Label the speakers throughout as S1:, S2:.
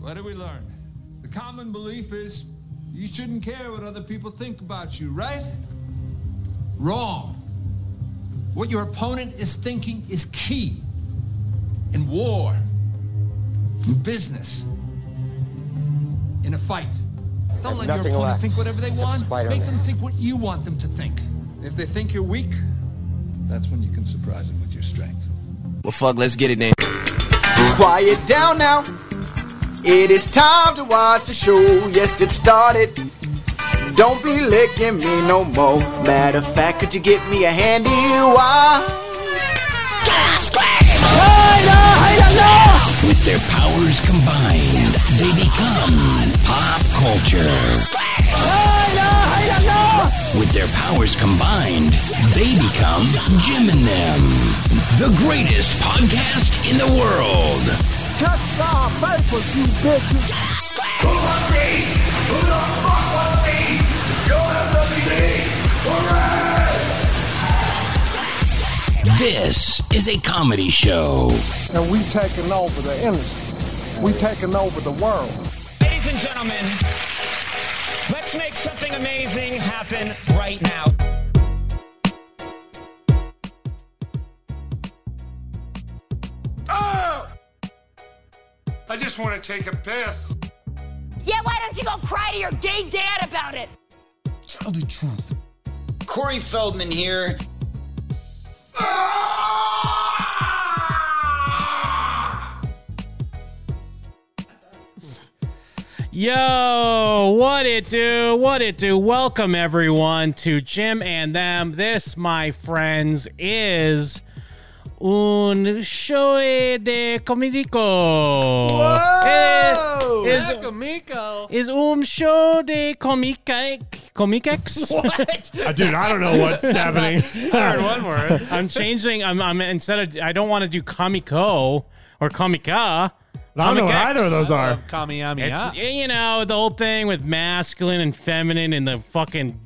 S1: What did we learn? The common belief is you shouldn't care what other people think about you, right? Wrong. What your opponent is thinking is key in war, in business, in a fight. Don't
S2: Have
S1: let your
S2: nothing
S1: opponent
S2: less
S1: think whatever they
S2: except
S1: want.
S2: spite on
S1: Make
S2: them.
S1: them think what you want them to think. If they think you're weak, that's when you can surprise them with your strength.
S3: Well, fuck, let's get it in.
S4: Quiet down now. It is time to watch the show. Yes, it started. Don't be licking me no more. Matter of fact, could you get me a handy wire? Hey, no, hey, no, no.
S5: With their powers combined, they become pop culture.
S4: Hey, no, hey, no, no.
S5: With their powers combined, they become Jim and them, the greatest podcast in the world.
S4: Cut some papers, you bitches.
S5: This is a comedy show.
S6: and we taking over the industry. We taking over the world.
S7: Ladies and gentlemen, let's make something amazing happen right now.
S8: Oh! I just want to take a piss.
S9: Yeah, why don't you go cry to your gay dad about it?
S7: Corey Feldman here.
S10: Yo, what it do? What it do? Welcome everyone to Jim and Them. This, my friends, is un show de comidico. Whoa! Is, is un show de comica comicex?
S11: Uh, dude, I don't know what's happening.
S10: one word. I'm changing. I'm, I'm instead of I don't want to do comico or comica.
S11: I don't know what
S10: comicex.
S11: either of those are.
S10: It's you know the whole thing with masculine and feminine and the fucking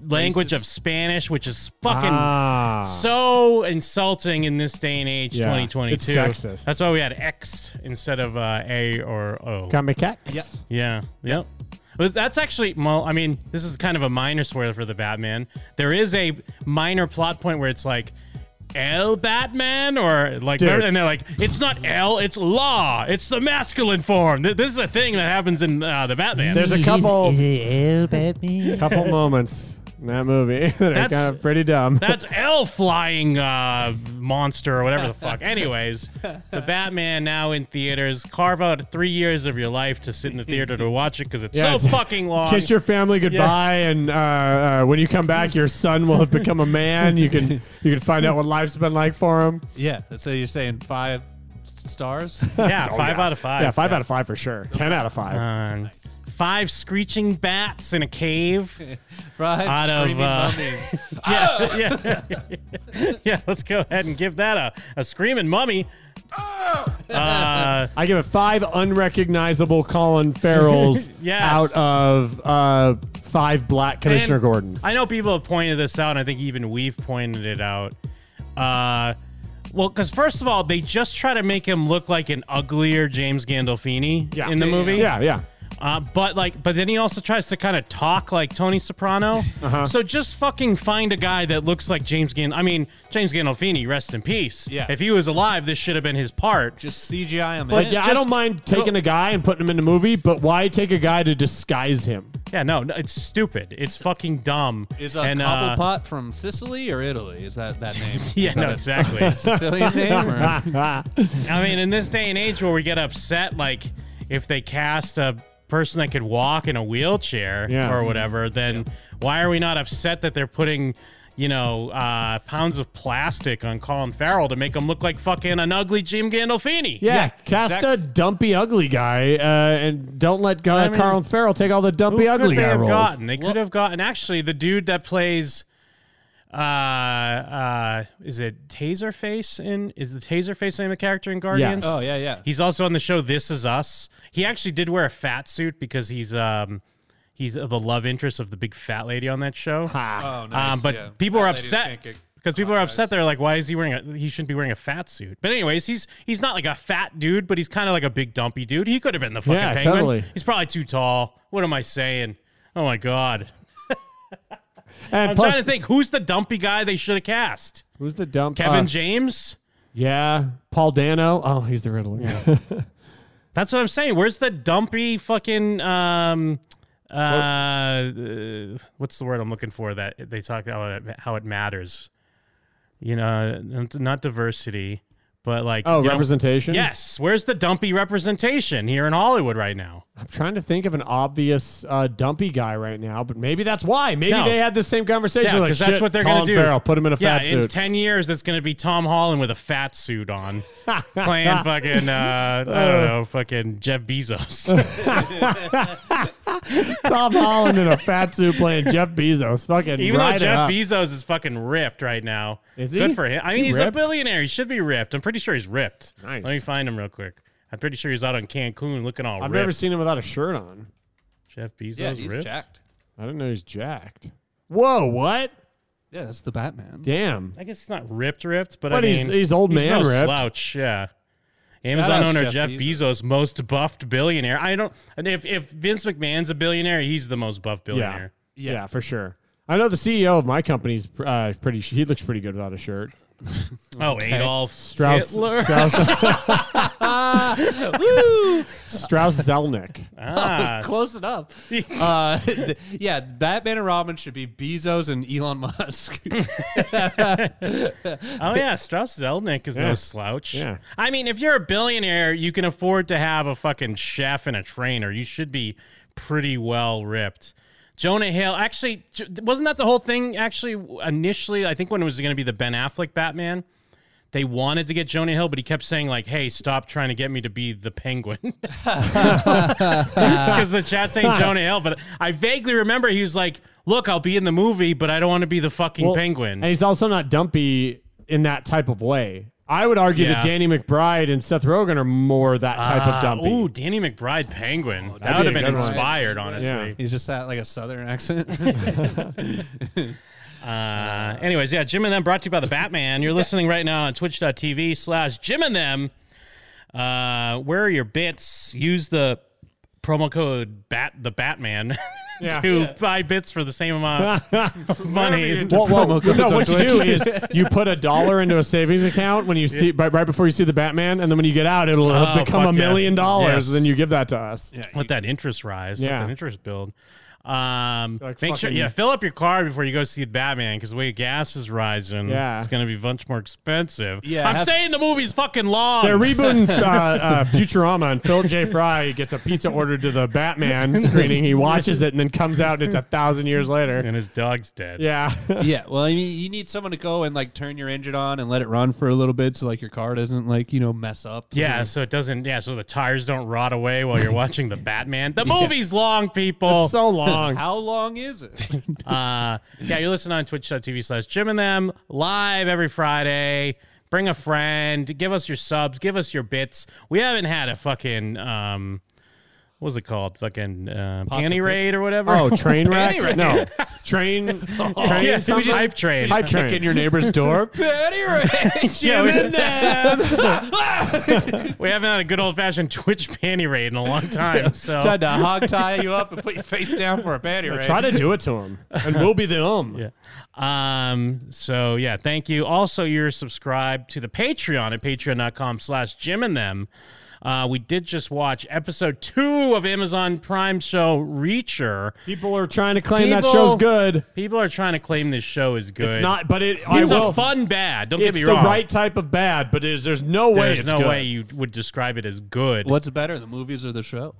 S10: language of Spanish, which is fucking
S11: Ah.
S10: so insulting in this day and age,
S11: Yeah,
S10: 2022.
S11: it's sexist.
S10: That's why we had X instead of uh, A or O.
S11: Kamikaze.
S10: yeah. Yep. It was- that's actually well. I mean, this is kind of a minor spoiler for the Batman. There is a minor plot point where it's like. L Batman or like
S11: Dude.
S10: and they're like it's not L it's law it's the masculine form Th- this is a thing that happens in uh, the Batman
S11: There's a couple. couple moments in that movie that are
S10: That's-
S11: kind of pretty dumb.
S10: That's L flying uh, monster or whatever the fuck. Anyways, the Batman now in theaters. Carve out three years of your life to sit in the theater to watch it because it's
S11: Yeah,
S10: so
S11: it's-
S10: fucking long.
S11: Kiss your family goodbye, and uh, uh, when you come back, your son will have become a man. You can you can find out what life's been like for him.
S12: Yeah, so you're saying five s- stars?
S10: Oh, yeah, five out of five.
S11: yeah, five out of five for sure. Ten out of five.
S10: Um, Five screeching bats in a cave.
S12: Five
S10: Out of,
S12: screaming
S10: uh,
S12: mummies.
S10: Yeah, yeah, yeah. Let's go ahead and give that a, a screaming mummy.
S12: Oh!
S10: Uh,
S11: I give it five unrecognizable Colin Farrells
S10: Yes.
S11: out of uh, five black Commissioner
S10: And
S11: Gordons.
S10: I know people have pointed this out, and I think even we've pointed it out. Uh, well, because first of all, they just try to make him look like an uglier James Gandolfini in the movie.
S11: Yeah, yeah.
S10: Uh, but like, but then he also tries to kind of talk like Tony Soprano.
S11: Uh-huh.
S10: So just fucking find a guy that looks like James Gan. I mean, James Gandolfini, rest in peace.
S12: Yeah.
S10: If he was alive, this should have been his part.
S12: Just CGI him
S11: Like,
S12: in.
S11: yeah, I
S10: just-
S11: don't mind taking a guy and putting him in the movie, but why take a guy to disguise him?
S10: yeah. No, no, it's stupid. It's fucking dumb.
S12: Is a
S10: And, uh,
S12: cobblepot from Sicily or Italy? Is that that name?
S10: Yeah.
S12: Is that
S10: No.
S12: a
S10: Exactly.
S12: Sicilian name? Or?
S10: I mean, in this day and age where we get upset, like if they cast a person that could walk in a wheelchair
S11: Yeah.
S10: or whatever, then why are we not upset that they're putting, you know, uh, pounds of plastic on Colin Farrell to make him look like fucking an ugly Jim Gandolfini?
S11: Yeah, cast
S10: exact-
S11: a dumpy ugly guy uh, and don't let uh,
S10: I mean,
S11: Carl Farrell take all the
S10: Who
S11: dumpy
S10: could
S11: ugly
S10: they
S11: guy
S10: have
S11: roles.
S10: gotten? They could have gotten actually the dude that plays. Uh, uh, is it Taserface in? Is the Taserface the name of the character in Guardians?
S11: Oh,
S12: Oh yeah, yeah.
S10: He's also on the show This Is Us. He actually did wear a fat suit because he's um he's the love interest of the big fat lady on that show.
S11: Ha.
S12: oh nice.
S10: um, but
S12: yeah.
S10: people were
S12: That lady's
S10: upset
S12: pancake.
S10: Because people are upset. They're like, "Why is he wearing a? He shouldn't be wearing a fat suit." But anyways, he's he's not like a fat dude, but he's kind of like a big dumpy dude. He could have been the fucking
S11: Yeah,
S10: penguin.
S11: totally.
S10: He's probably too tall. What am I saying? Oh my god!
S11: And
S10: I'm
S11: plus,
S10: trying to think who's the dumpy guy they should have cast.
S11: who's the dump?
S10: Kevin
S11: uh,
S10: James.
S11: Yeah, Paul Dano. Oh, he's the Riddler.
S10: That's what I'm saying. Where's the dumpy fucking um uh, uh what's the word I'm looking for that they talk about it- how it matters. You know, not- not diversity, but like
S11: Oh,
S10: you know-
S11: representation?
S10: yes. Where's the dumpy representation here in Hollywood right now?
S11: I'm trying to think of an obvious uh, dumpy guy right now, but maybe that's why. Maybe
S10: No.
S11: they had the same conversation.
S10: Yeah,
S11: like,
S10: 'cause that's
S11: shit,
S10: what they're
S11: Colin
S10: gonna do.
S11: Farrell, put him in a
S10: yeah,
S11: fat
S10: in
S11: suit.
S10: ten years, it's gonna be Tom Holland with a fat suit on, playing fucking uh, I don't know, fucking Jeff Bezos.
S11: Tom Holland in a fat suit playing Jeff Bezos. Fucking
S10: Even
S11: ride
S10: though
S11: it
S10: Jeff
S11: up.
S10: Bezos is fucking ripped right now.
S11: Is he?
S10: Good for him. I
S11: Is
S10: mean,
S11: he
S10: he's
S11: ripped?
S10: a billionaire. He should be ripped. I'm pretty sure he's ripped.
S11: Nice.
S10: Let me find him real quick. I'm pretty sure he's out on Cancun looking all
S11: I've
S10: ripped.
S11: never seen him without a shirt on.
S10: Jeff Bezos
S12: Yeah, he's
S10: ripped.
S12: jacked.
S11: I didn't know he's jacked. Whoa, what?
S12: Yeah, that's the Batman.
S11: Damn.
S10: I guess he's not ripped, ripped, but,
S11: But
S10: I mean,
S11: he's- he's old
S10: he's
S11: man
S10: no
S11: ripped.
S10: slouch. Yeah. Amazon
S12: out
S10: owner
S12: Jeff
S10: Jeff Bezos. most buffed billionaire. I don't. And if if Vince McMahon's a billionaire, he's the most buff
S11: Yeah.
S10: billionaire.
S11: yeah. for sure. I know the CEO of my company's uh, pretty. He looks pretty good without a shirt.
S10: Oh, Adolf
S11: Strauss.
S10: Hitler.
S11: Strauss. Woo! Strauss Zelnick.
S10: Ah,
S12: Close enough. Uh, th- yeah, Batman and Robin should be Bezos and Elon Musk.
S10: Oh yeah, Strauss Zelnick is
S11: Yeah.
S10: no slouch.
S11: Yeah.
S10: I mean, if you're a billionaire, you can afford to have a fucking chef and a trainer. You should be pretty well ripped. Jonah Hill, actually, j- wasn't that the whole thing? Actually, initially, I think when it was going to be the Ben Affleck Batman, they wanted to get Jonah Hill, but he kept saying like, "Hey, stop trying to get me to be the Penguin," because the chat's saying Jonah Hill. But I vaguely remember he was like, "Look, I'll be in the movie, but I don't want to be the fucking
S11: Well,
S10: Penguin."
S11: And he's also not dumpy in that type of way. I would argue that
S10: Yeah.
S11: Danny McBride and Seth Rogen are more that type of
S10: Ah,
S11: dumpy.
S10: Ooh, Danny McBride Penguin. that
S11: that'd
S10: would
S11: be a
S10: have been
S11: good one.
S10: inspired,
S11: Yeah.
S10: honestly.
S12: he's just at like a southern accent.
S10: Uh, anyways, yeah, Jim and Them brought to you by the Batman. You're listening right now on twitch.tv slash Jim and Them. Uh, where are your bits? Use the promo code bat the Batman
S11: Yeah.
S10: to buy bits for the same amount of money.
S11: Well, well, no,
S12: on
S11: what you do is you put a dollar into a savings account when you see right, right before you see the Batman, and then when you get out, it'll uh,
S10: Oh,
S11: become a
S10: fuck yeah.
S11: million dollars.
S10: Yes.
S11: Then you give that to us.
S10: Let that interest rise.
S11: Yeah.
S10: Let that interest build. Um,
S11: Like
S10: make sure,
S11: fucking-
S10: yeah, fill up your car before you go see the Batman because the way gas is rising,
S11: Yeah.
S10: it's going to be much more expensive.
S12: Yeah,
S10: I'm
S12: have-
S10: saying the movie's fucking long.
S11: They're rebooting uh, uh, Futurama, and Phil J. Fry gets a pizza ordered to the Batman screening. He watches it and then comes out, and it's a thousand years later.
S10: and his dog's dead.
S11: Yeah,
S12: yeah, well, I mean, you need someone to go and like turn your engine on and let it run for a little bit, so like your car doesn't like you know mess up.
S10: Yeah, so it doesn't. Yeah, so the tires don't rot away while you're watching the Batman. The movie's long, people.
S11: it's so long.
S12: How long is it?
S10: uh, yeah, you're listening on twitch.tv slash Jim and them live every Friday. Bring a friend. Give us your subs. Give us your bits. We haven't had a fucking, um, what was it called? Fucking um,
S12: Octopus.
S10: panty raid or whatever.
S11: Oh, train wreck?
S12: Anyway.
S11: No, train. train
S10: yeah, we
S11: something?
S10: just- Hype train.
S11: Hype train.
S12: Kick in your neighbor's door. Betty Rich, Jim
S10: Yeah, we-
S12: and them.
S10: We haven't had a good old fashioned Twitch panty raid in a long time. So
S12: Tried to hog tie you up and put your face down for a panty raid.
S11: Try to do it to him, and we'll be the um.
S10: Yeah. Um, so yeah, thank you. Also, you're subscribed to the Patreon at patreon.com slash Jim and them. Uh, we did just watch episode two of Amazon Prime show Reacher.
S11: People are trying to claim that
S10: People-
S11: show's good.
S10: People are trying to claim this show is good.
S11: It's not, but it. I
S10: It's
S11: will,
S10: a fun bad. Don't get
S11: It's
S10: me
S11: the
S10: wrong.
S11: right type of bad, but it is, there's no way.
S10: There's
S11: it's
S10: no
S11: good.
S10: way you would describe it as good.
S12: What's better, the movies or the show?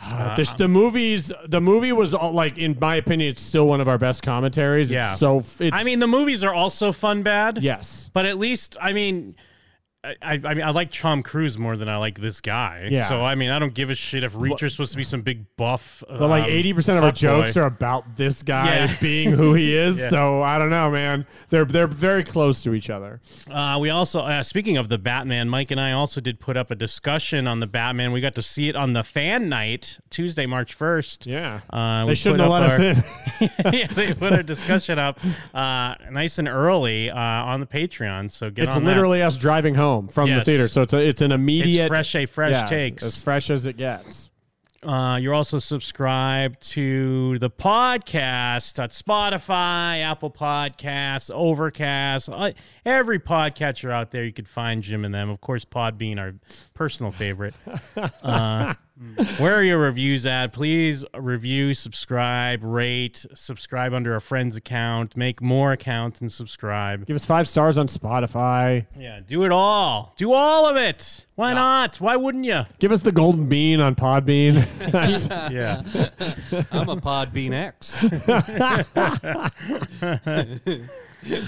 S10: Uh-huh.
S11: The, the movies, the movie was all, like, in my opinion, it's still one of our best commentaries.
S10: Yeah.
S11: It's so f- it's,
S10: I mean, the movies are also fun bad.
S11: yes,
S10: But at least, I mean, I, I I mean, I like Tom Cruise more than I like this guy.
S11: Yeah.
S10: So I mean, I don't give a shit if Reacher's supposed to be some big buff.
S11: But like eighty percent of our jokes are about this guy
S10: um, Yeah.
S11: being who he is.
S10: Yeah.
S11: So I don't know, man. They're they're very close to each other.
S10: Uh, we also, uh, speaking of the Batman, Mike and I also did put up a discussion on the Batman. We got to see it on the fan night Tuesday, March first.
S11: Yeah,
S10: uh,
S11: They shouldn't have let
S10: us in. yeah, they put our discussion up uh, nice and early uh, on the Patreon. So get
S11: it's
S10: on that.
S11: literally us driving home from
S10: Yes.
S11: the theater, so it's a, it's an immediate
S10: It's fresh, a fresh
S11: Yeah, it's
S10: takes.
S11: as fresh as it gets.
S10: Uh, you're also subscribed to the podcast on Spotify, Apple Podcasts, Overcast, uh, every podcatcher out there. You could find Jim and them. Of course, Podbean, our personal favorite. Uh, where are your reviews at? Please review, subscribe, rate, subscribe under a friend's account, make more accounts, and subscribe.
S11: Give us five stars on Spotify.
S10: Yeah, do it all. Do all of it. Why not? Why wouldn't you?
S11: Give us the golden bean on Podbean. That's-
S10: Yeah.
S12: I'm a Podbean X.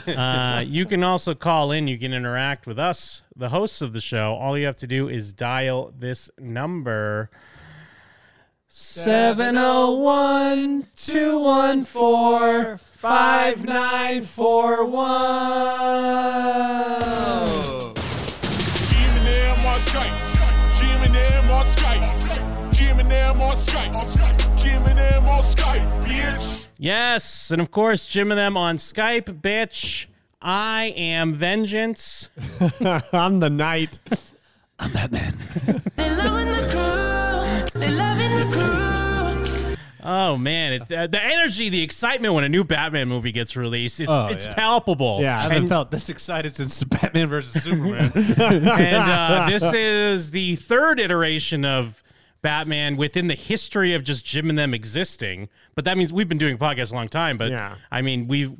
S10: uh, you can also call in. You can interact with us, the hosts of the show. All you have to do is dial this number 701 214
S13: 5941.
S8: Jim and them on Skype. Jim and them on Skype. Jim and them on Skype. Jim and them on Skype, bitch.
S10: Yes. And of course, Jim and them on Skype, bitch. I am Vengeance.
S11: I'm the Knight.
S10: I'm Batman. Oh man, it, uh, the energy, the excitement when a new Batman movie gets released, it's,
S12: Oh,
S10: it's
S12: yeah.
S10: palpable.
S12: I haven't
S10: And-
S12: felt this excited since the Batman versus Superman.
S10: and uh, this is the third iteration of Batman within the history of just Jim and them existing. But that means we've been doing podcasts a long time. But
S11: Yeah.
S10: I mean, we've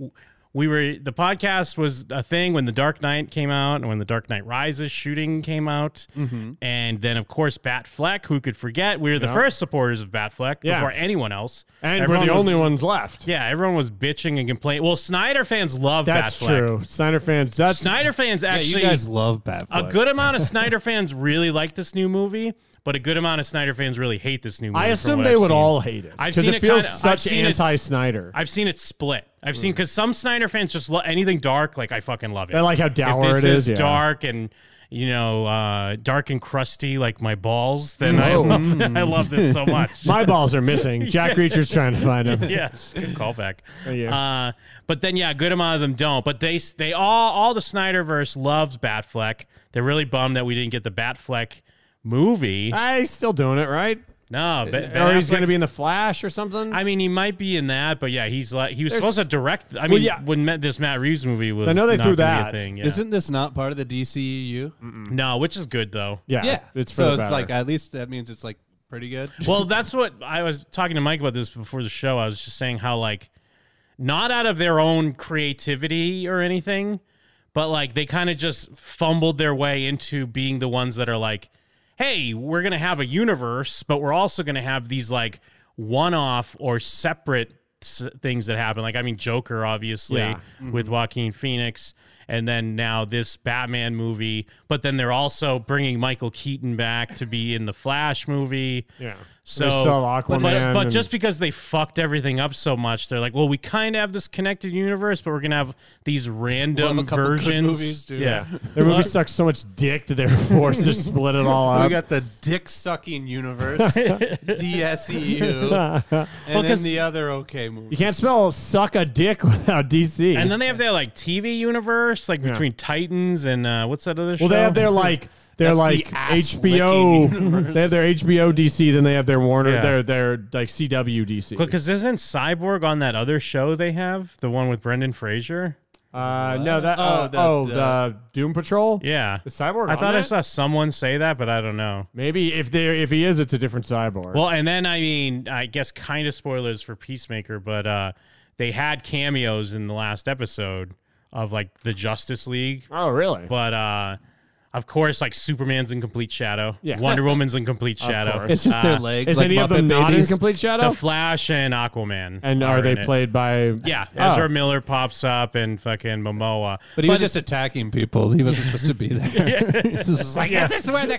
S10: we were the podcast was a thing when the Dark Knight came out and when the Dark Knight Rises shooting came out,
S11: Mhm.
S10: and then of course Batfleck. Who could forget? We were the
S11: Yeah.
S10: first supporters of Batfleck
S11: Yeah.
S10: before anyone else,
S11: And we're the only ones left.
S10: Yeah, everyone was bitching and complaining. Well, Snyder fans love
S11: That's
S10: Batfleck.
S11: true. Snyder fans. That's
S10: Snyder fans
S11: Yeah, you
S10: actually
S11: guys love Batfleck.
S10: A good amount of Snyder fans really like this new movie, but a good amount of Snyder fans really hate this new movie.
S11: I
S10: from
S11: assume
S10: what
S11: they
S10: I've
S11: would
S10: seen.
S11: all hate it
S10: I've
S11: because
S10: seen
S11: it feels
S10: kinda-
S11: such
S10: I've seen it-
S11: anti-Snyder.
S10: I've seen it split. I've seen because some Snyder fans just love anything dark. Like I fucking love it.
S11: They like how
S10: If
S11: dour
S10: this
S11: it is, yeah.
S10: Dark and you know, uh, dark and crusty like my balls. Then I
S11: Whoa.
S10: love, I love this so much.
S11: Mm. My balls are missing. Jack
S10: Yeah.
S11: Reacher's trying to find them.
S10: yes, good callback.
S11: yeah.
S10: Uh, but then, yeah, a good amount of them don't. But they they all all the Snyderverse loves Batfleck. They're really bummed that we didn't get the Batfleck movie.
S11: I still doing it right.
S10: No,
S11: Uh,
S10: ben,
S11: or
S10: Ben
S11: he's
S10: Affleck-
S11: gonna be in the Flash or something.
S10: I mean, he might be in that, but yeah, he's like he was
S11: There's-
S10: supposed to direct. I
S11: Well,
S10: mean,
S11: yeah.
S10: when Matt- this Matt Reeves movie was,
S11: I know they
S10: not
S11: threw
S10: gonna be a
S11: that.
S10: thing. Yeah.
S12: Isn't this not part of the DCEU?
S10: no, which is good though.
S12: yeah. so it's like at least that means it's like pretty good.
S10: well, that's what I was talking to Mike about this before the show. I was just saying how like not out of their own creativity or anything, but like they kind of just fumbled their way into being the ones that are like, "Hey, we're going to have a universe, but we're also going to have these like one-off or separate s- things that happen." Like I mean Joker obviously
S11: Yeah.
S10: with Joaquin Phoenix and then now this Batman movie, but then they're also bringing Michael Keaton back to be in the Flash movie.
S11: Yeah.
S10: So,
S11: They sell
S10: but,
S11: Aquaman
S10: but, but
S11: and-
S10: just because they fucked everything up so much, they're like, well, we kind of have this connected universe, but we're gonna have these random
S12: a couple good
S10: versions.
S12: movies, dude.
S10: Yeah,
S11: their movie sucks so much dick that they were forced to split it all up.
S12: We got the dick sucking universe,
S10: E
S12: DSEU, and
S11: Well,
S12: then
S11: 'cause-
S12: the other okay movie.
S11: you can't spell suck a dick without DC.
S10: and then they have their like TV universe, like
S11: Yeah.
S10: between Titans and uh, what's that other show?
S11: well, they have their like their
S10: That's the
S11: like
S10: ass-licking
S11: HBO.
S10: universe.
S11: They have their HBO DC. Then they have their Warner.
S10: Yeah.
S11: Their their like CW DC.
S10: because isn't Cyborg on that other show they have, the one with Brendan Fraser?
S11: Uh, no, that
S10: Oh,
S11: oh,
S10: the-
S11: oh,
S10: the-
S11: the, Doom Patrol.
S10: Yeah,
S11: Is Cyborg.
S10: I
S11: on
S10: thought I
S11: that?
S10: saw someone say that, but I don't know.
S11: Maybe if they if he is, it's a different cyborg.
S10: Well, and then I mean, I guess kind of spoilers for Peacemaker, but uh, they had cameos in the last episode of like the Justice League.
S11: Oh, really?
S10: But uh, Of course, like Superman's in complete shadow.
S11: Yeah.
S10: Wonder Woman's in complete
S11: Of
S10: shadow. Uh,
S11: course. It's just their legs, Is like any of them Muppet not in babies. complete shadow?
S10: The Flash and Aquaman.
S11: And are they
S10: in it.
S11: played by?
S10: Yeah,
S11: Oh.
S10: Ezra Miller pops up and fucking Momoa.
S1: But he was just attacking people. He wasn't supposed to be there. He's just like,
S10: Yeah.
S1: is this where the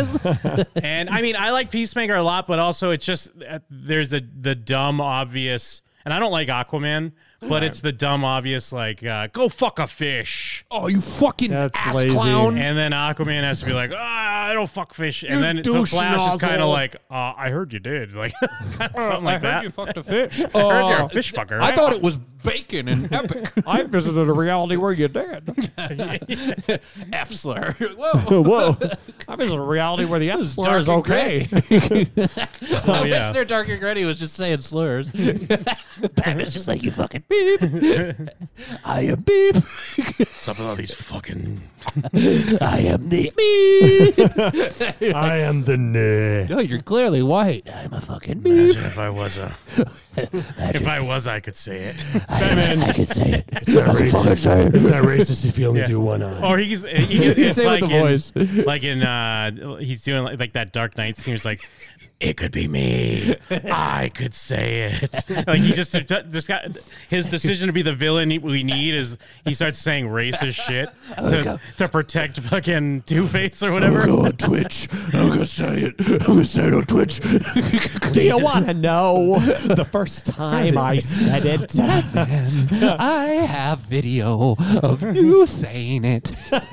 S1: is?
S10: and I mean, I like Peacemaker a lot, but also it's just uh, there's a the dumb obvious, and I don't like Aquaman, but it's the dumb obvious like uh, go fuck a fish.
S1: Oh, you fucking
S11: ass lazy. clown.
S10: And then Aquaman has to be like, ah, I don't fuck fish. And
S11: You
S10: then the
S11: douche
S10: Flash is kind of
S11: nozzle. Oh,
S10: like, uh, I heard you did, like something
S1: I
S10: like
S1: heard
S10: that.
S1: you fucked a fish.
S10: I heard you're
S1: Oh,
S10: a fish fucker.
S1: I thought it was bacon and epic.
S11: I visited a reality where you did.
S1: F slur.
S11: Whoa. Whoa. I visited a reality where the F
S1: This is
S11: slur is
S1: dark
S11: okay.
S1: and
S11: So,
S10: Oh,
S1: I
S11: yeah.
S1: wish their dark and gritty was just saying slurs. Batman's just like you fucking beep. I am beep.
S10: Something about these fucking.
S1: I am the beep.
S11: I am the nerd.
S1: No, you're clearly white. I'm a fucking beep.
S10: Imagine if I was a. if I was, I could say it.
S1: I could say it.
S11: It's not racist. It's not racist if you only
S10: Yeah.
S11: do one eye.
S10: Or he's he,
S11: He'd
S10: it's
S11: say
S10: like
S11: with the
S10: in,
S11: voice.
S10: like in uh, he's doing like, like that Dark Knight scene. He's like, it could be me. I could say it. Like he just just got his decision to be the villain he- we need is he starts saying racist shit to, to protect fucking Two Face or whatever.
S11: Go on Oh, Twitch. I'm gonna say it. I'm gonna say it on Twitch. Do you want to know the first time I said it?
S1: I have video of you saying it.
S11: I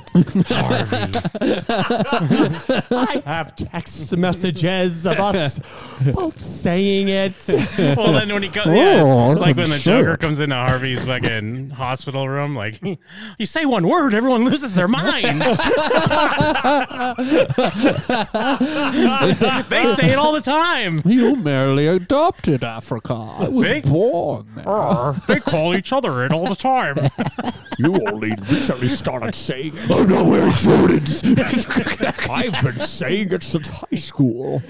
S11: have text messages of us both saying it.
S10: Well, then when he comes,
S11: Oh,
S10: like when the
S11: sure.
S10: Joker comes into Harvey's fucking hospital room, like you say one word, everyone loses their minds. they say it all the time.
S1: You merely adopted Africa. I was
S10: Big-
S1: born.
S10: Brr, they call each other it all the time.
S11: You only recently started saying it. Oh, I'm not wearing Jordans. I've been saying it since high school.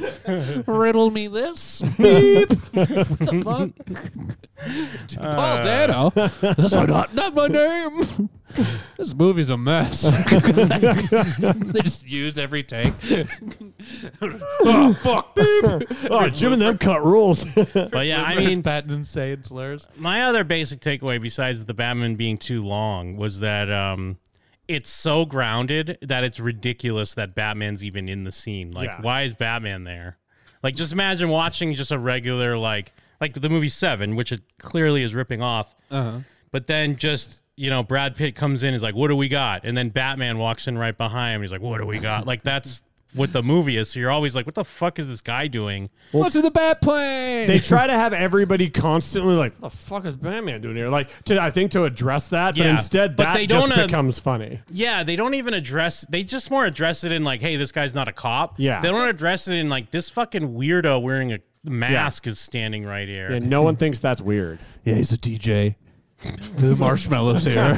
S1: Riddle me this. Beep. what the fuck?
S10: Uh,
S1: Paul Dano. Uh, That's my not, not my name. This movie's a mess. they just use every take. oh fuck! Beep.
S11: Oh, Jim and them cut rules.
S10: But yeah, I
S1: It's
S10: mean,
S1: Patton saying slurs.
S10: my other basic takeaway besides the Batman being too long was that um, it's so grounded that it's ridiculous that Batman's even in the scene. Like,
S11: Yeah.
S10: why is Batman there? Like, just imagine watching just a regular like like the movie Seven, which it clearly is ripping off.
S1: Uh-huh.
S10: But then just you know, Brad Pitt comes in, is like, "What do we got?" And then Batman walks in right behind him. He's like, "What do we got?" like that's what the movie is. So you're always like, "What the fuck is this guy doing?"
S1: What's in the bat plane?
S11: they try to have everybody constantly like, what the fuck is Batman doing here? Like, to, I think to address that, but
S10: Yeah,
S11: instead
S10: but
S11: that
S10: they
S11: just
S10: don't, uh,
S11: becomes funny.
S10: Yeah, they don't even address. They just more address it in like, "Hey, this guy's not a cop."
S11: Yeah.
S10: they don't address it in like this fucking weirdo wearing a mask is standing right here.
S11: And no one thinks that's weird.
S1: Yeah, he's a DJ. the marshmallows here.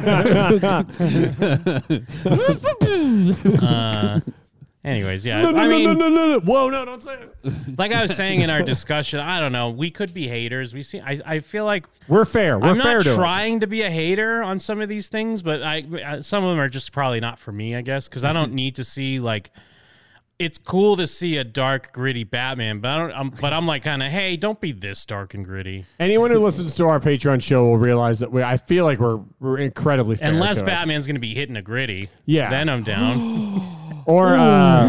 S10: Uh, anyways, yeah,
S11: No, no,
S10: I
S11: no,
S10: mean,
S11: no, no, no, no. Whoa, no, don't say it.
S10: like I was saying in our discussion, I don't know. We could be haters. We see. I, I feel like
S11: We're fair. We're
S10: I'm
S11: fair
S10: not
S11: to it.
S10: trying to be a hater on some of these things, but I uh, some of them are just probably not for me, I guess, because I don't
S11: Mm-hmm.
S10: need to see like. It's cool to see a dark, gritty Batman, but I don't. I'm, but I'm like kind of, hey, don't be this dark and gritty.
S11: Anyone who listens to our Patreon show will realize that we, I feel like we're, we're incredibly fair.
S10: Unless
S11: to us.
S10: Batman's going to be hitting a gritty.
S11: Yeah.
S10: Then I'm down.
S11: Or uh,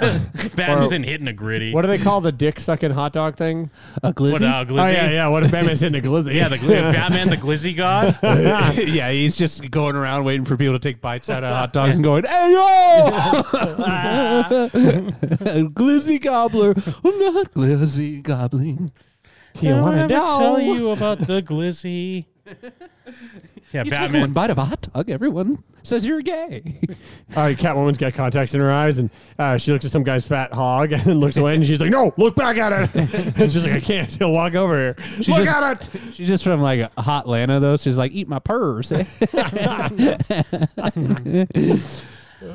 S10: Batman's isn't hitting a gritty.
S11: what do they call the dick sucking hot dog thing?
S1: a
S10: What,
S1: glizzy.
S10: uh, glizzy?
S11: Oh, yeah, yeah. What if Batman's hitting a glizzy?
S10: Yeah, the gl- Batman, the glizzy god.
S1: yeah, he's just going around waiting for people to take bites out of hot dogs and going, "Eh, "Hey yo, glizzy gobbler! I'm not glizzy gobbling."
S11: Do you want to know?
S10: tell you about the glizzy? Yeah,
S1: Oh. You take one
S10: Batman.
S1: bite of a hot dog, everyone says you're gay.
S11: All right, Catwoman's got contacts in her eyes, and uh, she looks at some guy's fat hog and looks away, and she's like, "No, look back at it." and she's like, "I can't. He'll walk over here. look
S1: just-
S11: at it."
S1: She's just from like hot Lana though. She's like, "Eat my purse."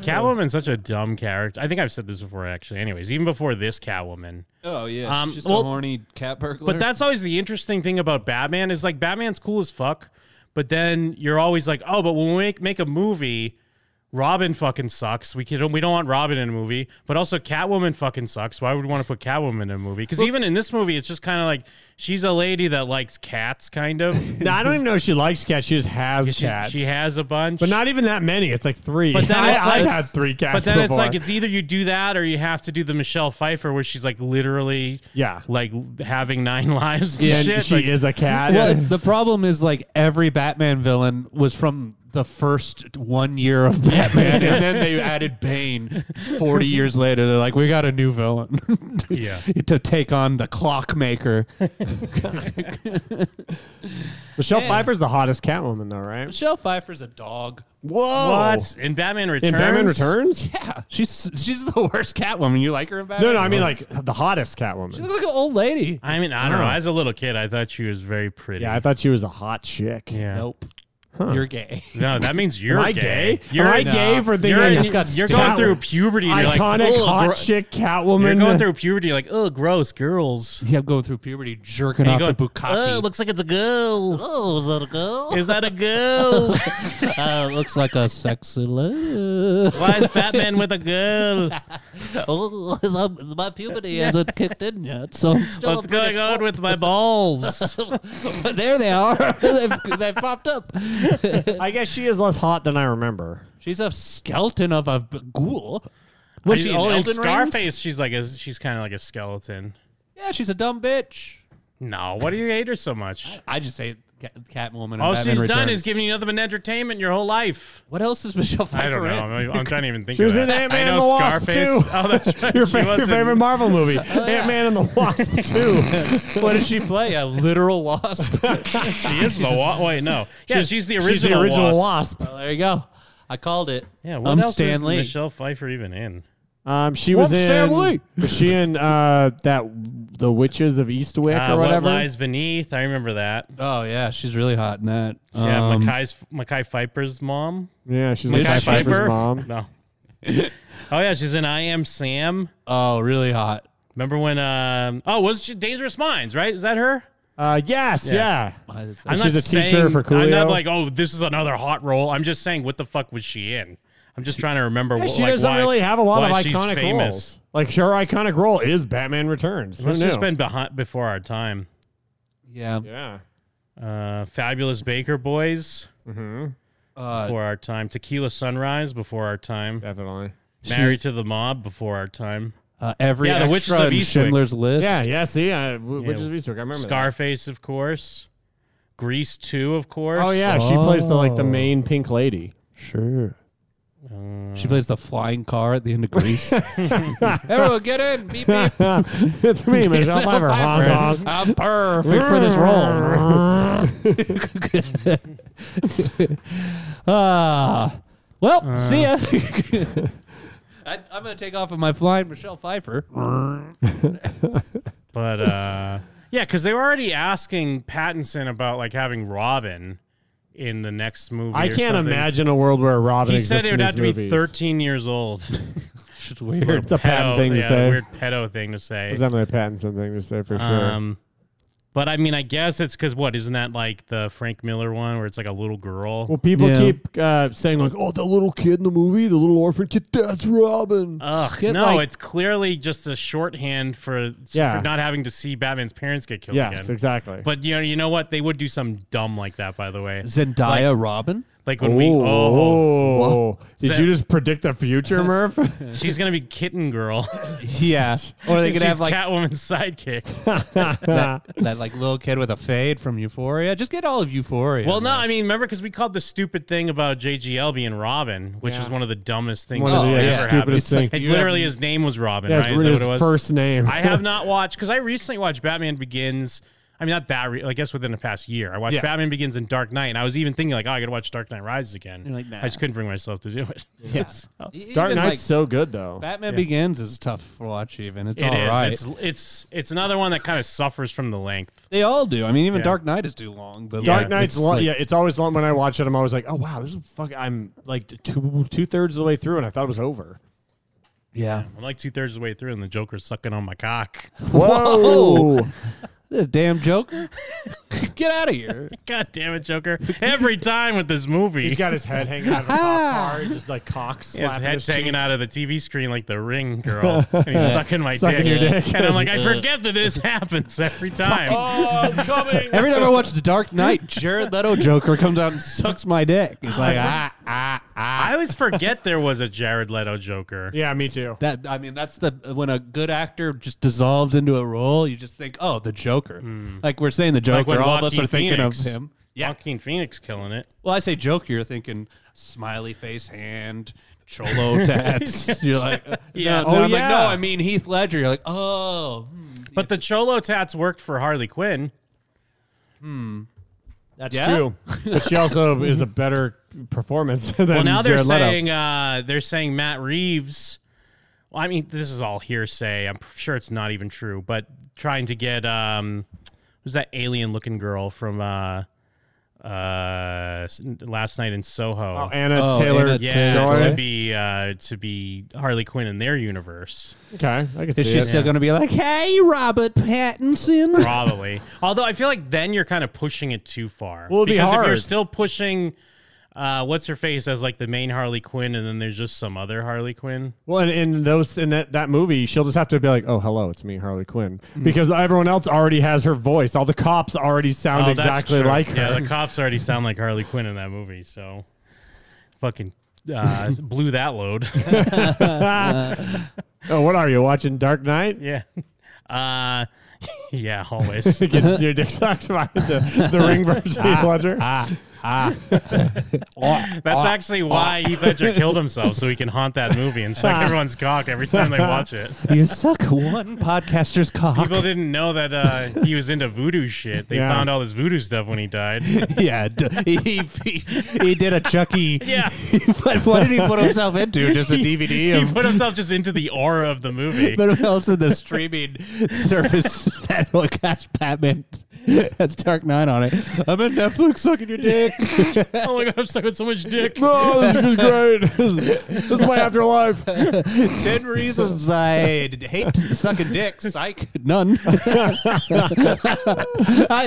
S10: Catwoman's such a dumb character. I think I've said this before, actually. Anyways, even before this Catwoman.
S1: oh yeah,
S10: Um, well-
S1: horny cat burglar.
S10: But that's always the interesting thing about Batman is like Batman's cool as fuck, but then you're always like, oh, but when we make, make a movie, Robin fucking sucks. We can, we don't want Robin in a movie, but also Catwoman fucking sucks. Why would we want to put Catwoman in a movie? Because even in this movie, it's just kind of like she's a lady that likes cats, kind of.
S11: No, I don't even know if she likes cats. She just has
S10: She,
S11: cats.
S10: she has a bunch,
S11: but not even that many. It's like three.
S10: But then
S11: I,
S10: it's like,
S11: I've had three cats.
S10: But then it's
S11: before.
S10: like it's either you do that or you have to do the Michelle Pfeiffer where she's like literally
S11: yeah
S10: like having nine lives. And
S11: Yeah, and
S10: shit.
S11: she
S10: like,
S11: is a cat.
S1: Well, the problem is like every Batman villain was from the first one year of Batman, and then they added Bane. Forty years later, they're like, we got a new villain.
S10: Yeah.
S1: to take on the Clockmaker.
S11: Michelle
S1: Man.
S11: Pfeiffer's the hottest Catwoman, though, right?
S1: Michelle Pfeiffer's a dog.
S11: Whoa!
S10: What in Batman Returns?
S11: In Batman Returns?
S1: Yeah, she's she's the worst Catwoman. You like her in Batman?
S11: No, no, I mean like the hottest Catwoman.
S1: she looks like an old lady.
S10: I mean, I don't know.
S11: Wow.
S10: As a little kid, I thought she was very pretty.
S11: Yeah, I thought she was a hot chick.
S10: Yeah.
S1: Nope, you're gay.
S10: No, that means you're
S11: Am I
S10: gay.
S11: gay?
S10: You're
S11: Am I
S10: no.
S11: gay for thinking
S10: you're,
S11: I
S10: in-
S11: just got
S10: you're
S11: stabbed?
S10: going through puberty. And you're like,
S11: Iconic
S10: "Ugh,
S11: hot
S10: gro-
S11: chick
S10: You're
S11: Catwoman.
S10: going through puberty. Like, oh, gross, girls.
S1: Yeah, I'm going through puberty, jerking
S10: And you
S1: off
S10: go,
S1: the bukkake.
S10: "Oh, it looks like it's a girl.
S1: Oh, is that a girl?
S10: Is that a girl?
S1: uh, looks like a sexy love.
S10: Why is Batman with a girl?
S1: Oh, I'm- my puberty hasn't kicked in yet, so I'm still
S10: What's going on with my balls?
S1: But there they are. they've, they've popped up.
S11: I guess she is less hot than I remember.
S1: She's a skeleton of a b- ghoul.
S10: I-
S1: Was she in
S10: oh, in
S1: Elden Rings?
S10: Scarface? She's like a, she's kind of like a skeleton.
S1: Yeah, she's a dumb bitch.
S10: No, why do you hate her so much?
S1: I just say Cat- Catwoman. and
S10: All
S1: Batman
S10: she's done
S1: Returns.
S10: is giving you nothing but entertainment your whole life.
S1: What else is Michelle Pfeiffer
S10: I don't know.
S1: in?
S10: I'm, I'm trying to even think.
S11: She
S10: of
S11: was
S10: that.
S11: in Ant
S10: I
S11: Man and
S10: know
S11: the Wasp
S10: Scarface.
S11: too.
S10: Oh, that's right.
S11: Your
S10: She
S11: fa-
S10: was in- Oh,
S11: favorite Marvel movie, Ant Man and the Wasp too.
S1: what does she play? A literal wasp.
S10: She is the wasp. Wait, no. Yeah, she's, the original.
S11: She's the original Wasp.
S1: Well, there you go. I called it.
S10: Yeah, what
S1: I'm
S10: else is
S1: Stanley.
S10: Michelle Pfeiffer even in?
S11: Um, she was
S1: What's
S11: in.
S1: Stan Lee?
S11: Was she in uh, that the Witches of Eastwick
S10: Uh,
S11: or
S10: what
S11: whatever?
S10: lies beneath? I remember that.
S1: Oh yeah, she's really hot in that.
S10: Yeah,
S1: Um,
S10: Mackay's Mackay Pfeiffer's mom.
S11: yeah, she's
S10: Mackay
S11: like Pfeiffer's
S10: Pfeiffer?
S11: mom.
S10: No. oh yeah, she's in I Am Sam.
S1: Oh, really hot.
S10: Remember when? Um, oh, was she Dangerous Minds? Right? Is that her?
S11: Uh, yes,
S10: Yeah.
S11: yeah.
S1: I just-
S10: I'm
S11: she's
S10: not
S11: a teacher
S10: saying-
S11: for
S10: I'm not
S11: Coolio?
S10: like, oh, this is another hot role. I'm just saying, what the fuck was she in? I'm just trying to remember.
S11: Yeah,
S10: what,
S11: she
S10: like,
S11: doesn't
S10: why-
S11: really have a lot of
S10: why she's
S11: iconic
S10: famous.
S11: roles. Like her iconic role is Batman Returns. Who
S10: Must have
S11: knew?
S10: just been behind before our time.
S1: yeah.
S11: yeah.
S10: Uh, Fabulous Baker Boys
S11: Mm-hmm.
S1: Uh,
S10: before our time. Tequila Sunrise before our time.
S11: Definitely.
S10: Married to the Mob before our time.
S1: uh, every
S10: Yeah, the Witches
S1: extra
S10: of
S1: in
S10: Eastwick.
S1: Schindler's List.
S11: Yeah, yeah. See, uh, w-
S10: Yeah.
S11: Witches of Eastwick. I remember. that.
S10: Scarface, of course. Grease 2, of course.
S11: Oh yeah, she plays the like the main pink lady.
S1: Sure. she plays the flying car at the end of Grease. Everyone, get in! Beep beep.
S11: it's me, Michelle Pfeiffer. Hong Kong.
S1: I'm perfect for this role. Ah, well,
S11: Uh.
S1: see ya. I, I'm gonna take off of my flying Michelle Pfeiffer.
S10: But uh, yeah, because they were already asking Pattinson about like having Robin in the next movie.
S11: I
S10: or
S11: can't
S10: something.
S11: imagine a world where Robin.
S10: He
S11: exists
S10: said it would
S11: in
S10: have to
S11: these
S10: be
S11: movies.
S10: 13 years old.
S1: It's weird.
S11: It's a patent thing to
S10: yeah,
S11: say.
S10: Weird pedo thing to say.
S11: It's definitely a Pattinson thing to say for sure.
S10: Um, but I mean, I guess it's because what isn't that like the Frank Miller one where it's like a little girl?
S11: Well, people
S1: Yeah.
S11: keep uh, saying like, "Oh, the little kid in the movie, the little orphan kid, that's Robin."
S10: Ugh,
S11: Shit
S10: no,
S11: like-
S10: it's clearly just a shorthand for,
S11: Yeah.
S10: for not having to see Batman's parents get killed
S11: yes,
S10: again.
S11: exactly.
S10: But you know, you know what? They would do something dumb like that, by the way.
S1: Zendaya Robin.
S10: Like when we, oh,
S11: oh, did
S10: Is
S11: you
S10: that-
S11: just predict the future, Murph?
S10: she's gonna be Kitten Girl.
S1: Yeah, or they could
S10: she's
S1: have like
S10: Catwoman's sidekick.
S11: Oh,
S1: that, that like little kid with a fade from Euphoria. Just get all of Euphoria.
S10: well, no, I mean, remember because we called the stupid thing about JGL being Robin, which
S11: Yeah.
S10: is one of the dumbest things
S11: One
S10: that's
S11: of the
S10: ever
S11: yeah,
S10: happened.
S11: stupidest thing.
S10: It literally, his name was Robin,
S11: Yeah,
S10: right? Is
S11: it's
S10: that
S11: his
S10: what it was?
S11: first name.
S10: I have not watched because I recently watched Batman Begins. I mean, not that. Re- I guess within the past year, I watched
S1: Yeah.
S10: Batman Begins and Dark Knight, and I was even thinking like, oh, I got to watch Dark Knight Rises again.
S1: You're like, nah.
S10: I just couldn't bring myself to do it.
S1: Yes.
S11: Dark Knight's so good though.
S1: E-, Batman Begins is tough for watch. Even it's
S10: It
S1: all right.
S10: is. It's it's it's another one that kind of suffers from the length.
S1: They all do. I mean, even
S10: Yeah.
S1: Dark Knight is too long. But
S10: Dark
S11: Dark Knight's
S1: it's
S11: long.
S1: like-
S11: yeah, it's always long. When I watch it, I'm always like, "Oh wow, this is fuck." I'm like two two thirds of the way through, and I thought it was over.
S1: yeah.
S10: I'm like two thirds of the way through, and the Joker's sucking on my cock.
S11: Whoa!
S1: The damn Joker. Get out of here.
S10: God damn it, Joker! Every time with this movie,
S11: He's got his head hanging out of a pop cart, just like cocks.
S10: His
S11: slapping
S10: head's
S11: his
S10: hanging
S11: cheeks.
S10: out of the TV screen like the ring girl. And he's sucking my
S11: Sucking
S10: dick.
S11: your dick.
S10: And I'm like, I forget that this happens every time.
S11: Oh,
S10: I'm coming.
S1: Every time I watch The Dark Knight, Jared Leto Joker comes out and sucks my dick. He's like, ah, ah, ah.
S10: I always forget there was a Jared Leto Joker.
S11: Yeah, me too.
S1: That I mean, that's the when a good actor just dissolves into a role. You just think, oh, the Joker.
S11: Hmm.
S1: Like we're saying, the
S10: Like
S1: Joker.
S10: when
S1: all of us
S10: Joaquin
S1: are thinking of
S10: Phoenix-
S1: him. Yeah.
S10: Joaquin Phoenix killing it.
S1: Well, I say Joker, you're thinking smiley face, hand, cholo tats. you're like,
S10: Yeah.
S1: yeah.
S10: Oh,
S1: oh, I'm like, no,
S10: yeah.
S1: I mean Heath Ledger. You're like, oh, hmm,
S10: But the Cholo tats worked for Harley Quinn.
S1: Hmm. that's
S11: It's true. But she also is a better performance than
S10: Well, now they're
S11: Jared Leto.
S10: saying uh, they're saying Matt Reeves. Well, I mean, this is all hearsay. I'm sure it's not even true. But trying to get um, who's that alien-looking girl from uh, uh, s- last night in Soho?
S11: Oh, Anna
S1: Oh,
S11: Taylor.
S1: Anna
S10: yeah,
S1: Taylor.
S10: to be uh, to be Harley Quinn in their universe,
S11: Okay, I can see
S1: Is she
S11: it.
S1: still going to be like, hey, Robert Pattinson?
S10: probably. Although I feel like then you're kind of pushing it too far.
S11: Well, it'd be
S10: because if you're
S11: hard.
S10: still pushing. Uh, what's her face as like the main Harley Quinn, and then there's just some other Harley Quinn.
S11: Well, and in those in that, that movie, she'll just have to be like, "Oh, hello, it's me, Harley Quinn,"
S10: Mm.
S11: because everyone else already has her voice. All the cops already sound
S10: Oh, that's
S11: exactly
S10: true.
S11: like her.
S10: Yeah, the cops already sound like Harley Quinn in that movie, so fucking uh, blew that load.
S11: oh, what are you watching? Dark Knight?
S10: yeah. Uh, yeah, always.
S11: Gets your dick sucked by the, the ring versus Heath
S1: Ah,
S11: Ledger.
S10: Ah, That's
S1: Ah,
S10: actually why Heath Ledger killed himself, so he can haunt that movie and
S11: Ah.
S10: suck everyone's cock every time they watch it.
S1: you suck one podcaster's cock.
S10: People didn't know that uh, he was into voodoo shit. They
S11: Yeah.
S10: found all his voodoo stuff when he died.
S1: yeah, d- he, he, he did a Chucky.
S10: Yeah.
S1: but what did he put himself into? Just a DVD
S10: He
S1: of
S10: put himself just into the aura of the movie.
S1: but also the streaming service that has Batman. That's Dark Knight on it. I'm in Netflix sucking your dick.
S10: Oh my god, I'm sucking so much dick.
S11: oh, this is great. This, is- this is my afterlife.
S1: Ten reasons I d- hate sucking dick. Psych. None. I,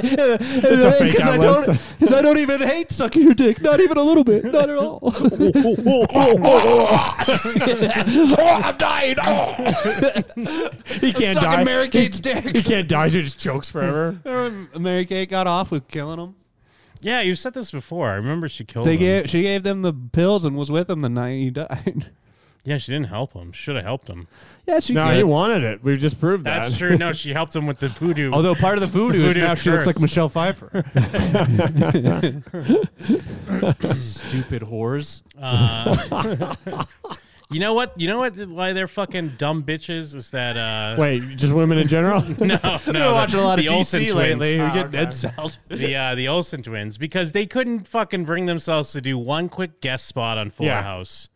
S11: fake
S1: because uh, I
S11: out
S1: don't
S11: list.
S1: because I don't even hate sucking your dick. Not even a little bit. Not at all. oh, I'm dying. Oh.
S11: He can't
S1: sucking
S11: die.
S1: Mary Kate's
S11: He-
S1: dick.
S11: He can't die. She just chokes forever.
S1: Remember Mary Kate got off with killing him.
S10: Yeah, you said this before. I remember she killed
S1: They
S10: him.
S1: gave she gave them the pills and was with him the night he died.
S10: Yeah, she didn't help him. Should have helped him.
S1: Yeah, she.
S11: no,
S1: could.
S11: he wanted it. We've just proved that.
S10: That's true. No, she helped him with the voodoo.
S1: Although part of the voodoo, is
S10: Voodoo
S1: now she looks like
S10: curse.
S1: Michelle Pfeiffer. Stupid whores.
S11: Uh,
S10: Uh, you know what? You know what? Why they're fucking dumb bitches is that? uh
S11: Wait, just women in general?
S10: No, no.
S1: I've been
S10: the-
S1: watching a lot of
S10: the
S1: DC
S10: Olsen twins. Oh,
S1: lately. We're
S11: Ah,
S1: getting
S11: okay.
S1: Ed South.
S10: The uh, the Olsen twins because they couldn't fucking bring themselves to do one quick guest spot on Fuller
S11: Yeah.
S10: House.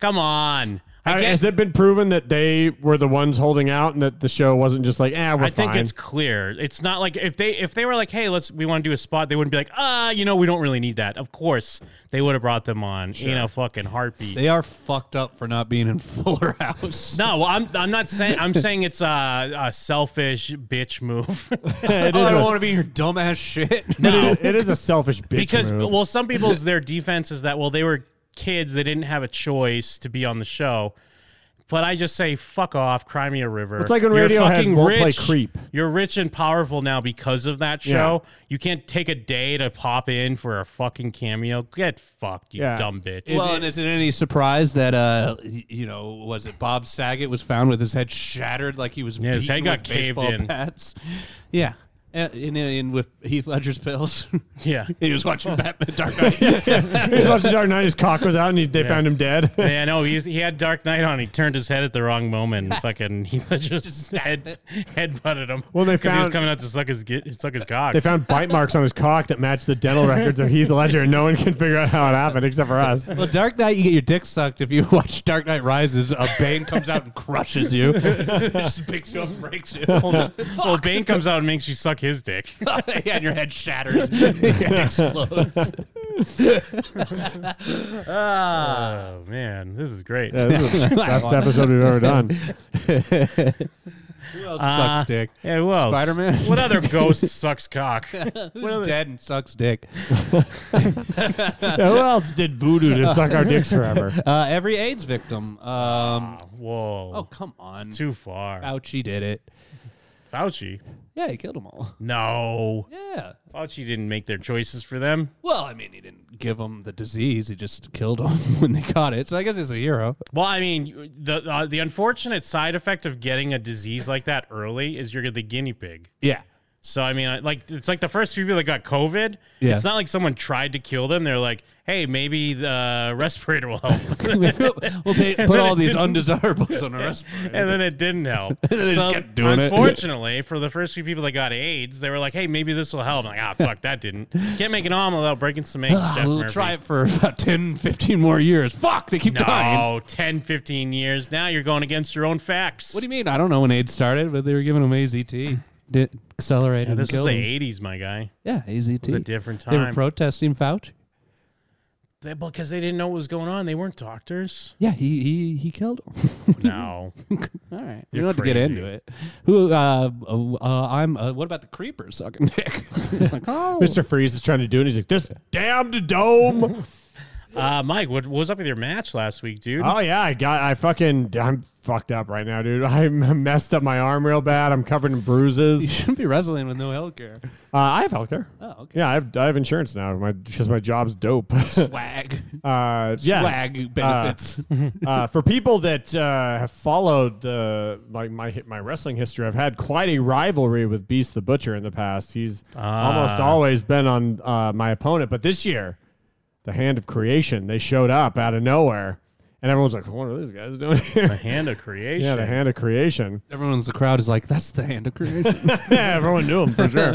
S10: Come on.
S11: I-
S10: I, guess,
S11: Has it been proven that they were the ones holding out and that the show wasn't just like, ah, we're
S10: I think
S11: fine.
S10: it's clear. It's not like if they if they were like, hey, let's we want to do a spot, they wouldn't be like, ah, you know, we don't really need that. Of course, they would have brought them on in a fucking heartbeat.
S1: They are fucked up for not being in Fuller House.
S10: No, well, I'm I'm not saying I'm saying it's a, a selfish bitch move
S1: Oh, I don't want to be in your dumbass shit.
S11: But it- it is a selfish bitch
S10: because
S11: move.
S10: well, some people's their defense is that well they were kids they didn't have a choice to be on the show. But I just say fuck off, cry me a river.
S11: It's like when
S10: You're
S11: Radiohead
S10: fucking
S11: won't play Creep.
S10: You're rich and powerful now because of that show. You can't take a day to pop in for a fucking cameo. Get fucked, you
S11: Yeah.
S10: dumb bitch.
S1: Well, and is it any surprise that uh, y- you know, was it Bob Saget was found with his head shattered, like he was
S10: Yeah, his
S1: beaten
S10: head got
S1: with
S10: caved
S1: baseball
S10: in.
S1: bats? Yeah, and, and, and with Heath Ledger's pills.
S10: yeah.
S1: he was watching Batman Dark Knight.
S11: he was watching Dark Knight, his cock was out, and he, they found him dead.
S10: Yeah, no, he, was, he had Dark Knight on. He turned his head at the wrong moment. And fucking, he just, head head butted him.
S11: Well, they
S10: 'Cause he was
S11: found-
S10: coming out to suck his gi- suck his cock.
S11: they found bite marks on his cock that matched the dental records of Heath Ledger, and no one can figure out how it happened except for us.
S1: well, Dark Knight, you get your dick sucked if you watch Dark Knight Rises. A Bane comes out and crushes you, just picks you up, and breaks you,
S10: well, Bane comes out and makes you suck his dick.
S1: Yeah, and your head shatters and explodes.
S10: Oh man, this is great.
S11: Yeah, this is the best episode we've ever done.
S10: Who
S12: else sucks dick?
S10: Uh, Yeah, who else?
S12: Spider-Man?
S10: What other ghost sucks cock?
S12: Who's dead and sucks dick?
S11: who else did voodoo to suck our dicks forever?
S12: Uh, every AIDS victim. Um,
S10: Ah, whoa.
S12: Oh, come on.
S10: Too far.
S12: Fauci did it.
S10: Fauci?
S12: Yeah, he killed them all.
S10: No.
S12: Yeah.
S10: Fauci didn't make their choices for them.
S12: Well, I mean, he didn't give them the disease. He just killed them when they caught it. So I guess he's a hero.
S10: Well, I mean, the uh, the unfortunate side effect of getting a disease like that early is you're the guinea pig.
S12: Yeah.
S10: So I mean, I- like it's like the first few people that got COVID.
S12: Yeah.
S10: It's not like someone tried to kill them. They're like, hey, maybe the respirator will help.
S12: well, they
S10: And
S12: put
S10: then
S12: all
S10: it
S12: these
S10: didn't-
S12: undesirables on a respirator.
S10: and then it didn't help.
S12: And they just kept doing it.
S10: unfortunately, for the first few people that got AIDS, they were like, "Hey, maybe this will help." I'm like, ah, fuck, that didn't. Can't make an omelet without breaking some eggs. Steph
S12: we'll
S10: Murphy.
S12: try it for about 10, 15 more years. Fuck, they keep
S10: No,
S12: dying.
S10: 10, 15 years. Now you're going against your own facts.
S12: What do you mean? I don't know when AIDS started, but they were giving them AZT. Did accelerate
S10: Yeah,
S12: and
S10: this was
S12: kill
S10: the
S12: 'em.
S10: '80s, my guy.
S12: Yeah, AZT.
S10: It was a different
S12: They were
S10: time.
S12: protesting Fauci.
S10: They, because they didn't know what was going on. They weren't doctors.
S12: Yeah, he he he killed him.
S10: No.
S12: All right, you
S10: You're
S12: don't have to get
S10: crazy.
S12: into it. Who? Uh, uh, uh, I'm. Uh, what about the creepers sucking dick? like, oh,
S11: Mr. Freeze is trying to do it. He's like, this damned dome.
S10: Uh, Mike, what, what was up with your match last week, dude?
S11: Oh yeah, I got I fucking I'm fucked up right now, dude. I m- messed up my arm real bad. I'm covered in
S12: you
S11: bruises.
S12: shouldn't be wrestling with no healthcare.
S11: Uh, I have healthcare.
S12: Oh, okay.
S11: Yeah, I have, I have insurance now. My because my job's dope.
S12: Swag.
S11: Uh, yeah.
S12: Swag benefits.
S11: Uh, uh, for people that uh, have followed the like my my wrestling history, I've had quite a rivalry with Beast the Butcher in the past. He's almost always been on uh, my opponent, but this year, the Hand of Creation, they showed up out of nowhere, and everyone's like, "What are these guys doing
S10: The
S11: here?"
S10: hand of creation.
S11: yeah, the Hand of Creation.
S12: Everyone's the crowd is like, that's the hand of creation.
S11: yeah, everyone knew him for sure.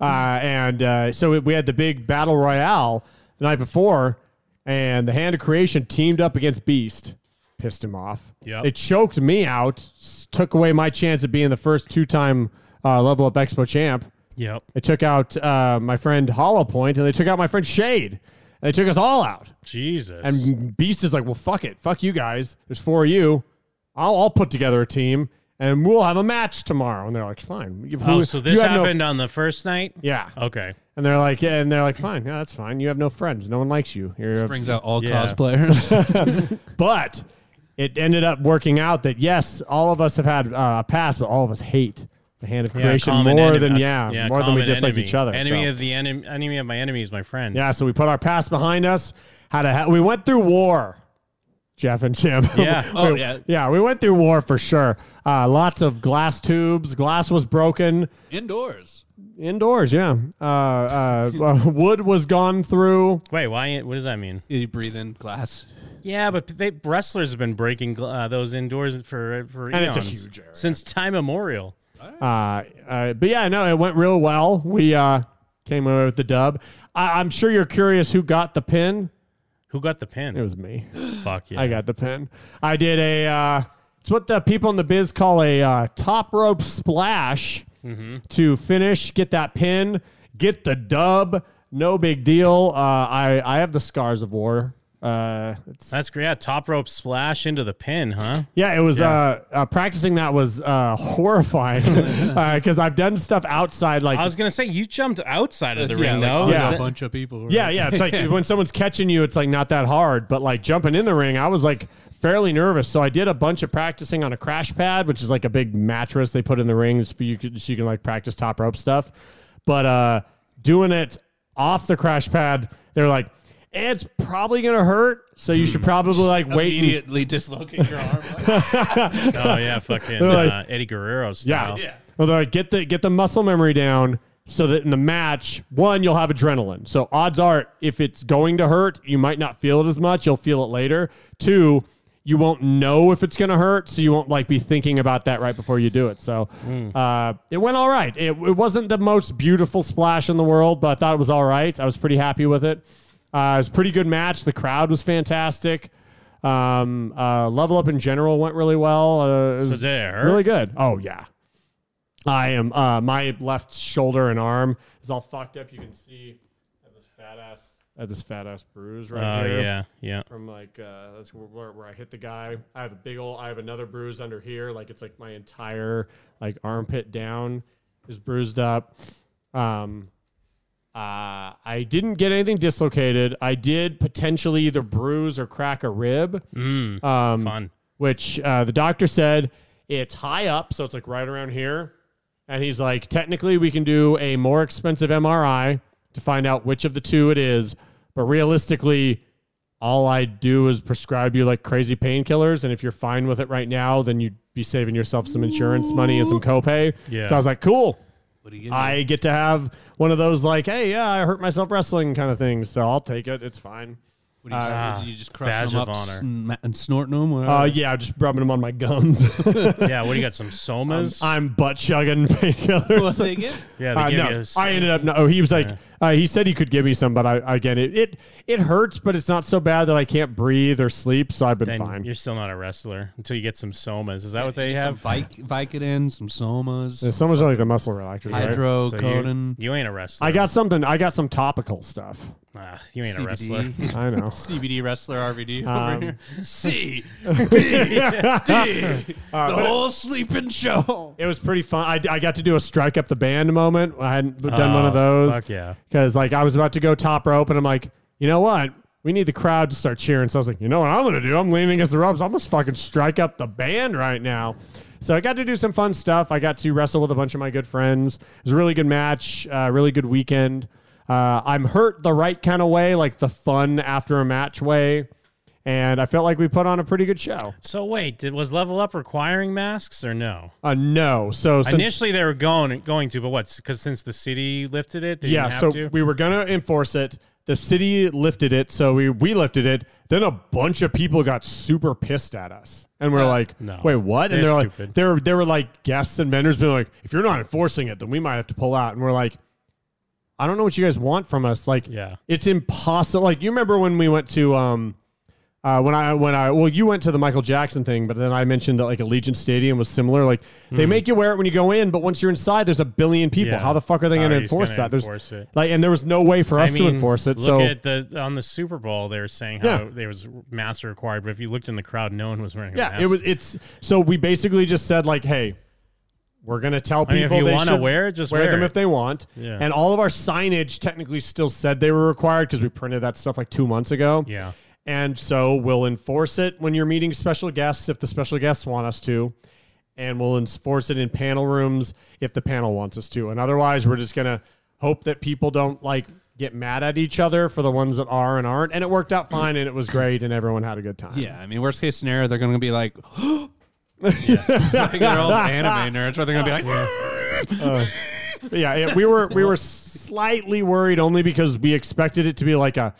S11: Uh, and uh, so we- we had the big battle royale the night before, and the Hand of Creation teamed up against Beast. Pissed him off.
S10: Yep.
S11: It choked me out, s- took away my chance of being the first two time uh, level up Expo champ.
S10: Yep.
S11: It took out uh, my friend Hollow Point, and they took out my friend Shade. And they took us all out.
S10: Jesus.
S11: And Beast is like, well, fuck it. Fuck you guys. There's four of you. I'll, I'll put together a team and we'll have a match tomorrow. And they're like, fine. You-
S10: oh,
S11: who-
S10: so
S11: you
S10: this
S11: have no-
S10: happened on the first night?
S11: yeah.
S10: Okay.
S11: And they're like, yeah, and they're like, fine. Yeah, that's fine. You have no friends. No one likes you. You're a-
S12: Brings out all
S10: Yeah.
S12: cosplayers.
S11: but it ended up working out that yes, all of us have had uh, a past, but all of us hate the hand of
S10: Yeah,
S11: creation
S10: common
S11: more
S10: enemy-
S11: than
S10: uh,
S11: yeah, more than we
S10: common
S11: dislike
S10: enemy.
S11: each other.
S10: Enemy
S11: so.
S10: of the enemy, enemy of my enemy is my friend.
S11: Yeah, so we put our past behind us. Had a we went through war, Jeff and Jim.
S10: Yeah.
S11: We-
S12: Oh, yeah.
S11: yeah. We went through war for sure. Uh, lots of glass tubes. Glass was broken
S12: Indoors.
S11: indoors. Yeah, uh, uh, uh, wood was gone through.
S10: Wait, why? What does that mean?
S12: You breathe in glass.
S10: Yeah, but they wrestlers have been breaking gl- uh, those indoors for for
S11: And it's a
S10: eons.
S11: huge area.
S10: since time immemorial.
S11: Uh, uh, but yeah, no, it went real well. We uh, came away with the dub. I, I'm sure you're curious who got the pin.
S10: Who got the pin?
S11: It was me.
S10: fuck yeah.
S11: I got the pin. I did a. Uh, it's what the people in the biz call a uh, top rope splash
S10: Mm-hmm.
S11: to finish, get that pin, get the dub. No big deal. Uh, I I have the scars of war. Uh, it's,
S10: That's great. Yeah, top rope splash into the pin, huh?
S11: yeah, it was Uh, uh, practicing that was uh, horrifying because I've done stuff outside like
S10: I was gonna say you jumped outside of the
S12: yeah,
S10: ring
S12: like,
S10: though.
S12: onto
S11: Yeah.
S12: a bunch of people. who are-
S11: Yeah, yeah. It's like when someone's catching you, it's like not that hard. But like jumping in the ring, I was like fairly nervous. So I did a bunch of practicing on a crash pad, which is like a big mattress they put in the rings for you, could- so you can like practice top rope stuff. But uh doing it off the crash pad, they're like, it's probably gonna hurt. So you should probably like wait. and-
S12: Immediately dislocate your arm. Like,
S10: Oh yeah, fucking
S11: They're like-
S10: uh, Eddie Guerrero
S11: Yeah.
S10: style.
S11: Well, they're like, get the get the muscle memory down so that in the match, one, you'll have adrenaline. So odds are if it's going to hurt, you might not feel it as much. You'll feel it later. Two, you won't know if it's going to hurt, so you won't like be thinking about that right before you do it. So
S10: Mm.
S11: uh, it went all right. It, it wasn't the most beautiful splash in the world, but I thought it was all right. I was pretty happy with it. Uh, it was a pretty good match. The crowd was fantastic. Um, uh, level up in general went really well. Uh, it
S10: So
S11: was
S10: did it hurt?
S11: really good. Oh yeah, I am. Uh, my left shoulder and arm is all fucked up. You can see I have this fat ass I have this fat ass bruise
S10: Oh,
S11: right here.
S10: yeah, yeah.
S11: From like uh, that's where- where, where I hit the guy. I have a big ol' I have another bruise under here. Like it's like my entire like armpit down is bruised up. Um, uh, I didn't get anything dislocated. I did potentially either bruise or crack a rib.
S10: Mm,
S11: um,
S10: fun.
S11: Which uh, the doctor said it's high up, so it's like right around here. And he's like, technically, we can do a more expensive MRI to find out which of the two it is. But realistically, all I do is prescribe you like crazy painkillers. And if you're fine with it right now, then you'd be saving yourself some insurance money and some copay.
S10: Yeah.
S11: So I was like, cool.
S1: What do you get?
S11: I get to have one of those like, hey, yeah, I hurt myself wrestling kind of things. So I'll take it. It's fine.
S1: What do you,
S11: Uh,
S10: Ah,
S1: what do you just crush them up sma- and snorting them? or-
S11: Uh, yeah, I'm just rubbing them on my gums.
S10: Yeah, what do you got? Some somas?
S11: I'm, I'm butt chugging painkillers.
S1: What they give?
S10: Yeah, they
S11: Uh,
S10: give
S11: no,
S10: you a-
S11: I ended up. No, oh, he was like, uh, he said he could give me some, but I again, it, it it hurts, but it's not so bad that I can't breathe or sleep, so I've been
S10: Then
S11: fine.
S10: you're still not a wrestler until you get some somas. Is that what they
S1: Some
S10: have?
S1: Vic- Vicodin, some Somas.
S11: Yeah, Someone's like the muscle relaxers, right?
S1: Hydro,
S10: So you-
S1: Conan.
S10: You ain't a wrestler.
S11: I got something. I got some topical stuff.
S10: Ah, you ain't a wrestler.
S1: CBD.
S11: I know.
S1: CBD wrestler RVD
S11: Um,
S1: over here. C B D.
S11: Uh,
S1: the
S11: but-
S1: whole sleeping show.
S11: It was pretty fun. I, I got to do a strike up the band moment. I hadn't done one of those.
S10: Oh, fuck yeah.
S11: Because like I was about to go top rope, and I'm like, you know what? We need the crowd to start cheering. So I was like, you know what I'm gonna do? I'm leaning against the ropes. I'm just fucking strike up the band right now. So I got to do some fun stuff. I got to wrestle with a bunch of my good friends. It was a really good match. Uh, really good weekend. Uh, I'm hurt the right kind of way, like the fun after a match way, and I felt like we put on a pretty good show.
S10: So wait, did, was Level Up requiring masks or no?
S11: Uh, no, so since-
S10: Initially they were going going to, but what's because since the city lifted it, they
S11: yeah,
S10: didn't have
S11: so
S10: to?
S11: we were gonna enforce it. The city lifted it, so we we lifted it. Then a bunch of people got super pissed at us, and we're like,
S10: no.
S11: "Wait, what?" And
S10: They're
S11: they're like,
S10: stupid.
S11: "There, there were like guests and vendors being like, if you're not enforcing it, then we might have to pull out." And we're like, "I don't know what you guys want from us. Like,
S10: Yeah.
S11: it's impossible. Like, you remember when we went to um." Uh, when I when I well, you went to the Michael Jackson thing, but then I mentioned that like Allegiant Stadium was similar. Like they
S10: Mhm.
S11: make you wear it when you go in, but once you're inside, there's a billion people.
S10: Yeah.
S11: How the fuck are they
S10: How
S11: going to
S10: are you just
S11: enforce
S10: gonna
S11: that? There's
S10: enforce it?
S11: like, and there was no way for us to enforce it.
S10: Look
S11: So
S10: at the on the Super Bowl, they were saying how
S11: Yeah.
S10: there was masks are required, but if you looked in the crowd, no one was wearing. a
S11: yeah,
S10: mask.
S11: it was. It's so we basically just said like, hey, we're going to tell
S10: I mean, if
S11: people
S10: you
S11: they
S10: wanna
S11: should
S10: wear it, just wear
S11: them
S10: it.
S11: if they want.
S10: Yeah.
S11: And all of our signage technically still said they were required because we printed that stuff like two months ago.
S10: Yeah.
S11: And so we'll enforce it when you're meeting special guests if the special guests want us to. And we'll enforce it in panel rooms if the panel wants us to. And otherwise, we're just going to hope that people don't like get mad at each other for the ones that are and aren't. And it worked out fine and it was great and everyone had a good time.
S1: Yeah, I mean, worst case scenario, they're going to be like, like they're all anime nerds, or they're going to be like,
S11: Uh, yeah, it, we were we were slightly worried only because we expected it to be like a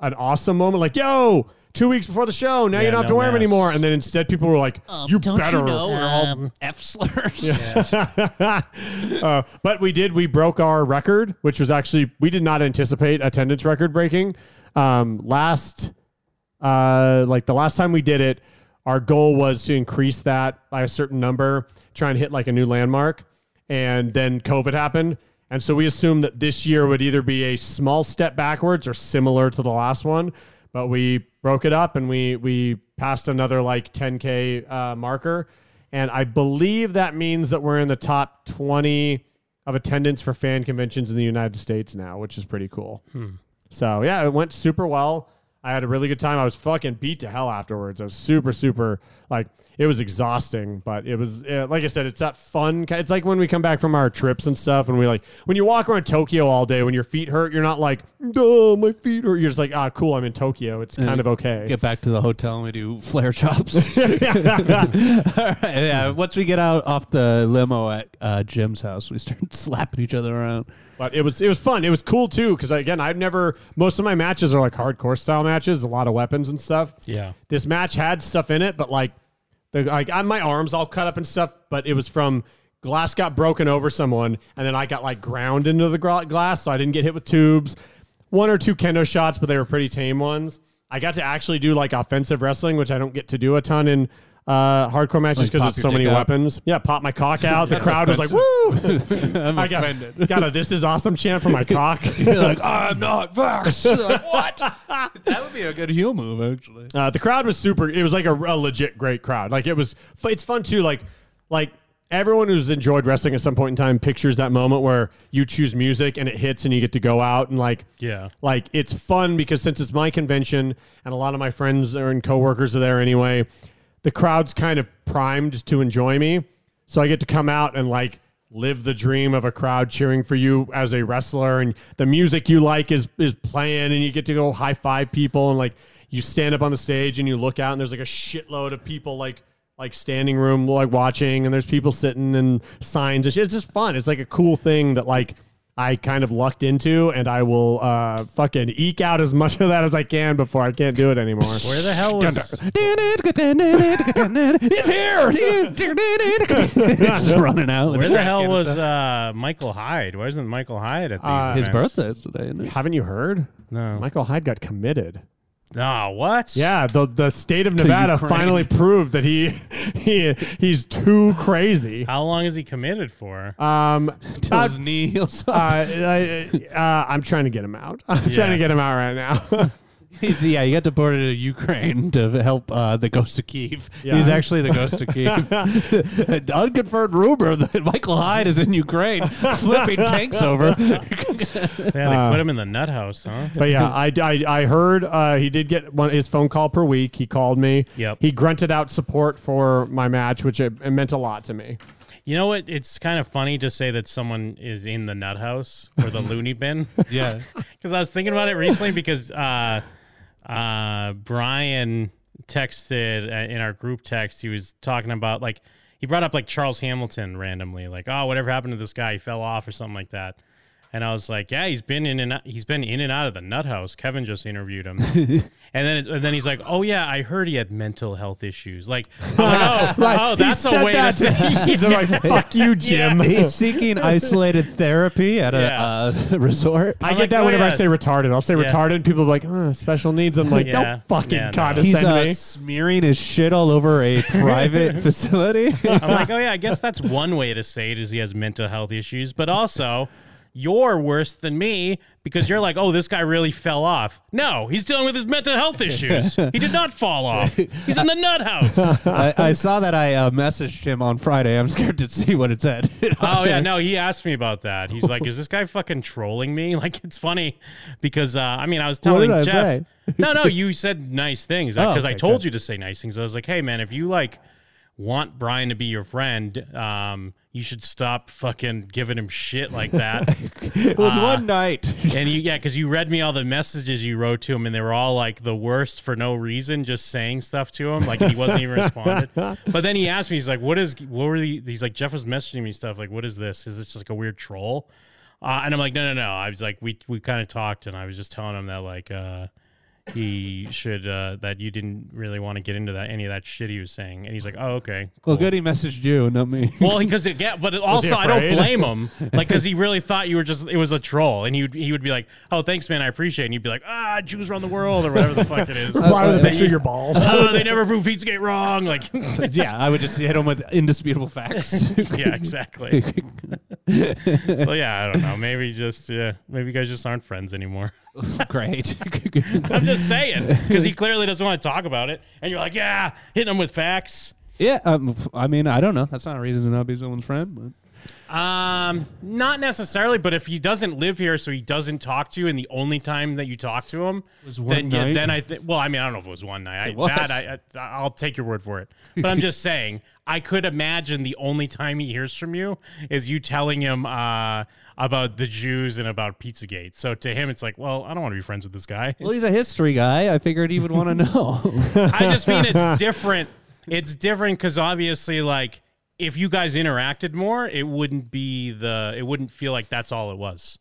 S11: an awesome moment, like yo, two weeks before the show, now you
S10: Yeah,
S11: don't have to
S10: no
S11: wear them
S10: mask.
S11: anymore, and then instead people were like, you better. Um,
S1: all F slurs.
S11: uh, but we did. We broke our record, which was actually we did not anticipate attendance record breaking. Um, last, uh, like the last time we did it, our goal was to increase that by a certain number, try and hit like a new landmark, and then COVID happened. And so we assumed that this year would either be a small step backwards or similar to the last one, but we broke it up and we we passed another like 10k uh, marker, and I believe that means that we're in the top 20 of attendance for fan conventions in the United States now, which is pretty cool. So yeah, it went super well. I had a really good time. I was fucking beat to hell afterwards. I was super, super like it was exhausting, but it was uh, like I said, it's that fun. ki- It's like when we come back from our trips and stuff, and we like when you walk around Tokyo all day. When your feet hurt, you're not like, duh, my feet hurt. You're just like, ah, cool, I'm in Tokyo. It's kind of okay.
S1: Get back to the hotel and we do flare chops. All right, yeah, once we get out off the limo at uh, Jim's house, we start slapping each other around.
S11: But it was it was fun. It was cool too because again, I've never most of my matches are like hardcore style matches, a lot of weapons and stuff.
S10: Yeah.
S11: this match had stuff in it, but like, the, like I, my arms all cut up and stuff. But it was from glass got broken over someone, and then I got like ground into the gla- glass, so I didn't get hit with tubes. One or two kendo shots, but they were pretty tame ones. I got to actually do like offensive wrestling, which I don't get to do a ton in uh, hardcore matches
S1: Like
S11: because
S1: pop
S11: it's
S1: your
S11: so many
S1: dick out?
S11: weapons. Yeah, pop my cock out. The
S1: That's
S11: crowd was like,
S1: offensive.
S11: "Woo!"
S1: I'm
S11: I got,
S1: offended.
S11: got a "This is awesome" chant for my cock.
S1: You're like, I'm not vaxxed. They're like, what? that would be a good heel move, actually.
S11: Uh, the crowd was super. It was like a, a legit great crowd. Like it was. f- It's fun too. Like like everyone who's enjoyed wrestling at some point in time pictures that moment where you choose music and it hits and you get to go out and like
S10: Yeah.
S11: like it's fun because since it's my convention and a lot of my friends are and coworkers are there anyway, the crowd's kind of primed to enjoy me. So I get to come out and like live the dream of a crowd cheering for you as a wrestler and the music you like is is playing and you get to go high five people and like you stand up on the stage and you look out and there's like a shitload of people like like standing room like watching and there's people sitting and signs and shit. It's just fun. It's like a cool thing that like I kind of lucked into and I will uh fucking eke out as much of that as I can before I can't do it anymore.
S10: Where the hell was?
S12: it's here.
S1: Just running out.
S10: Where the hell was uh, Michael Hyde? Why isn't Michael Hyde at these
S11: Uh,
S1: His
S10: events?
S1: birthday is today, isn't it?
S11: Haven't you heard?
S10: No.
S11: Michael Hyde got committed.
S10: Oh, what?
S11: Yeah, the the state of Nevada
S10: Ukraine.
S11: finally proved that he he he's too crazy.
S10: How long is he committed for?
S11: Um,
S1: Till
S11: about-
S1: his knee heals
S11: uh,
S1: up.
S11: I, uh, I'm trying to get him out. I'm trying
S10: Yeah.
S11: to get him out right now.
S1: yeah, he got deported to Ukraine to help uh, the ghost of Kiev.
S11: Yeah.
S1: He's actually the ghost of Kiev. Unconfirmed rumor that Michael Hyde is in Ukraine flipping tanks over.
S10: yeah, they
S11: uh,
S10: put him in the nut house, huh?
S11: But yeah, I, I, I heard uh, he did get one his phone call per week. He called me.
S10: Yep.
S11: He grunted out support for my match, which it, it meant a lot to me.
S10: You know what? It's kind of funny to say that someone is in the nut house or the loony bin.
S1: yeah.
S10: Because I was thinking about it recently because uh, uh, Brian texted uh, in our group text. He was talking about, like, he brought up, like, Charles Hamilton randomly, like, oh, whatever happened to this guy? He fell off or something like that. And I was like, yeah, he's been in and out, he's been in and out of the nut house. Kevin just interviewed him, and then it, and then he's like, oh yeah, I heard he had mental health issues. Like, I'm like, oh,
S11: Like,
S10: oh,
S11: he
S10: that's
S11: said
S10: a way
S11: that
S10: to say.
S11: he's like, fuck you, Jim.
S1: He's seeking isolated therapy at
S10: Yeah.
S1: a uh, resort.
S11: I
S10: I'm
S11: get
S10: like,
S11: that
S10: oh,
S11: whenever I
S10: yeah.
S11: say retarded. I'll say
S10: Yeah.
S11: retarded, and people are like, oh, special needs. I'm like,
S10: Yeah.
S11: don't fucking
S10: Yeah, no.
S11: condescend
S1: He's
S11: to
S1: uh,
S11: me.
S1: smearing his shit all over a private facility.
S10: I'm like, oh yeah, I guess that's one way to say it is he has mental health issues, but also you're worse than me because you're like, oh, this guy really fell off. No, he's dealing with his mental health issues. He did not fall off. He's in the nut house.
S1: I, I saw that I uh, messaged him on Friday. I'm scared to see what it said.
S10: Oh yeah, no, he asked me about that. He's like, "Is this guy fucking trolling me?" Like it's funny because uh, I mean, I was
S1: What did
S10: telling
S1: I
S10: Jeff.
S1: say?
S10: no, no, you said nice things
S1: Oh,
S10: because I
S1: okay,
S10: told
S1: good.
S10: you to say nice things. I was like, "Hey man, if you like want Brian to be your friend, um, you should stop fucking giving him shit like that."
S1: it was
S10: Uh,
S1: one night.
S10: and you yeah, because you read me all the messages you wrote to him, and they were all like the worst for no reason, just saying stuff to him, like he wasn't even responded. But then he asked me, he's like, "What is? What were the?" He's like, "Jeff was messaging me stuff like, what is this? Is this just like a weird troll?" Uh, and I'm like, "No, no, no." I was like, "We we kind of talked, and I was just telling him that like." uh he should uh that you didn't really want to get into that any of that shit he was saying and he's like oh okay
S1: Well, good he messaged you, not me.
S10: well, because it get, but also I don't
S11: afraid?
S10: blame him, like because he really thought you were just it was a troll, and he would he would be like, "Oh, thanks, man, I appreciate," it. and you'd be like, "Ah, Jews run the world" or whatever the fuck it is.
S11: Reply with a
S10: They-
S11: picture of your balls.
S10: Oh, they never prove Pizzagate wrong. Like,
S1: yeah, I would just hit him with indisputable facts.
S10: yeah, exactly. so yeah, I don't know. Maybe just yeah, maybe you guys just aren't friends anymore.
S1: Great.
S10: I'm just saying because he clearly doesn't want to talk about it, and you're like, "Yeah, hitting him with facts."
S1: yeah, um, I mean, I don't know. That's not a reason to not be someone's friend. But.
S10: Um, not necessarily, but if he doesn't live here, so he doesn't talk to you, and the only time that you talk to him
S1: Was one
S10: then
S1: night?
S10: then I think. Well, I mean, I don't know if it was one night. I,
S1: It was.
S10: That I, I, I'll take your word for it. But I'm just saying, I could imagine the only time he hears from you is you telling him uh, about the Jews and about Pizzagate. So to him, it's like, well, I don't want to be friends with this guy.
S1: Well, he's a history guy. I figured he would want to know.
S10: I just mean it's different. It's different because obviously, like, if you guys interacted more, it wouldn't be the. It wouldn't feel like that's all it was.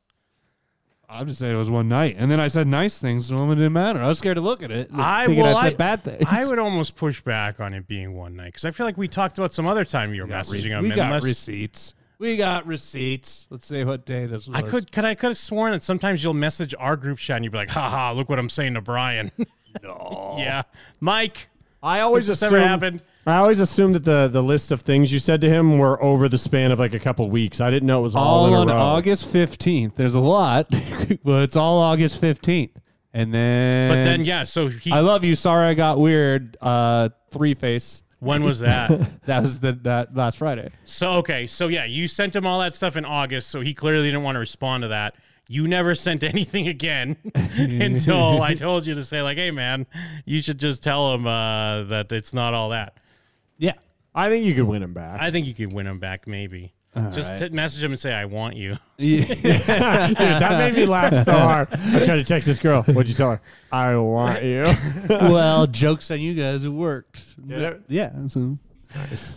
S1: I'm just saying it was one night, and then I said nice things to him. and It didn't matter. I was scared to look at it.
S10: I
S1: thinking
S10: well,
S1: I said
S10: I-
S1: bad things.
S10: I would almost push back on it being one night because I feel like we talked about some other time you were messaging him.
S1: we got
S10: unless-
S1: receipts. We got receipts. Let's see what day this was.
S10: I could, could I could have sworn that sometimes you'll message our group chat and you'd be like, haha, look what I'm saying to Brian. no. yeah. Mike,
S11: I always
S10: Has this
S11: assume,
S10: ever happened?
S11: I always assumed that the, the list of things you said to him were over the span of like a couple weeks. I didn't know it was all,
S1: all
S11: in a
S1: on
S11: row.
S1: August 15th. There's a lot, but it's all August 15th. And then
S10: But then, yeah, so he-
S1: I love you. Sorry I got weird. Uh Three Face.
S10: When was that?
S1: that was the that last Friday.
S10: So okay, so yeah, you sent him all that stuff in August, so he clearly didn't want to respond to that. You never sent anything again until I told you to say like, "Hey man, you should just tell him uh, that it's not all that."
S1: Yeah,
S11: I think you could win him back.
S10: I think you could win him back, maybe.
S11: All
S10: just
S11: right.
S10: t- message him and say, "I want you."
S11: Dude, that made me laugh so hard. I tried to text this girl. What'd you tell her? I want you.
S1: well, jokes on you guys. It worked.
S11: Did it?
S1: Yeah. So.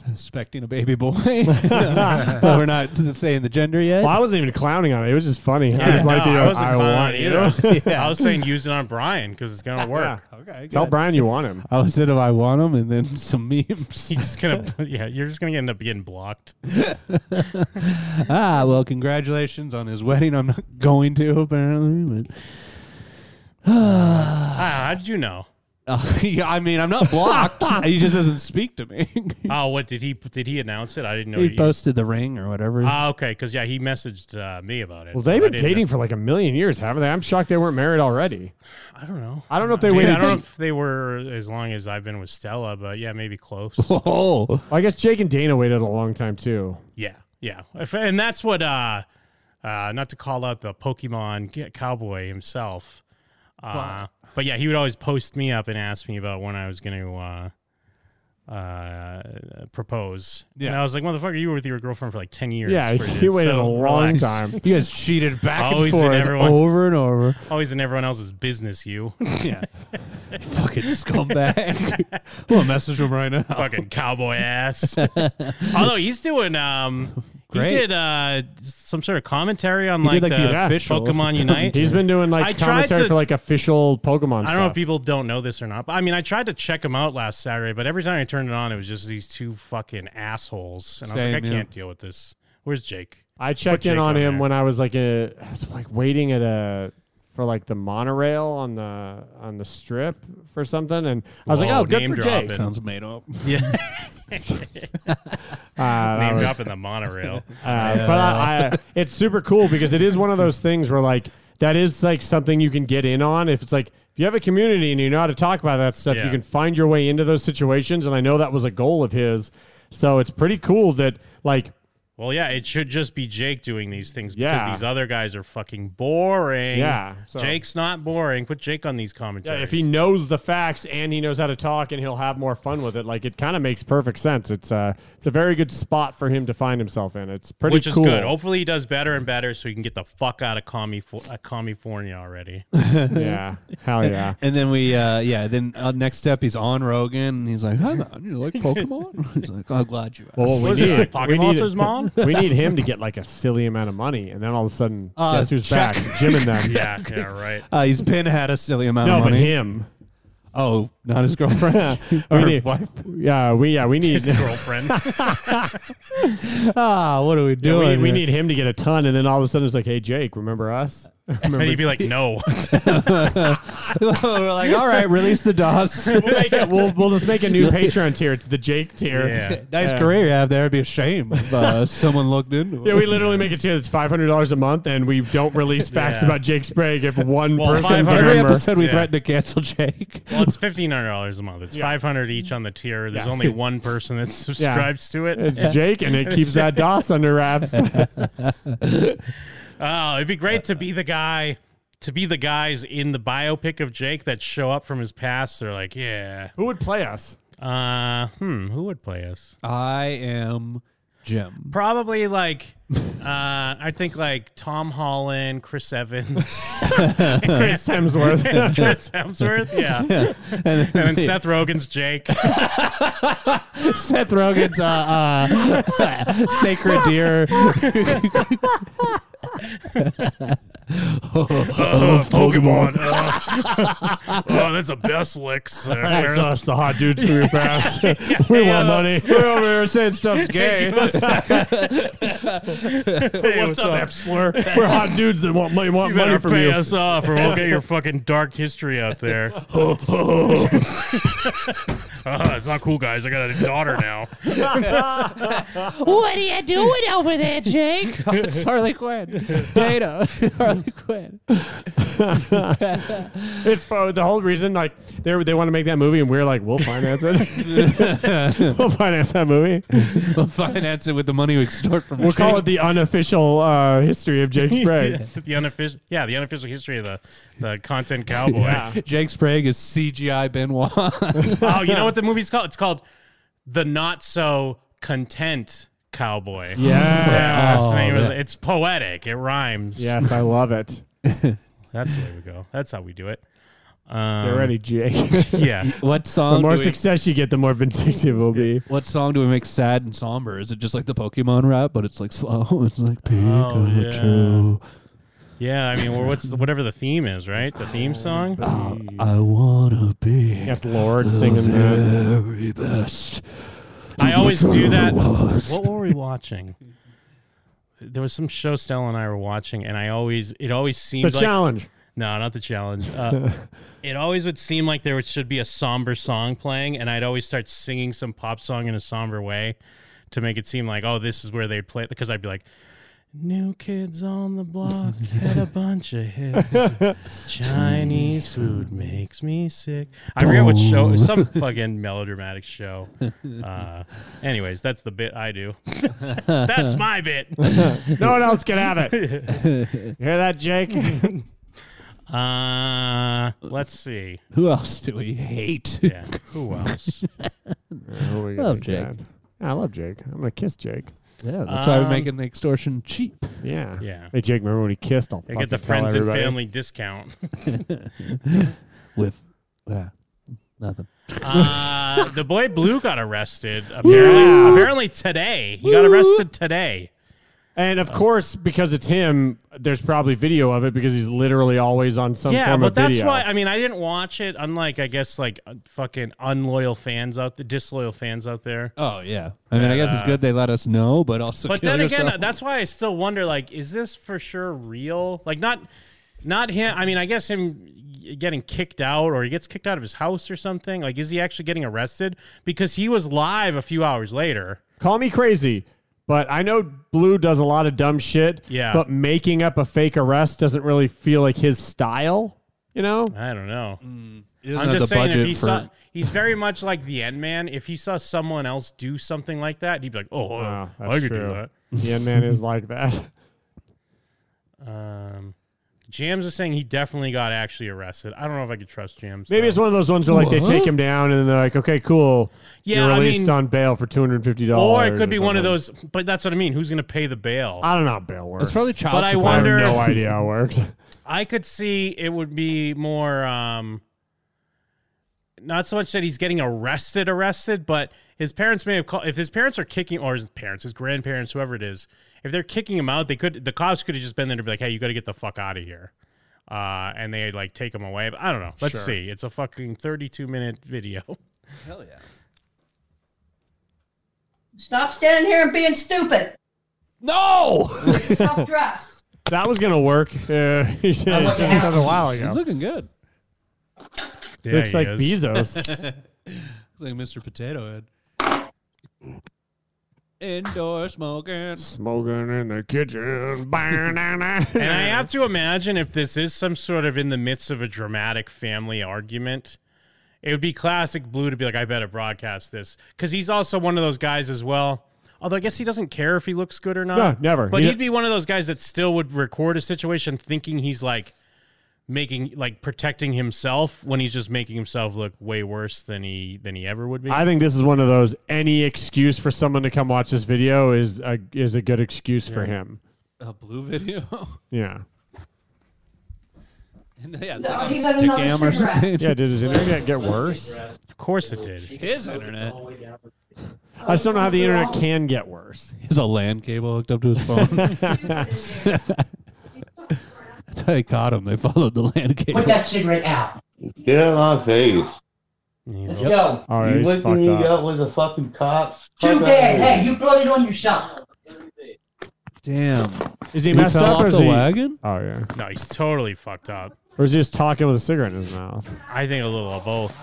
S1: Expecting a baby boy. Well, we're not saying the gender yet.
S11: Well, I wasn't even clowning on it. It was just funny. I
S10: Yeah,
S11: just like the
S10: no, I
S11: uh,
S10: wasn't
S11: I,
S10: planning on
S11: want
S10: it
S11: you.
S10: either. I was saying use it on Brian because it's gonna work.
S1: Okay,
S11: Tell Brian you want him.
S1: I was in if I want them, and then some memes.
S10: He's just gonna, yeah, you're just gonna end up getting blocked.
S1: ah, well, congratulations on his wedding. I'm not going to apparently, but
S10: Ah, how did you know?
S1: Uh, yeah, I mean, I'm not blocked. he just doesn't speak to me.
S10: Oh, what did he did he announce it? I didn't know.
S1: he
S10: you-
S1: posted the ring or whatever.
S10: Ah, okay, because yeah, he messaged uh, me about it.
S11: Well,
S10: so
S11: they've
S10: I
S11: been
S10: didn't know.
S11: dating for like a million years, haven't they? I'm shocked they weren't married already.
S10: I don't know.
S11: I don't know if they
S10: Dude,
S11: waited.
S10: I don't know if they were as long as I've been with Stella, but yeah, maybe close.
S1: Oh,
S11: I guess Jake and Dana waited a long time too.
S10: yeah, yeah, If- and that's what. Uh, uh, not to call out the Pokemon g- cowboy himself, uh, but yeah, he would always post me up and ask me about when I was going to uh, uh, propose. Yeah, and I was like, motherfucker, you were with your girlfriend for like ten years.
S11: Yeah,
S10: for
S11: he
S10: this,
S11: waited a
S10: so
S11: long
S10: relax.
S11: time.
S1: You guys cheated back
S10: Always in
S1: and forth
S10: everyone-
S1: over and over.
S10: Always Oh, in everyone else's business, you.
S1: Yeah. Fucking scumbag. we'll message him right now.
S10: Fucking cowboy ass. Although he's doing, um,
S1: Great.
S10: he did uh, some sort of commentary on
S1: He
S10: like,
S1: did,
S10: the,
S1: like, the official.
S10: Pokemon Unite.
S11: He's been doing like
S10: I tried
S11: commentary
S10: to-
S11: for like official Pokemon.
S10: I don't know if
S11: stuff.
S10: people don't know this or not, but I mean, I tried to check him out last Saturday, but every time I turned it on, it was just these two fucking assholes, and I was like,
S11: Same,
S10: I
S11: yeah.
S10: can't deal with this. Where's Jake?
S11: I checked
S10: Put
S11: in
S10: Jake oh,
S11: on him
S10: there.
S11: when I was like a, I was like waiting at a for like the monorail on the on the strip for something, and I was like,
S10: Whoa,
S11: oh, good
S10: name
S11: for Jake.
S10: dropping.
S1: Sounds made up.
S10: Yeah.
S11: Uh, that
S10: Name
S11: was-
S10: dropping the monorail.
S11: Uh, but I, I, it's super cool because it is one of those things where like that is like something you can get in on if it's like if you have a community and you know how to talk about that stuff you
S10: Yeah.
S11: can find your way into those situations and i know that was a goal of his so it's pretty cool that like
S10: Well, yeah, it should just be Jake doing these things
S11: Yeah.
S10: because these other guys are fucking boring.
S11: Yeah, so-
S10: Jake's not boring. Put Jake on these commentaries.
S11: if he knows the facts and he knows how to talk and he'll have more fun with it like it kind of makes perfect sense it's uh it's a very good spot for him to find himself in it's pretty
S10: Which is
S11: cool
S10: good. Hopefully he does better and better so he can get the fuck out of Comi uh, California already.
S11: yeah hell yeah
S1: And then we, uh, yeah, then uh, next step, he's on Rogan, and he's like, "Hi, man, you like Pokemon?" he's like, "I'm glad you asked."
S11: Well, what
S1: Was
S11: we
S1: it
S11: need,
S1: like Pocket
S11: we need-
S1: Monsters, Mom?
S11: We need him to get like a silly amount of money, and then all of a sudden,
S1: Uh,
S11: guess who's
S1: check.
S11: back? Jim and them.
S10: yeah, yeah, right.
S1: Uh, he's been had a silly amount
S11: No,
S1: of
S11: but
S1: money.
S11: him.
S1: Oh, not his girlfriend.
S11: we
S1: Or
S11: need,
S1: wife.
S11: Yeah, we yeah we need
S1: His girlfriend. ah, what are we
S11: Yeah,
S1: doing?
S11: we, we
S1: here?
S11: need him to get a ton, and then all of a sudden it's like, hey Jake, remember us? Remember
S10: and he'd be like, no.
S1: We're like, all right, release the DOS.
S11: we'll, make it, we'll, we'll just make a new Patreon tier. It's the Jake tier.
S1: Yeah. nice career you have there. It'd be a shame if uh, someone looked into it.
S11: Yeah, we literally make a tier that's five hundred dollars a month, and we don't release facts
S10: Yeah.
S11: about Jake Sprague if one
S10: Well,
S11: person.
S10: 500
S1: Every episode we
S10: Yeah.
S1: threaten to cancel Jake.
S10: well, it's $1,500 a month. It's 500 each on the tier. There's
S11: Yeah.
S10: only one person that subscribes to it.
S11: It's Jake, and it keeps that DOS under wraps.
S10: Oh, it'd be great to be the guy, to be the guys in the biopic of Jake that show up from his past. They're like, yeah.
S11: Who would play us?
S10: Uh, hmm, who would play us?
S1: I am Jim.
S10: Probably like, uh, I think like Tom Holland, Chris Evans,
S11: Chris Hemsworth.
S10: Chris Hemsworth, yeah.
S1: Yeah.
S10: And
S1: then-
S10: then, Seth Rogen's Jake.
S1: Seth Rogen's uh,
S10: Uh,
S1: uh, sacred deer.
S10: I love uh, Pokemon. oh, that's the best licks. Uh,
S11: That's us, the hot dudes from your past. we want money.
S1: We're over here saying stuff's gay.
S11: what's, up, F slur? We're hot dudes that want money, want
S10: you better
S11: money from
S10: pay
S11: you.
S10: us off, or we'll get your fucking dark history out there. uh, it's not cool, guys. I got a daughter now.
S12: what are you doing over there, Jake? it's Harley Quinn. Data. Harley Quinn.
S11: it's for the whole reason. Like they they want to make that movie, and we're like, we'll finance it. we'll finance that movie.
S1: we'll finance it with the money we extort from.
S11: We'll call it the unofficial uh, history of Jake Sprague.
S10: the unofficial, yeah, the unofficial history of the, the content cowboy.
S1: Jake Sprague is CGI Benoit.
S10: oh, you know what the movie's called? It's called The Not So Content Cowboy.
S11: Yeah.
S10: that's the name of
S11: Oh,
S10: it. It's poetic. It rhymes.
S11: yes, I love it.
S10: That's the way we go. That's how we do it. Um,
S11: Get ready, Jake.
S10: yeah.
S1: What song?
S11: The more
S1: do we-
S11: success you get, the more vindictive we'll be.
S1: What song do we make sad and somber? Is it just like the Pokemon rap, but it's like slow? It's like Pikachu.
S10: Yeah, I mean, or what's the, whatever the theme is, right? The theme song.
S1: I wanna be.
S11: That's Lord singing
S1: the very best.
S10: I always do that.
S1: Was.
S10: What were we watching? There was some show Stella and I were watching, and I always it always seemed
S11: The
S10: like,
S11: Challenge.
S10: No, not the challenge. Uh, it always would seem like there should be a somber song playing, and I'd always start singing some pop song in a somber way to make it seem like, oh, this is where they play it. Because I'd be like, New kids on the block had a bunch of hits. Chinese food makes me sick. I forget what show. it was Some fucking melodramatic show. Uh, anyways, that's the bit I do. that's my bit.
S11: no one else can have it. You hear that, Jake?
S10: Uh, let's see.
S1: Who else do we hate?
S10: Yeah. Who else?
S1: I love Jake.
S11: I love Jake. I'm gonna kiss Jake.
S1: Yeah, that's why we're
S10: Um,
S1: making the extortion cheap.
S11: Yeah.
S10: Yeah.
S11: Hey, Jake, remember when he kissed? I'll
S10: I get the
S11: fucking tell
S10: friends and
S11: everybody.
S10: family discount.
S1: With yeah, nothing.
S10: Uh, the boy Blue got arrested. Apparently,
S11: Yeah.
S10: apparently today he got arrested today.
S11: And
S10: Oh.
S11: of course, because it's him, there's probably video of it because he's literally always on some
S10: yeah,
S11: form
S10: but
S11: of
S10: that's
S11: video.
S10: why. I mean, I didn't watch it. Unlike, I guess, like uh, fucking unloyal fans out, the disloyal fans out there.
S1: Oh yeah. I mean, I guess it's good they let us know, but also.
S10: Uh, but
S1: kill
S10: then
S1: yourself.
S10: again, that's why I still wonder. Like, is this for sure real? Like, not, not him. I mean, I guess him getting kicked out, or he gets kicked out of his house, or something. Like, is he actually getting arrested? Because he was live a few hours later.
S11: Call me crazy, but I know Blue does a lot of dumb shit.
S10: Yeah.
S11: But making up a fake arrest doesn't really feel like his style. You know?
S10: I don't know.
S1: Mm, doesn't
S10: I'm
S1: have
S10: just
S1: the
S10: saying, if
S1: budget
S10: he
S1: for-
S10: saw, he's very much like the End Man. If he saw someone else do something like that, he'd be like, "Oh, oh,
S1: Ah,
S11: Wow,
S10: I
S11: Ah, that's
S10: could
S11: true.
S10: do that."
S11: Yeah, man is like that.
S10: Um, Jams is saying he definitely got actually arrested. I don't know if I could trust Jams.
S11: Maybe
S10: though.
S11: it's one of those ones where like they take him down and then they're like, okay, cool.
S10: Yeah,
S11: You're
S10: I
S11: released
S10: mean-
S11: on bail for two hundred and fifty
S10: or
S11: dollars.
S10: it could be one of those. But that's what I mean. Who's going to pay the bail?
S11: I don't know how bail works.
S1: it's probably child
S10: But I
S1: support.
S11: I have
S10: wonder
S11: no
S10: if-
S11: idea how it works.
S10: I could see it would be more um not so much that he's getting arrested arrested, but his parents may have called if his parents are kicking or his parents, his grandparents, whoever it is, if they're kicking him out, they could the cops could have just been there to be like, Hey, you gotta get the fuck out of here. Uh, and they like take him away. But I don't know. Let's
S11: Sure.
S10: see. It's a fucking thirty-two minute video.
S14: Stop standing here and being stupid.
S1: No.
S14: Stop dressed.
S11: That was gonna work. Uh, he should have done that a while ago.
S1: He's looking good.
S10: Yeah,
S11: Looks
S10: he
S11: like
S10: is.
S11: Bezos.
S1: He's like Mr. Potato Head. Indoor smoking.
S11: Smoking in the kitchen.
S10: And I
S11: and
S10: have to imagine if this is some sort of in the midst of a dramatic family argument, it would be classic Blue to be like, I better broadcast this. Because he's also one of those guys as well. Although I guess he doesn't care if he looks good or not.
S11: No, never.
S10: But
S11: He-
S10: he'd be one of those guys that still would record a situation thinking he's like making like protecting himself when he's just making himself look way worse than he than he ever would be.
S11: I think this is one of those. Any excuse for someone to come watch this video is a, is a good excuse for him.
S1: A blue video.
S11: Yeah.
S1: And yeah, it's
S14: No,
S1: like
S14: he
S1: on
S14: got
S1: stick
S14: another
S1: cam or
S14: cigarette.
S1: something.
S11: Yeah. Did his internet get worse?
S10: of course it did.
S1: His internet.
S11: I just don't know how the internet can get worse.
S1: He has a LAN cable hooked up to his phone. That's that's how they caught them. They followed the land cable.
S15: Put that cigarette out.
S5: Get out of my face.
S15: Let's go.
S11: All right,
S5: you
S11: he's
S5: waking
S11: fucked
S5: me
S11: up.
S5: with the fucking cops.
S15: Too
S5: Fuck
S15: bad.
S5: outta here.
S15: Hey, you brought it on yourself.
S1: Damn.
S11: Is he, messed
S1: fell
S11: up
S1: off
S11: or is
S1: the
S11: he?
S1: wagon?
S11: Oh yeah.
S10: No, he's totally fucked up.
S11: Or is he just talking with a cigarette in his mouth?
S10: I think a little of both.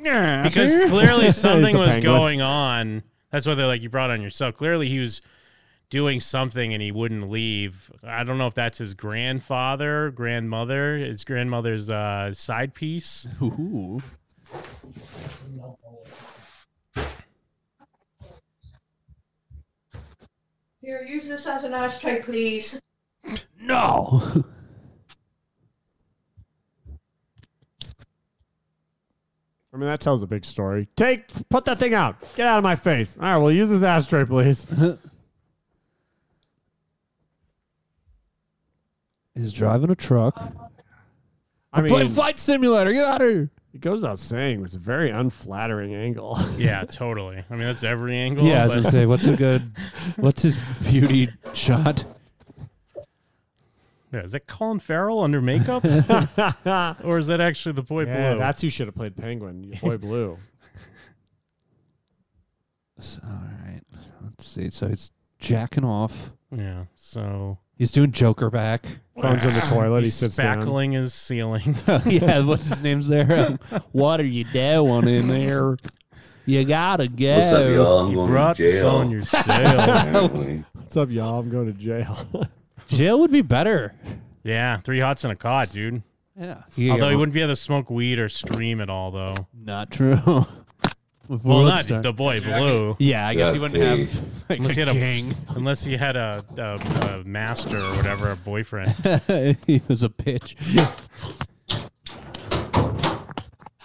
S12: Yeah,
S10: because
S12: see?
S10: clearly
S11: He's
S10: something
S11: the
S10: was
S11: penguin.
S10: going on. That's why they're like, you brought on yourself. Clearly, he was doing something and he wouldn't leave. I don't know if that's his grandfather, grandmother, his grandmother's uh, side piece.
S1: Ooh.
S14: Here, use this as an ashtray, please.
S1: No.
S11: I mean, that tells a big story. Take, put that thing out. Get out of my face. All right, we'll use this ashtray, please.
S1: He's driving a truck.
S11: I
S1: I'm playing
S11: mean-
S1: Flight Simulator. Get out of here.
S11: It goes without saying, it was a very unflattering angle.
S10: Yeah, totally. I mean, that's every angle.
S1: Yeah, I was
S10: but-
S1: gonna say, what's a good, what's his beauty shot?
S10: Yeah, is that Colin Farrell under makeup? or is that actually the boy
S11: yeah,
S10: blue?
S11: that's who should have played Penguin. Your boy Blue.
S1: S- All right, let's see. So he's jacking off.
S10: Yeah, so Ah,
S1: He's doing Joker back.
S11: Phone's in the toilet. He
S10: He's
S11: sits down.
S10: spackling his ceiling.
S1: yeah, what's his name's there? Um, what are you doing in there? You gotta go.
S5: What's up, y'all? I'm going
S10: brought
S5: to
S10: this
S5: jail.
S10: on yourself.
S5: Apparently.
S11: What's up, y'all? I'm going to jail.
S1: Jail would be better.
S10: Yeah, three hots and a cot, dude.
S1: Yeah.
S10: Although he wouldn't be able to smoke weed or stream at all, though.
S1: Not true.
S10: Well, not the boy blue.
S1: Yeah, I guess he wouldn't
S5: Hey.
S1: have like,
S10: Unless he
S1: a
S10: had a
S1: gang.
S10: unless he had a, a, a master or whatever, a boyfriend.
S1: he was a bitch.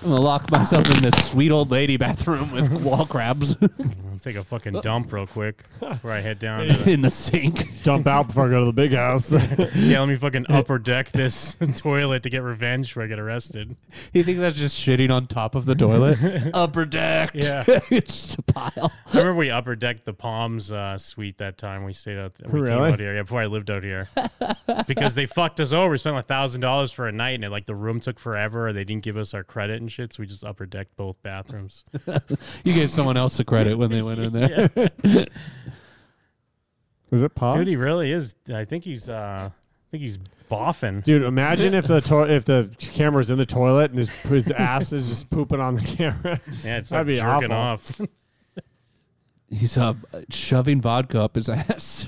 S1: I'm gonna lock myself in this sweet old lady bathroom with wall crabs
S10: I'll take a fucking dump real quick before I head down. To the,
S1: in the sink.
S11: Dump out before I go to the big house.
S10: yeah, let me fucking upper deck this toilet to get revenge before I get arrested.
S1: He thinks that's just shitting on top of the toilet. Upper deck.
S10: Yeah.
S1: it's just a pile.
S10: I remember we upper decked the Palms uh, suite that time we stayed out. We came
S11: Really?
S10: out here yeah, before I lived out here because they fucked us over. We spent like thousand dollars for a night, and it, like the room took forever. Or they didn't give us our credit and shit, so we just upper decked both bathrooms.
S1: You gave someone else the credit when they went in there.
S11: Is it pop?
S10: Dude, he really is. I think he's. Uh, I think he's boffing.
S11: Dude, imagine if the to- if the camera's in the toilet and his, his ass is just pooping on the camera.
S10: Yeah, it's like
S11: That'd be
S10: jerking
S11: awful.
S10: off.
S1: He's uh, shoving vodka up his ass.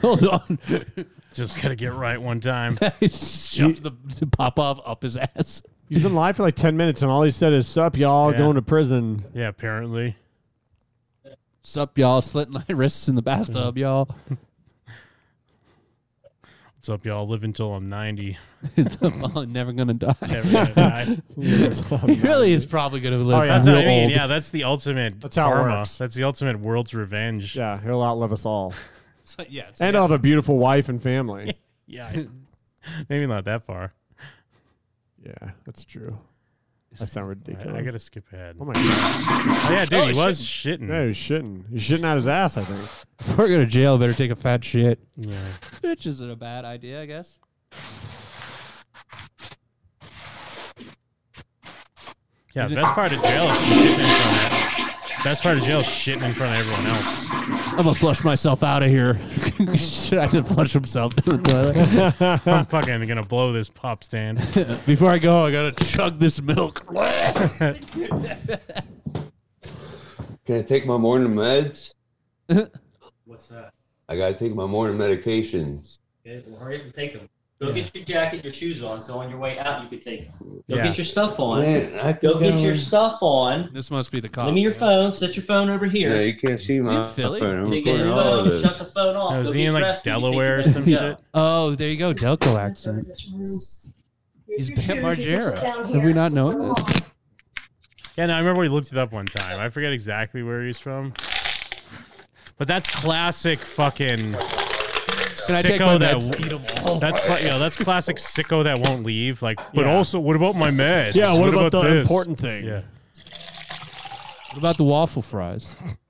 S1: Hold on.
S10: Just gotta get right one time.
S1: he shoves the, the pop off up his ass.
S11: He's been live for like ten minutes, and all he said is "Sup, y'all,
S10: Yeah.
S11: going to prison."
S10: Yeah, apparently.
S1: Sup, y'all? Slitting my wrists in the bathtub, y'all.
S10: What's up, y'all? Live until I'm 90.
S1: It's I'm never gonna die.
S10: Never gonna die.
S1: He really is probably gonna live.
S11: Oh, yeah.
S10: That's
S1: real
S10: what I mean.
S1: old.
S10: Yeah, that's the ultimate
S11: That's how it
S10: karma.
S11: works.
S10: That's the ultimate world's revenge.
S11: Yeah, he'll outlive us all,
S1: It's like- yeah, it's
S11: and
S1: like-
S11: I'll have a beautiful wife and family.
S10: Yeah. Maybe not that far.
S11: yeah, that's true. That sounds
S10: I,
S11: ridiculous.
S10: I gotta skip ahead.
S11: Oh my god!
S10: Oh, yeah, dude, he was shitting.
S11: Yeah, he's shitting. He's shitting out his ass. I think.
S1: if we're going to jail, better take a fat shit.
S10: Yeah.
S1: Which isn't a bad idea, I guess.
S10: Yeah, the best part of jail is shitting in front of Best part of jail is shitting in front of everyone else.
S1: I'm gonna flush myself out of here. Should I just flush himself down the
S10: I'm fucking gonna blow this pop stand.
S1: toilet? Before I go, I gotta chug this milk.
S5: Can I take my morning meds?
S15: What's that?
S5: I gotta take my morning medications.
S15: Okay, well, hurry up and take them. Go get your jacket, your shoes on, so on your way out you can take them. Go
S10: Yeah.
S15: get your stuff on.
S5: Man, I
S15: Go get your
S5: don't-
S15: stuff on.
S1: this must be the cop.
S15: Give me your phone. Set your phone over
S5: Yeah,
S15: here.
S5: you can't see
S1: he
S5: my
S1: in Philly?
S5: phone. I'm
S15: You get
S5: recording
S15: your
S5: all of
S15: phone. Shut
S5: this.
S15: the phone off.
S10: Yeah,
S15: go
S10: was
S15: get
S10: he in like
S15: dressed and you take
S10: Delaware
S15: your
S10: or
S15: best
S10: some
S15: shot.
S10: shit?
S1: Oh, there you go, Delco accent. He's Bam Margera. Have we not known this?
S10: Yeah, no, I remember we looked it up one time. I forget exactly where he's from. But that's classic fucking
S1: Can I take my
S10: sicko that
S1: meds? Eat 'em all.
S10: that's cla- yeah, that's classic sicko that won't leave. Like, but
S11: Yeah.
S10: also, what about my meds?
S11: Yeah. What, about, the
S10: this?
S11: important thing?
S10: Yeah,
S1: What about the waffle fries?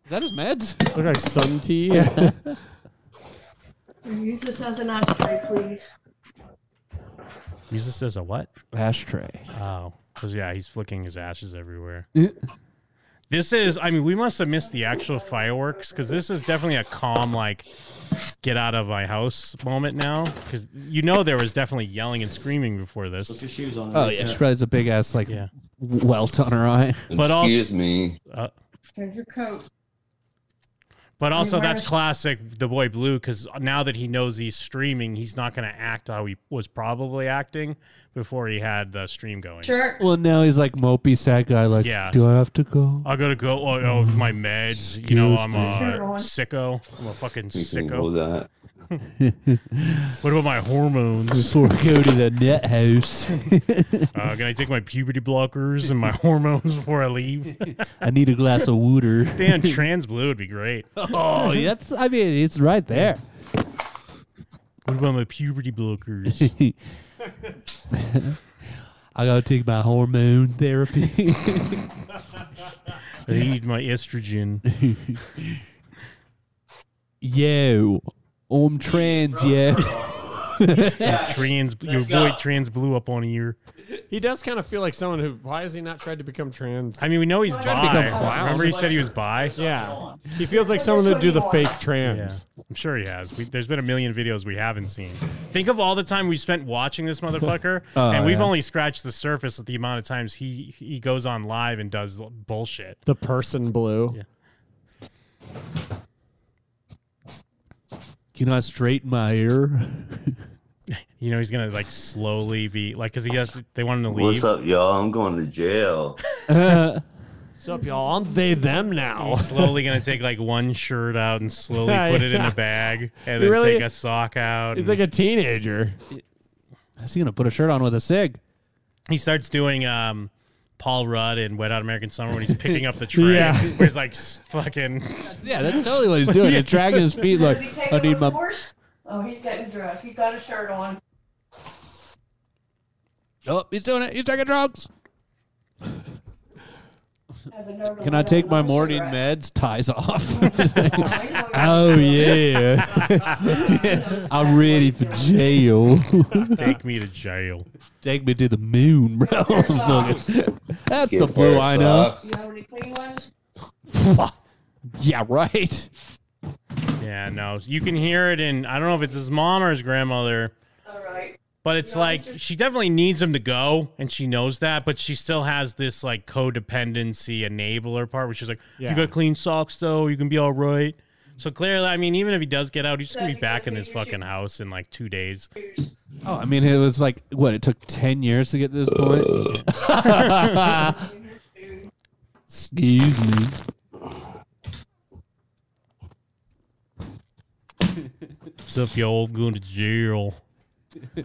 S1: Is that his meds?
S11: Look like sun tea.
S14: Here, use this as an ashtray, please.
S10: Use this as a what?
S1: Ashtray.
S10: Oh, 'cause, yeah, he's flicking his ashes everywhere. this is, I mean, we must have missed the actual fireworks because this is definitely a calm, like, get out of my house moment now. Because you know there was definitely yelling and screaming before this. Put
S15: your shoes on.
S1: Oh yeah, she probably has a big ass like welt on her eye.
S10: But also-
S5: Excuse me.
S10: Uh,
S14: Change your coat.
S10: But also, that's
S14: Reverse.
S10: classic the boy blue because now that he knows he's streaming, he's not going to act how he was probably acting before he had the stream going.
S14: Sure.
S1: Well, now he's like mopey sad guy. Like,
S10: Yeah.
S1: do I have to go?
S10: I gotta go. Oh, oh my meds. you
S1: Mm-hmm.
S10: know,
S1: Excuse
S10: I'm
S1: me.
S10: a
S1: Sure,
S10: sicko. I'm a fucking
S5: We
S10: sicko.
S5: can go that.
S10: What about my hormones?
S1: Before I go to the net house,
S10: Uh, can I take my puberty blockers and my hormones before I leave?
S1: I need a glass of water.
S10: Dan, trans blue would be great.
S1: Oh, that's. I mean, it's right there.
S10: What about my puberty blockers?
S1: I gotta take my hormone therapy.
S10: I need my estrogen.
S1: yo, I'm trans. Yo.
S10: trans, your
S11: Let's
S10: boy
S11: go.
S10: trans blue up on ear.
S11: He does kind of feel like someone who. Why has he not tried to become trans?
S10: I mean, we know he's
S11: Tried to
S10: bi.
S11: become clown.
S10: Remember, he said he was bi.
S11: Yeah, he feels like someone that do the fake trans.
S10: Yeah. I'm sure he has. We, there's been a million videos we haven't seen. Think of all the time we spent watching this motherfucker,
S11: Oh,
S10: and we've
S11: yeah.
S10: only scratched the surface of the amount of times he he goes on live and does bullshit.
S11: The person blue.
S1: Can I straighten my ear?
S10: You know, he's gonna like slowly be like, cause he has. They want him to leave.
S5: What's up, y'all? I'm going to jail.
S11: What's up, y'all? I'm they them now.
S10: He's slowly gonna take like one shirt out and slowly
S11: Yeah,
S10: put it in
S11: yeah.
S10: a bag, and
S11: He
S10: then
S11: really-
S10: take a sock out.
S11: He's
S10: and-
S11: like a teenager.
S1: Is he gonna put a shirt on with a sig?
S10: he starts doing um, Paul Rudd in Wet Out American Summer when he's picking up the tray.
S1: Yeah.
S10: Where he's like s- fucking.
S1: Yeah, that's totally what he's doing. He's dragging his feet like
S14: Is he
S1: I
S14: taking
S1: need
S14: a
S1: my.
S14: course? Oh, he's getting dressed. He's got a shirt on.
S1: Oh, he's doing it. He's taking drugs.
S14: Had the nerve to
S1: Can
S14: lie
S1: I
S14: down
S1: take my
S14: on the
S1: morning
S14: cigarette.
S1: meds? Ties off. oh yeah, I'm ready for jail.
S10: Take me to jail.
S1: Take me to the moon, bro. Fucking- That's the
S5: Get
S1: blue
S5: your
S1: I know.
S14: You have any clean ones?
S1: yeah, right.
S10: Yeah, no. You can hear it in, I don't know if it's his mom or his grandmother,
S14: All right.
S10: but it's like she definitely needs him to go, and she knows that, but she still has this like codependency enabler part where she's like,
S11: Yeah.
S10: You got clean socks though, you can be all right. So clearly, I mean, even if he does get out, he's going to be back in this fucking house in like two days.
S1: Oh, I mean, it was like what? It took ten years to get to this point. Excuse me.
S10: What's up, y'all? I'm going to jail.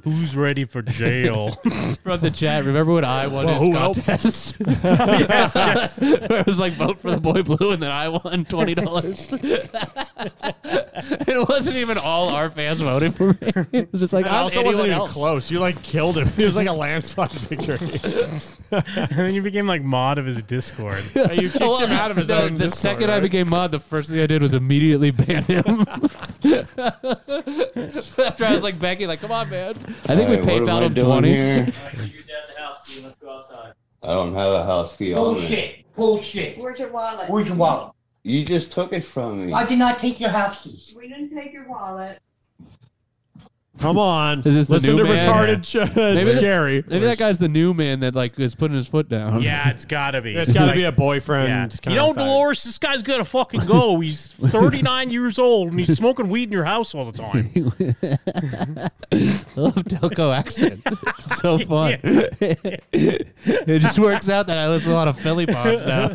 S10: Who's ready for jail?
S1: From the chat, remember when I won
S10: Well,
S1: his
S10: who helped?
S1: contest?
S10: Yeah, Jeff.
S1: Where it was like vote for the boy blue, and then I won twenty dollars. it wasn't even all our fans voting for me. It was just like "Ah,
S11: That
S1: I'm
S11: also wasn't even
S1: anyone else.
S11: close. You like killed him. It was like a landslide victory.
S10: and then you became like mod of his Discord.
S11: Hey, you kicked
S1: Well,
S11: him out of his
S1: the,
S11: own.
S1: The
S11: Discord,
S1: second I
S11: right?
S1: became mod, the first thing I did was immediately ban him. After I was like Becky, like, come on, man. I think
S5: Alright,
S1: we
S5: what am
S1: PayPal
S5: I
S1: him
S5: doing
S1: twenty.
S5: here?
S15: You're down at the house, Steve. Let's go outside.
S5: I don't have a house key on me.
S16: Bullshit. Bullshit.
S14: Where's your wallet?
S16: Where's your wallet?
S5: You just took it from me.
S16: I did not take your house keys.
S14: We didn't take your wallet.
S11: Come on.
S1: Is this the
S11: Listen
S1: new
S11: to
S1: man?
S11: retarded ch-
S1: Maybe that-
S11: Jerry.
S1: Maybe that guy's the new man that like is putting his foot down.
S10: Yeah, it's gotta be.
S11: It's got to
S10: Like,
S11: be a boyfriend.
S10: You
S11: kind
S10: know,
S11: of thing.
S10: Dolores, this guy's gotta fucking go. He's 39 years old and he's smoking weed in your house all the time.
S1: I love Delco accent. It's so fun. it just works out that I listen to a lot of Philly pods now.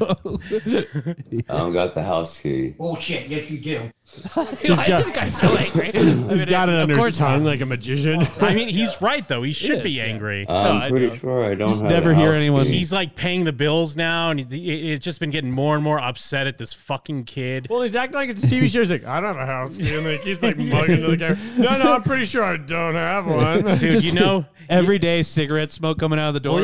S5: I don't got the house key.
S16: Bullshit. Yes, you do.
S1: Why is this guy so angry?
S11: He's got it under his tongue like a magician. Uh,
S10: I mean, he's right though. He should be angry.
S1: No, I
S5: I'm
S1: know.
S5: pretty sure I don't
S1: Just
S5: have
S1: never
S5: the
S1: hear
S5: house
S1: anyone-
S5: key.
S10: He's like paying the bills now, and he- he- it's just been getting more and more upset at this fucking kid.
S11: Well, he's acting like it's a TV show. He's like, I don't have a house key, and then he keeps like mugging to the camera. No, no, I'm pretty sure I don't have one.
S10: Dude, you know,
S1: everyday cigarette smoke coming out of the door.
S10: Or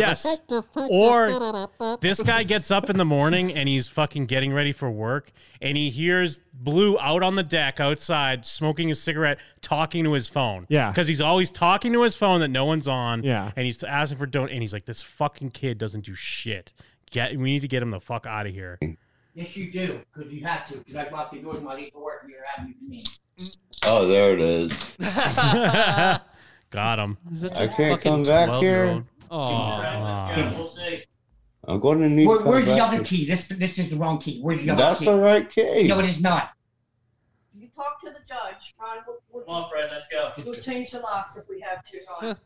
S10: Oh, yes. Or this guy gets up in the morning and he's fucking getting ready for work and he hears Blue out on the deck outside smoking a cigarette, talking to his phone.
S11: Yeah.
S10: Because he's always talking to his phone that no one's on.
S11: Yeah.
S10: And he's asking for don't and he's like, This fucking kid doesn't do shit. Get we need to get him the fuck out of here.
S16: Yes, you do, because you have to. Because I locked the doors when I leave for work and you're having me.
S5: Oh, there it is.
S10: Got him.
S5: I can't come back here.
S16: We'll see.
S5: I'm going to need
S16: Where,
S5: to come
S16: where's the
S5: back
S16: other
S5: to-
S16: key? This this is the wrong key. Where's the other
S5: That's
S16: key?
S5: the right key.
S16: No, it is not.
S14: You talk to the judge, Ron. We'll, we'll,
S15: Come on, Fred, let's go.
S14: we'll change the locks if we have to, Ron.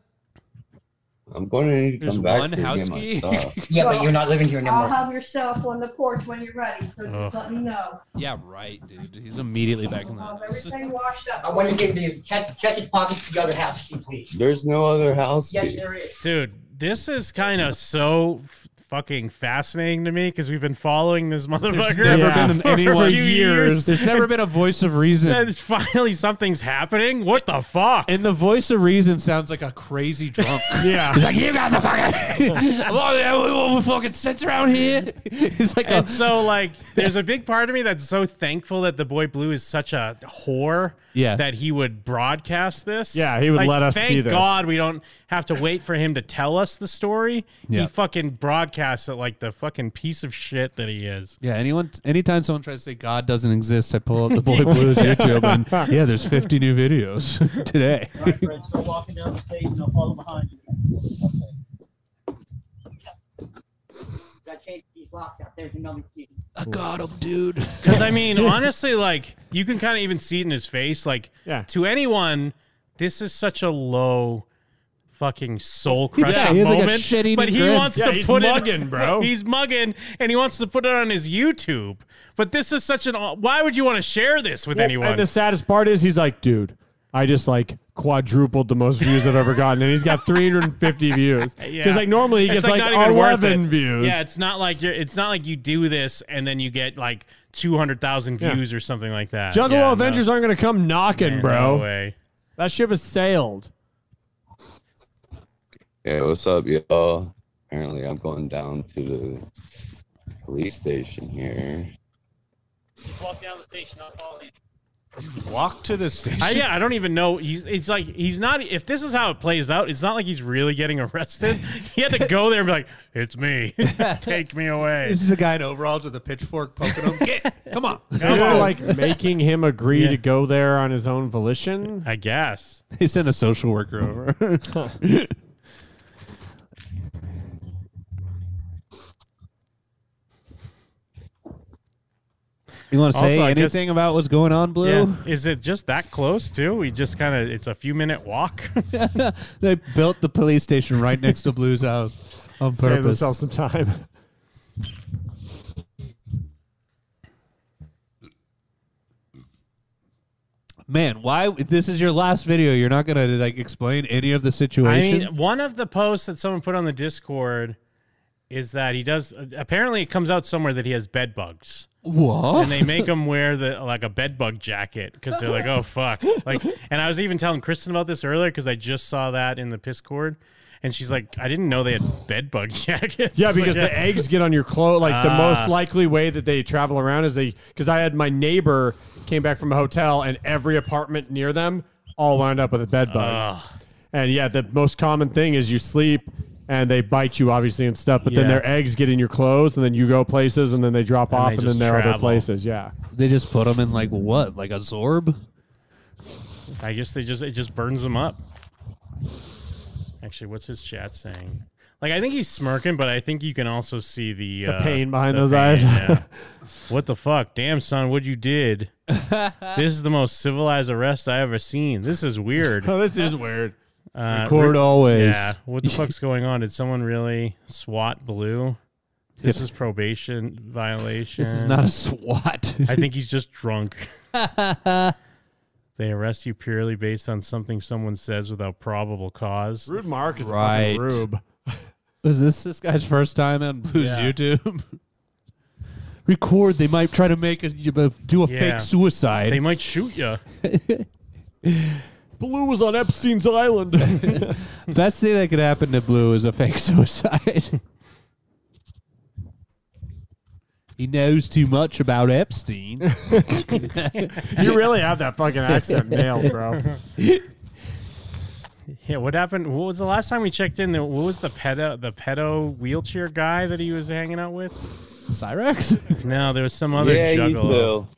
S5: I'm going to need to
S1: There's
S5: come back
S1: one
S5: here and get my
S1: house key?
S5: stuff.
S16: Yeah, but you're not living here
S14: I'll
S1: anymore.
S14: have your cell phone on the porch when you're ready, so just
S1: Ugh.
S14: let me know.
S1: Yeah, right, dude. He's immediately back in the
S14: Have everything washed up.
S16: I want to give you check check his pockets for the other house key, please.
S5: There's no other house
S16: Yes,
S5: key.
S16: there is.
S10: Dude, this is kind of so f- fucking fascinating to me because we've been following this motherfucker
S1: never Yeah. been
S10: for
S1: anyone-
S10: a few years.
S1: There's never been a voice of reason.
S10: And it's finally something's happening. What the fuck?
S1: And the voice of reason sounds like a crazy drunk.
S10: yeah.
S1: He's like, you Oh, got the fucking, we're fucking sense around here. He's like,
S10: and so like there's a big part of me that's so thankful that the boy blue is such a whore
S11: Yeah.
S10: that he would broadcast this
S11: Yeah, he would
S10: Like,
S11: let us
S10: thank
S11: see this.
S10: god we don't have to wait for him to tell us the story
S1: Yeah.
S10: he fucking broadcasts it like the fucking piece of shit that he is
S1: Yeah, anyone, anytime someone tries to say God doesn't exist, I pull up the Boy Blues YouTube and yeah, there's 50 new videos today.
S15: All right, Fred, start walking down the stage and I'll follow behind you.
S16: Got to change these locks out. There's another key.
S1: I got him, dude.
S10: Because I mean, honestly, like you can kind of even see it in his face. Like to anyone, this is such a low fucking soul crushing
S11: Yeah, he has, like, a
S10: moment.
S11: shit-eating
S10: but he
S11: grin.
S10: wants
S11: Yeah,
S10: to
S11: he's
S10: put
S11: mugging,
S10: it,
S11: bro.
S10: He's mugging, and he wants to put it on his YouTube. But this is such an. Why would you want to share this with
S11: Well,
S10: anyone?
S11: And the saddest part is he's like, dude, I just like quadrupled the most views I've ever gotten, and he's got 350 views. Because
S10: Uh, Yeah.
S11: like normally he
S10: It's,
S11: gets
S10: not even worth
S11: 11
S10: it.
S11: views.
S10: Yeah, it's not like you're. It's not like you do this and then you get like two hundred thousand
S11: Yeah.
S10: views or something like that.
S11: Juggalo
S10: Yeah, no.
S11: Avengers aren't gonna come knocking,
S10: Man,
S11: bro.
S10: no way.
S11: That ship has sailed.
S5: Yeah, what's up, y'all? Apparently, I'm going down to the police station here.
S15: Walk down the station, I'll follow you.
S1: Walk to the station.
S10: I, yeah, I don't even know. He's it's like he's not. If this is how it plays out, it's not like he's really getting arrested. He had to go there and be like, "It's me, take me away."
S1: This is a guy in overalls with a pitchfork poking him. Get, come on.
S11: They're like making him agree
S1: Yeah.
S11: to go there on his own volition.
S10: I guess.
S1: They sent a social worker over. you want to
S10: Also,
S1: say
S10: I guess-
S1: anything about what's going on, Blue?
S10: Yeah. Is it just that close too? We just kind of it's a few minute walk.
S1: They built the police station right next to Blue's house on
S11: Save
S1: purpose.
S11: himself some time.
S1: Man, why? This is your last video. You're not gonna like explain any of the
S10: I
S1: situation.
S10: mean, one of the posts that someone put on the Discord is that he does. Apparently, it comes out somewhere that he has bed bugs.
S1: What?
S10: And they make him wear the like a bed bug jacket because they're like, oh fuck. Like, and I was even telling Kristen about this earlier because I just saw that in the Discord, and she's like, I didn't know they had bed bug jackets.
S11: Yeah, because
S10: Like,
S11: the eggs get on your clothes. Like the
S10: Ah.
S11: most likely way that they travel around is they. Because I had my neighbor came back from a hotel, and every apartment near them all wound up with the bed bugs. And yeah, the most common thing is you sleep and they bite you, obviously, and stuff. But then
S1: Yeah.
S11: their eggs get in your clothes, and then you go places, and then they drop
S1: And
S11: off,
S1: they
S11: and
S1: just
S11: then they're other
S1: travel.
S11: places. Yeah.
S1: they just put them in like what? Like a zorb?
S10: I guess they just it just burns them up. Actually, what's his chat saying? Like, I think he's smirking, but I think you can also see the,
S11: The
S10: uh,
S11: pain behind those eyes.
S10: yeah. what the fuck, damn son, what you did? this is the most civilized arrest I ever seen. This is weird.
S11: Oh, this is weird.
S10: Uh,
S1: Record
S10: re-
S1: always.
S10: Yeah. What the fuck's going on? Did someone really SWAT blue? This is probation violation.
S1: This is not a SWAT.
S10: I think he's just drunk. they arrest you purely based on something someone says without probable cause.
S11: Rude Mark is
S1: Right.
S11: a fucking rube.
S1: Was this this guy's first time on Blue's
S10: Yeah.
S1: YouTube? Record. They might try to make a you know, do a
S10: Yeah.
S1: fake suicide.
S10: They might shoot you.
S11: Blue was on Epstein's island.
S1: Best thing that could happen to Blue is a fake suicide. he knows too much about Epstein.
S11: you really have that fucking accent nailed, bro.
S10: Yeah, what happened? What was the last time we checked in? What was the pedo the pedo wheelchair guy that he was hanging out with?
S1: Cyrex?
S10: No, there was some other
S5: Yeah, you
S10: juggalo.
S5: will.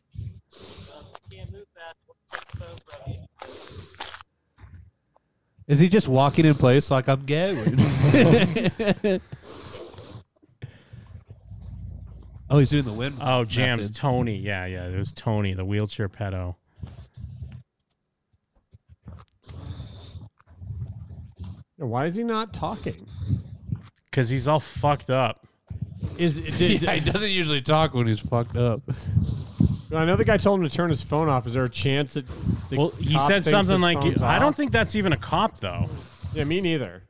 S1: Is he just walking in place like I'm gay? oh, he's doing the wind.
S10: Oh, Jams
S1: method.
S10: Tony. Yeah, yeah, it was Tony, the wheelchair pedo.
S11: Why is he not talking?
S10: Because he's all fucked up.
S11: Is
S1: yeah, he doesn't usually talk when he's fucked up.
S11: I know the guy told him to turn his phone off. Is there a chance that the
S10: Well, he
S11: cop
S10: said
S11: thinks
S10: something
S11: his
S10: like,
S11: phone's
S10: "I don't
S11: off?
S10: think that's even a cop, though."
S11: Yeah, me neither.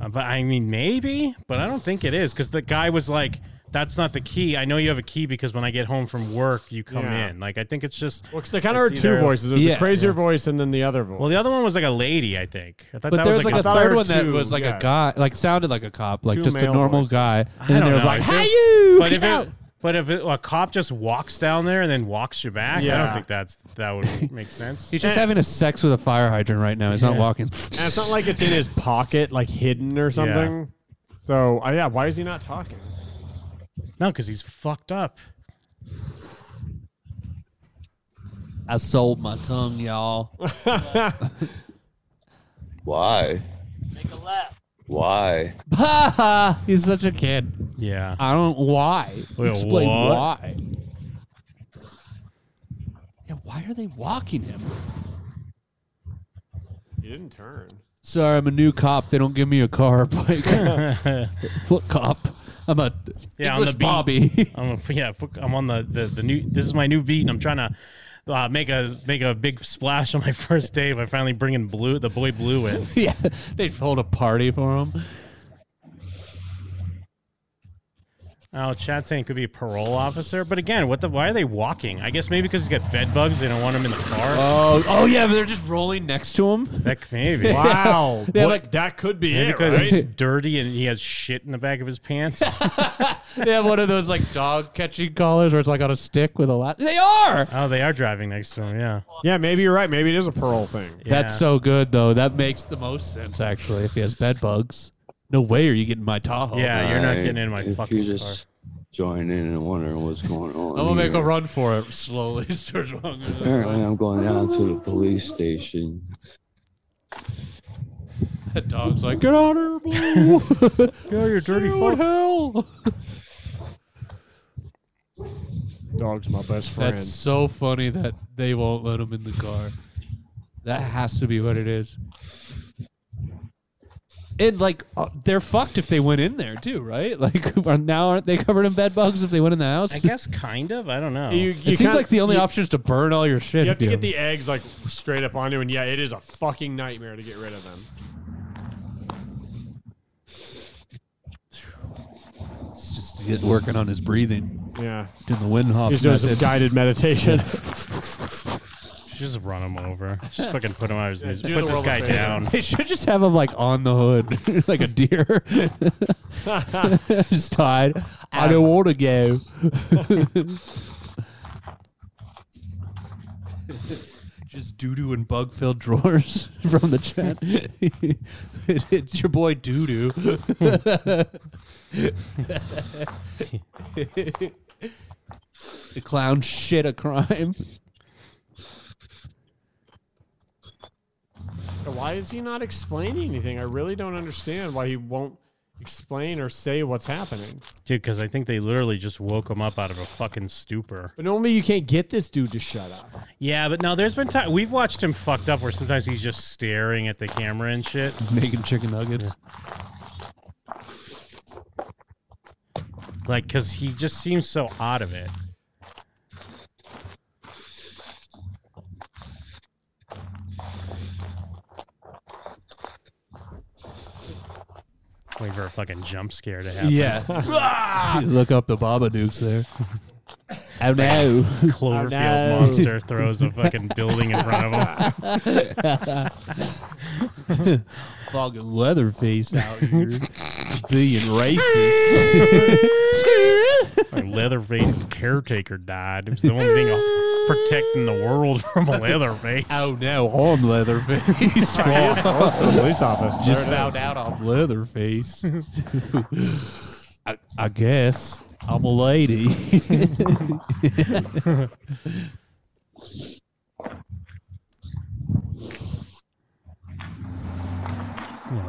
S10: Uh, but I mean, maybe, but I don't think it is because the guy was like, "That's not the key. I know you have a key because when I get home from work, you come
S11: Yeah.
S10: in." Like, I think it's just.
S11: Well, 'cause I kind of heard two voices. There's the crazier voice and then the other voice.
S10: Well, the other one was like a lady, I think. I thought
S1: But
S10: that
S1: there
S10: was
S1: was like a third one that
S10: two,
S1: was like
S10: yeah.
S1: a guy, like sounded like a cop, like
S10: Two
S1: just a
S10: male
S1: normal
S10: voices.
S1: guy.
S10: I
S1: And then
S10: don't
S1: there was
S10: know.
S1: like,
S10: If
S1: "Hi,
S10: it-
S1: you!"
S10: But
S1: get
S10: if
S1: out!"
S10: it, but if it, a cop just walks down there and then walks you back, I
S11: Yeah.
S10: don't think that's that would make sense.
S1: He's just having a sex with a fire hydrant right now. He's not
S11: Yeah.
S1: walking.
S11: And it's not like it's in his pocket, like hidden or something. So, uh, yeah, why is he not talking?
S10: no, because he's fucked up.
S1: I sold my tongue, y'all.
S5: Why? Why?
S1: He's such a kid.
S10: Yeah.
S1: I don't. Why?
S10: Well,
S1: Explain
S10: what?
S1: why. Yeah, why are they walking him?
S11: He didn't turn.
S1: Sorry, I'm a new cop. They don't give me a car, or bike, foot cop. I'm a
S10: Yeah,
S1: English
S10: on the beat.
S1: Bobby.
S10: I'm a, yeah, fuck, I'm on the, the the new. This is my new beat, and I'm trying to uh, make a make a big splash on my first day by finally bringing blue the boy blue in.
S1: yeah, they'd hold a party for him.
S10: Oh, chat saying it could be a parole officer, but again, what the? Why are they walking? I guess maybe because he's got bed bugs. They don't want him in the car.
S1: Oh, oh yeah, but they're just rolling next to him.
S10: That maybe.
S11: Wow.
S1: They're
S11: What-
S1: like-
S11: that could be
S10: Maybe
S11: it,
S10: because
S11: right?
S10: he's dirty and he has shit in the back of his pants.
S1: They have one of those like dog catching collars, where it's like on a stick with a latch. They are.
S10: oh, they are driving next to him. Yeah.
S11: Yeah, maybe you're right. Maybe it is a parole thing.
S1: That's so good though. That makes the most sense actually. If he has bed bugs, no way are you getting my Tahoe.
S10: Yeah, you're not
S5: Alright,
S10: getting in my
S5: if
S10: fucking
S5: you just join in and wondering what's going on.
S1: I'm gonna make a
S5: here.
S1: run for it slowly. Starts walking.
S5: Apparently, I'm going down to the police station.
S1: That dog's like, get out of here, Blue.
S10: Go, you dirty
S1: what
S10: fuck.
S1: hell?
S11: Dog's my best friend.
S1: That's so funny that they won't let him in the car. That has to be what it is. And like, uh, they're fucked if they went in there too, right? Like, are- now aren't they covered in bed bugs if they went in the house?
S10: I guess kind of. I don't know.
S11: You-
S1: it seems
S11: kinda-
S1: like the only
S11: you-
S1: option is to burn all your shit.
S11: You have to
S1: if
S11: get the eggs like straight up onto, and yeah, it is a fucking nightmare to get rid of them.
S1: It's just get- working on his breathing.
S11: Yeah,
S1: Doing the Windhoff
S11: he's doing some
S1: method.
S11: guided meditation.
S10: Just run him over. Just fucking put him out of his misery.
S11: do
S10: Put
S11: the
S10: this
S11: world
S10: guy
S11: a favor.
S10: down.
S1: They should just have him like on the hood, like a deer, just tied. I don't want to go. just doo doo and bug filled drawers from the chat. It- it's your boy doo doo. the clown shit a crime.
S11: why is he not explaining anything? I really don't understand why he won't explain or say what's happening.
S10: Dude, because I think they literally just woke him up out of a fucking stupor.
S11: But normally you can't get this dude to shut up.
S10: Yeah, but no, there's been time we've watched him fucked up where sometimes he's just staring at the camera and shit.
S1: Making chicken nuggets.
S10: Like, because he just seems so out of it. Wait for a fucking jump scare to happen.
S1: Yeah. you look up the Baba Dukes there. Oh no!
S10: Cloverfield monster throws a fucking building in front of him.
S1: Fucking Leatherface out here being racist.
S10: Like Leatherface's caretaker died. It was the only thing protecting the world from a Leatherface.
S1: Oh no, on Leatherface.
S11: Right, it's close to the police office.
S1: Just
S11: There it
S1: found
S11: is.
S1: out I'm Leatherface. I, I guess I'm a lady.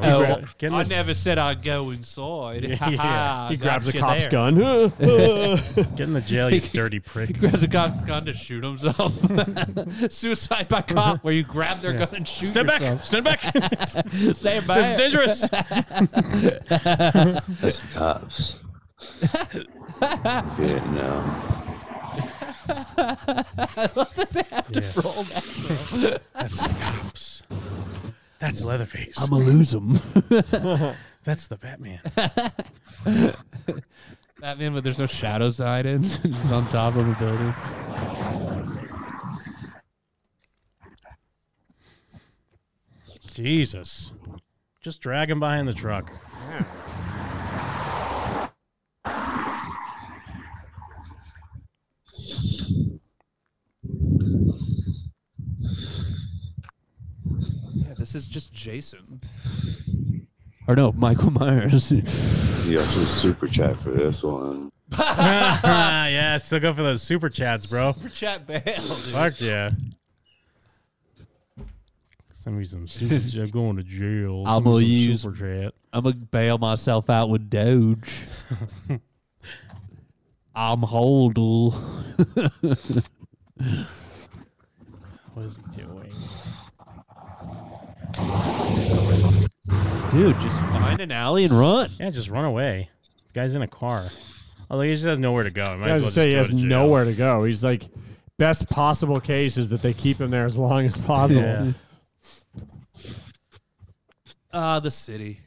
S1: Oh,
S10: ready. Get in
S1: I
S10: the-
S1: never said I'd go inside.
S10: Yeah.
S1: Ha ha,
S10: He
S1: got
S10: grabs a
S1: you
S10: cop's
S1: there.
S11: gun.
S10: Get in the jail, you dirty prick.
S1: He grabs a cop gun to shoot himself. Suicide by cop, where you grab their
S10: Yeah.
S1: gun and shoot
S10: Stand back.
S1: yourself.
S10: Stand back.
S1: Stand
S10: This
S1: back.
S10: is dangerous.
S5: That's cops. Vietnam.
S1: I love that they have to roll that.
S10: That's the cops. That's Leatherface.
S1: I'ma lose 'em.
S10: That's the Batman.
S1: Batman, but there's no shadow side in. Just on top of a building.
S10: Jesus. Just drag him behind the truck.
S1: Yeah, this is just Jason. Or no, Michael Myers.
S5: You got some super chat for this one.
S10: yeah, still go for those super chats, bro.
S1: Super chat bail, dude.
S10: Fuck yeah. Send me some super chat. I'm going to jail.
S1: I'm
S10: Send
S1: gonna
S10: me some
S1: use.
S10: super chat.
S1: I'm gonna bail myself out with Doge. I'm Holdle.
S10: What is he doing?
S1: Dude, just find an alley and run.
S10: Yeah, just run away. The guy's in a car. Although he just has nowhere to go. He Might
S11: I
S10: as
S11: was
S10: well
S11: just say he
S10: just
S11: has
S10: go to jail.
S11: nowhere to go. He's like, best possible case is that they keep him there as long as possible.
S10: Yeah.
S1: Ah, the city.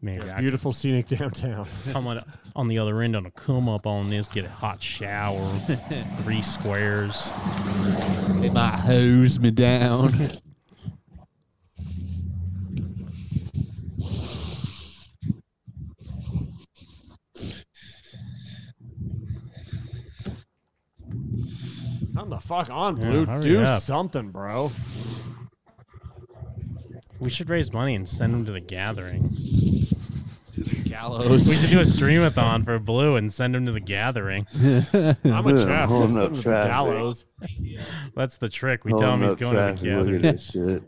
S10: Man, I-
S11: Beautiful scenic downtown.
S10: Someone on the other end on a come up on this, get a hot shower, three squares.
S1: They might hose me down.
S11: Come the fuck on,
S10: Yeah,
S11: Blue.
S10: hurry
S11: Do
S10: up.
S11: something, bro.
S10: We should raise money and send them to the gathering.
S1: Gallows.
S10: We should do a streamathon for Blue and send him to the gathering.
S11: I'm a chef.
S5: holding
S11: Listen
S5: up
S11: to the
S5: traffic.
S11: gallows.
S10: That's the trick. We tell him he's going to the gathering.
S5: Look at this shit.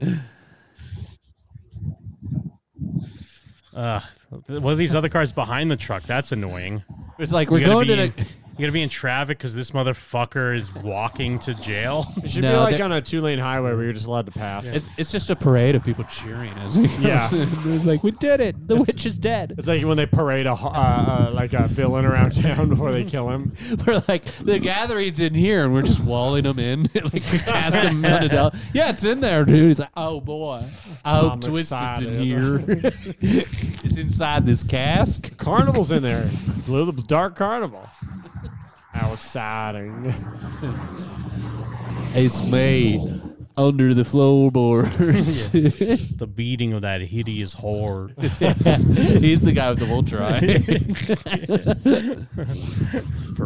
S10: Uh, one of these other cars behind the truck. That's annoying.
S1: It's like,
S10: You
S1: we're
S10: gotta
S1: going
S10: be
S1: to
S10: in-
S1: the-
S10: You gotta be in traffic because this motherfucker is walking to jail.
S11: It should be
S1: No,
S11: like
S1: they-
S11: on a two lane highway where you're just allowed to pass.
S1: It's, it's just a parade of people cheering as he comes
S11: Yeah.
S1: in. It's like, we did it. The witch is dead.
S11: It's like when they parade a ho- uh, uh, like a villain around town before they kill him.
S1: We're like, the gathering's in here, and we're just walling them in. like, we cast them on the dog. Yeah, it's in there, dude. It's like, oh, boy. Oh,
S11: I'm
S1: Twisted's in here.
S11: excited.
S1: it's inside this cask.
S11: Carnival's in there. Blue, the dark carnival. How exciting.
S1: It's me under the floorboards.
S10: The beating of that hideous horde.
S1: He's the guy with the vulture eye.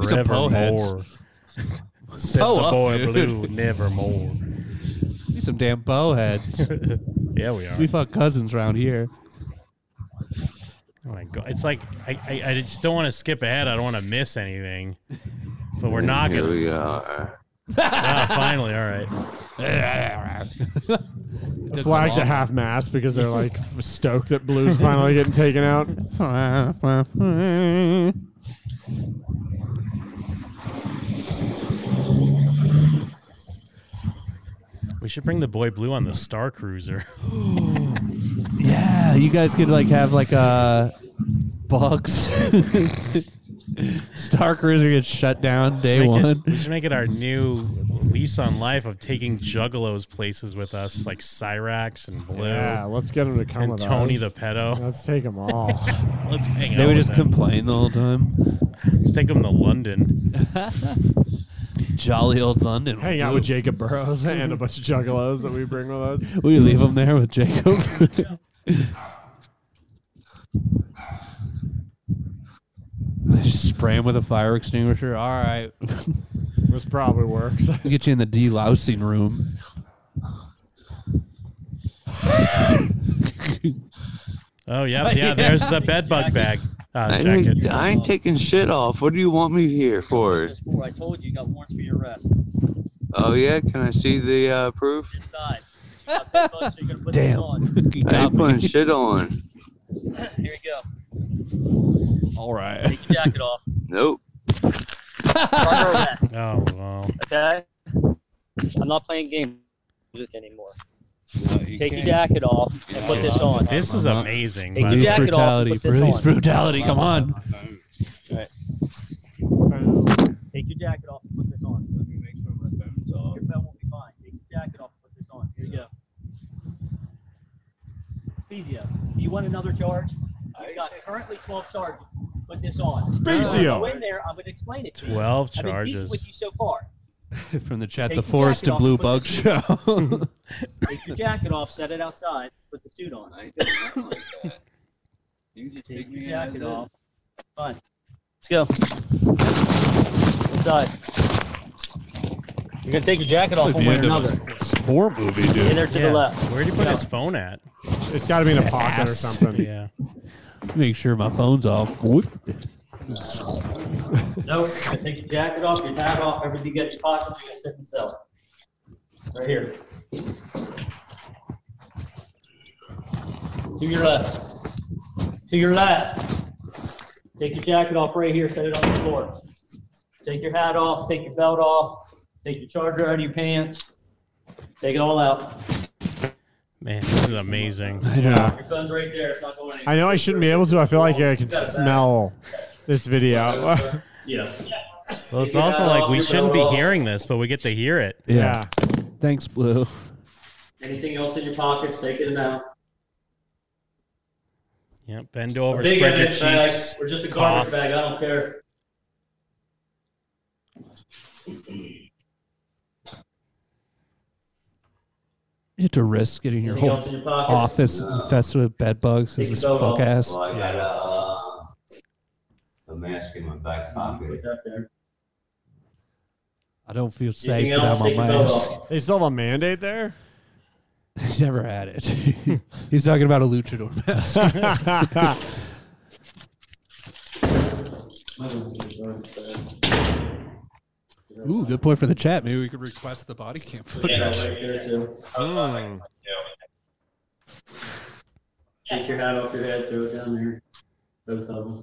S1: These are Poe heads.
S10: Forevermore. Said
S1: Poe
S10: the
S1: up,
S10: boy
S1: dude.
S10: blue, nevermore.
S1: He's some damn bowheads.
S10: Yeah, we are.
S1: We fuck cousins around here.
S10: Oh my god! It's like I, I, I just don't want to skip ahead. I don't want to miss anything. But we're not
S5: Here
S10: gonna.
S5: we are.
S10: Ah, finally, all right.
S11: The flag's at half mast because they're like stoked that Blue's finally getting taken out.
S10: We should bring the boy blue on the Star Cruiser.
S1: Yeah, you guys could like have like a box. Star Cruiser gets shut down day
S10: Make it-
S1: one.
S10: we should make it our new lease on life of taking Juggalos places with us, like Cyrax and Blue
S11: Yeah, let's get him to come
S10: and
S11: with
S10: Tony
S11: us.
S10: the pedo.
S11: Let's take them all.
S10: Let's hang out.
S1: They would
S10: with
S1: just
S10: them.
S1: complain the whole time.
S10: Let's take him to London.
S1: Jolly old London.
S11: Hang out with Jacob Burrows and a bunch of juggalos that we bring with us.
S1: We leave him there with Jacob. They just spray him with a fire extinguisher. All right.
S11: this probably works.
S1: We'll get you in the delousing room.
S10: Oh yeah, yeah. There's the bed bug bag uh, jacket.
S5: I ain't taking shit off. What do you want me here for?
S15: I told you, you got warrants for your arrest.
S5: Oh yeah, can I see the uh, proof?
S15: Inside. You got bed bugs, so you're gonna put this on.
S5: I ain't putting shit on.
S15: Here you go.
S1: All right.
S15: Take your jacket off.
S5: Nope.
S15: Proper arrest,
S10: Oh wow.
S15: okay? I'm not playing games with you anymore.
S5: you
S15: Take your
S5: can't.
S15: jacket off and put this on.
S10: This is amazing.
S15: Take
S10: by
S15: your
S10: the way.
S15: jacket off. and Put this
S1: Police
S15: on.
S1: brutality. Come on.
S15: Take your jacket off and put this on. Let me make sure my phone's off. Your phone won't be fine. Take your jacket off and put this on. Here you go. Fizio, do you want another charge? I've got currently 12 charges. Put this on.
S11: Fizio.
S15: Go in there. I'm going to explain it to you.
S10: 12
S15: I've been decent
S10: charges.
S15: with you so far.
S1: From the chat,
S15: Take
S1: the
S15: your
S1: forest
S15: jacket
S1: to
S15: off
S1: blue
S15: and put
S1: bug
S15: this
S1: show.
S15: Take your jacket off, set it outside, put the suit on.
S5: You just
S15: Take your
S5: me
S15: jacket
S5: as a-
S15: off. Fine. Let's go. Inside. You're going to take your jacket off one way or another.
S1: horror movie, dude.
S15: In there to
S10: Yeah.
S15: the left.
S10: Where'd he put
S15: No.
S10: his phone at?
S11: It's got to be in a pocket or
S1: Ass.
S11: something.
S10: Yeah.
S1: Make sure my phone's off. Whoop.
S15: No, take your jacket off, your hat off, everything gets your pockets, you're gonna sit in the cell. Right here. To your left. To your left. Take your jacket off right here, set it on the floor. Take your hat off, take your belt off, take your charger out of your pants. Take it all out.
S10: Man, this is amazing.
S11: I know.
S15: Your phone's right there, it's not going anywhere.
S11: I know I shouldn't be able to. I feel like I can smell this video.
S15: Yeah.
S10: Uh. Well, it's
S15: Take your
S10: also
S15: hat
S10: like
S15: off,
S10: we
S15: your
S10: shouldn't
S15: belt
S10: be
S15: off.
S10: hearing this, but we get to hear it.
S11: yeah.
S1: Thanks, Blue.
S15: Anything else in your pockets, take it out.
S10: Yep. Bend over,
S15: Big
S10: spread your
S15: evidence bag,
S10: cheeks.
S15: or just a
S10: cough.
S15: garbage bag, I don't care.
S1: You have to risk getting your
S15: Anything
S1: whole
S15: else in your
S1: office
S15: pockets?
S1: infested with bed bugs.
S15: Take
S1: Is this
S15: your belt
S1: fuck ass?
S5: Well, I got a, a mask in my back
S15: Put
S5: pocket.
S15: that there.
S1: I don't feel safe
S15: Anything
S1: without
S15: else,
S1: my
S15: take your belt
S1: mask.
S15: off.
S11: They still have a mandate there?
S1: He's never had it. He's talking about a luchador mask. Ooh, good point for the chat. Maybe we could request the body cam
S15: Yeah, right
S1: footage.
S15: there too. Hmm. Take your hat off your head, throw it down there. Both of them.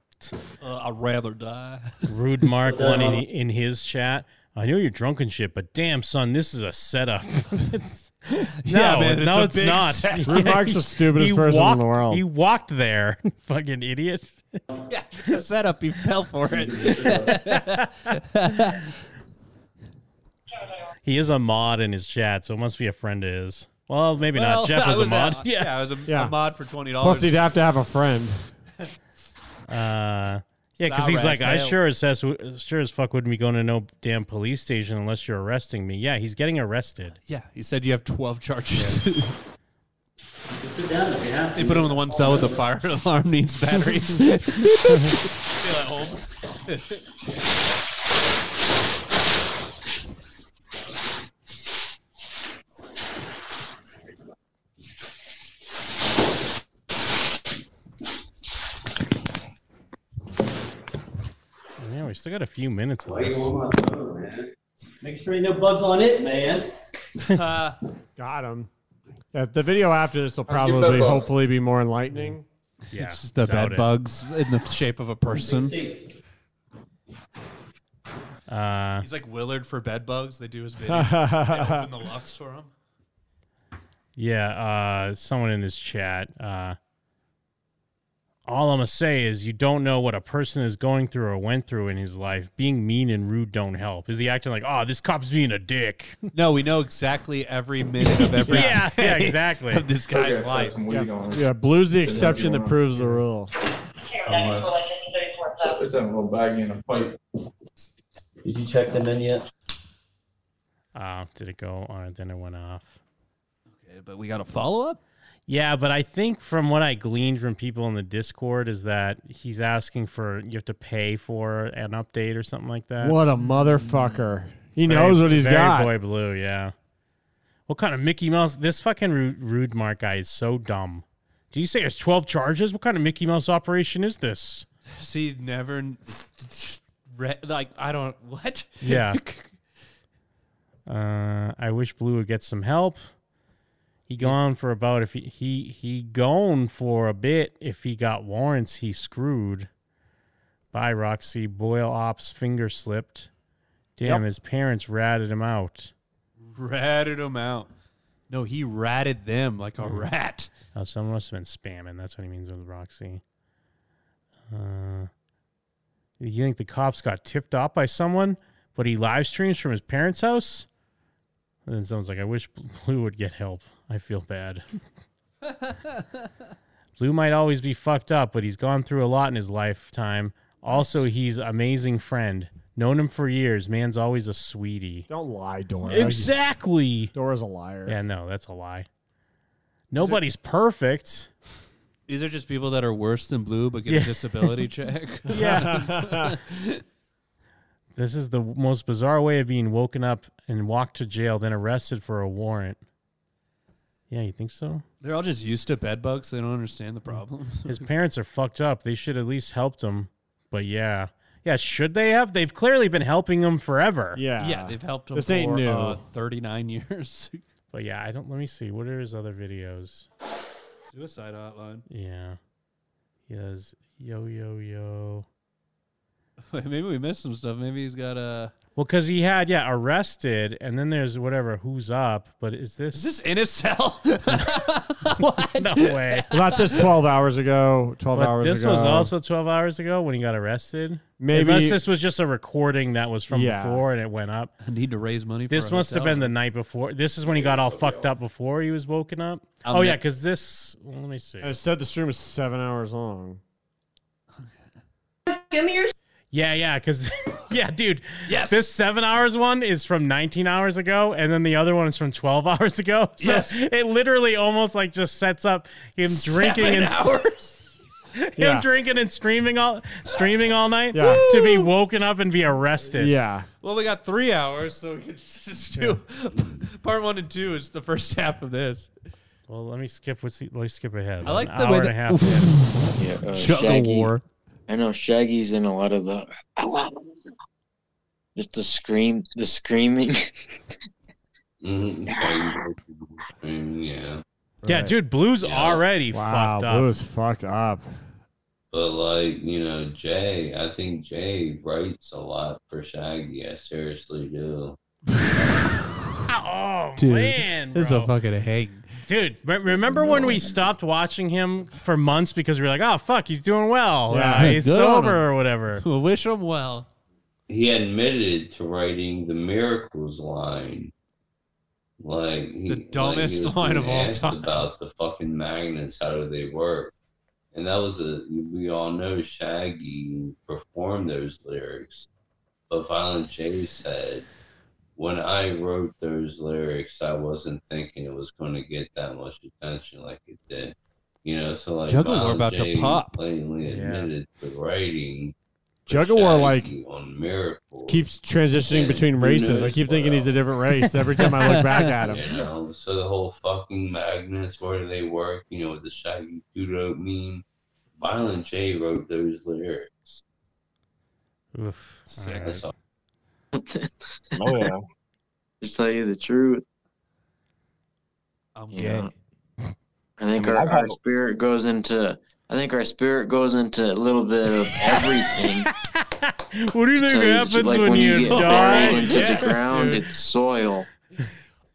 S1: Uh, I'd rather die.
S10: Rude Mark
S15: Put that
S10: one in,
S15: on.
S10: in his chat. I know you're drunk and shit, but damn, son, this is a setup. It's- no,
S1: Yeah, man, it's
S10: no,
S1: a
S10: it's,
S1: big
S10: not.
S1: setup.
S11: Rude Mark's the stupidest person in the
S10: walked,
S11: world.
S10: He walked there, fucking idiot.
S1: yeah, it's a setup. He fell for it.
S10: He is a mod in his chat, so it must be a friend of his. Well, maybe
S1: Well,
S10: not. Jeff
S1: I
S10: was, a mod.
S1: out.
S10: yeah.
S1: I was a,
S11: Yeah.
S1: a mod for twenty dollars.
S11: Plus, he'd have to have a friend.
S10: Uh, yeah, because he's
S1: Zyrax,
S10: like, I
S1: hell.
S10: sure as says, sure as fuck wouldn't be going to no damn police station unless you're arresting me. Yeah, he's getting arrested.
S1: Yeah, he said you have twelve charges.
S15: You can sit down if you have
S1: they
S15: to.
S1: put him in the one cell with the fire alarm needs batteries. Feel at home.
S10: Yeah, we still got a few minutes of
S5: Why you
S10: this.
S5: want my phone, man?
S15: Make sure ain't no bugs on it, man.
S1: Uh,
S11: Got him. Yeah, the video after this will
S5: How's your
S11: probably,
S5: bed bugs?
S11: hopefully, be more enlightening.
S10: Yeah,
S1: it's just the
S10: doubt
S1: bed
S10: it.
S1: bugs in the shape of a person.
S15: See,
S10: Uh,
S1: He's like Willard for bed bugs. They do his bidding.
S11: Open
S1: the locks for him.
S10: yeah, uh, someone in his chat. Uh, all I'm gonna say is you don't know what a person is going through or went through in his life. Being mean and rude don't help. Is he acting like, oh, this cop's being a dick?
S1: No, we know exactly every minute of every
S10: yeah,
S1: day
S10: yeah, exactly.
S1: of this guy's life.
S11: Yeah, blue's the exception that proves the rule.
S17: Chair, I didn't go like this, 34,000.
S9: It's in a little baggie and a pipe.
S15: Did you check them in yet?
S10: Uh, did it go on? Then it went off.
S1: Okay, but we got a follow up.
S10: Yeah, but I think from what I gleaned from people in the Discord is that he's asking for you have to pay for an update or something like that.
S11: What a motherfucker. He
S10: Very-
S11: knows what he's
S10: very
S11: got.
S10: Boy Blue, yeah. What kind of Mickey Mouse? This fucking Ru- Rude Mark guy is so dumb. Do you say there's 12 charges? What kind of Mickey Mouse operation is this?
S1: See, never re- like I don't what.
S10: Yeah. uh, I wish Blue would get some help. He gone for about if he, he he gone for a bit. If he got warrants, he screwed. Bye, Roxy. Boyle Ops finger slipped.
S1: Yep.
S10: Damn, his parents ratted him out.
S1: ratted him out. No, he ratted them like a rat.
S10: Oh, someone must have been spamming. That's what he means with Roxy. Uh, you think the cops got tipped off by someone, but he live streams from his parents' house? And then someone's like, I wish Blue would get help. I feel bad. Blue might always be fucked up, but he's gone through a lot in his lifetime. Also, he's amazing friend. Known him for years. Man's always a sweetie.
S11: Don't lie, Dora.
S10: Exactly.
S11: Dora's a liar.
S10: Yeah, no, that's a lie. Nobody's perfect.
S1: These are just people that are worse than blue, but get
S10: Yeah.
S1: a disability check.
S10: Yeah. This is the most bizarre way of being woken up and walked to jail, then arrested for a warrant. Yeah, you think so?
S1: They're all just used to bed bugs. They don't understand the problem.
S10: His parents are fucked up. They should at least helped him. But yeah. Yeah, should they have? They've clearly been helping him forever.
S11: Yeah.
S1: yeah, they've helped him
S11: This
S1: for
S11: ain't new.
S1: Uh, 39 years.
S10: But yeah, I don't let me see. What are his other videos?
S1: Suicide hotline.
S10: Yeah. He does yo yo yo.
S1: Maybe we missed some stuff. Maybe he's got a.
S10: Well, because he had, yeah, arrested, and then there's whatever, who's up, but is this.
S1: Is this in his cell? what?
S10: No way.
S11: Well, that's just 12 hours ago. 12
S10: But
S11: hours
S10: this
S11: ago.
S10: was also 12 hours ago when he got arrested.
S11: Maybe-
S10: Unless this was just a recording that was from
S11: Yeah.
S10: before and it went up.
S1: I need to raise money for
S10: This
S1: a
S10: must have
S1: hotel.
S10: been the night before. This is when he got all fucked up before he was woken up.
S11: I'll
S10: oh,
S11: ne-
S10: yeah, because this. well, let me see.
S11: I said the stream was seven hours long.
S14: Give me your
S10: Yeah, yeah, because. yeah, dude.
S1: Yes.
S10: This seven hours one is from 19 hours ago, and then the other one is from 12 hours ago. So
S1: Yes.
S10: it literally almost like just sets up him drinking
S1: Seven
S10: and.
S1: hours.
S10: Him
S11: Yeah.
S10: drinking and streaming all streaming all night
S11: Yeah.
S10: to be woken up and be arrested.
S11: Yeah.
S1: Well, we got three hours, so we could just do part one and two. Is the first half of this.
S10: Well, let me skip. What's the, let me skip ahead.
S1: I like
S10: An
S1: the
S10: hour
S1: way
S10: and
S1: that-
S10: a half. in.
S18: Yeah, uh,
S1: Shut the
S18: Shaggy-
S1: war.
S18: I know Shaggy's in a lot of the just the scream, the screaming.
S5: Mm, Shaggy Boy, yeah.
S10: Yeah, dude, Blue's already
S11: Wow,
S10: fucked up.
S11: Blue is fucked up.
S5: But like, you know, Jay, I think Jay writes a lot for Shaggy. I seriously do.
S10: Oh
S1: Dude,
S10: man,
S1: this is
S10: bro.
S1: a fucking hang.
S10: dude. re- Remember when we stopped watching him for months because we were like, oh fuck, he's doing well.
S1: Yeah.
S10: uh,
S1: Hey,
S10: he's
S1: good on him.
S10: sober or whatever.
S1: We'll wish him well.
S5: He admitted to writing the miracles line. Like he,
S1: The dumbest
S5: like he was
S1: line
S5: being
S1: of all
S5: asked
S1: time.
S5: About the fucking magnets, how do they work? And that was a we all know Shaggy performed those lyrics, but Violent J said, "When I wrote those lyrics, I wasn't thinking it was going to get that much attention like it did." You know, so like
S1: Juggle were
S5: Violent
S1: about to
S5: J
S1: pop.
S5: Plainly
S1: Yeah.
S5: admitted to writing
S11: Juggawar like
S5: on Miracle.
S11: keeps transitioning
S5: And
S11: between
S5: who
S11: races. I
S5: knows
S11: keep
S5: what
S11: thinking he's a
S5: else.
S11: different race every time I look back at
S5: You
S11: him.
S5: know, so the whole fucking magnets, where do they work? You know, with the shaggy kudo meme. Violent J wrote those lyrics.
S10: Oof.
S5: Sick.
S18: oh yeah. To tell you the truth,
S1: I'm
S18: gay. I think
S1: I mean,
S18: our,
S1: I
S18: our
S1: got-
S18: spirit goes into. I think our spirit goes into a little bit of everything.
S10: What do
S18: Tell you
S10: you think
S18: the truth,
S10: happens
S18: like
S10: when, you,
S18: get
S10: die?
S18: buried into
S10: Yes,
S18: the ground,
S10: dude.
S18: it's soil.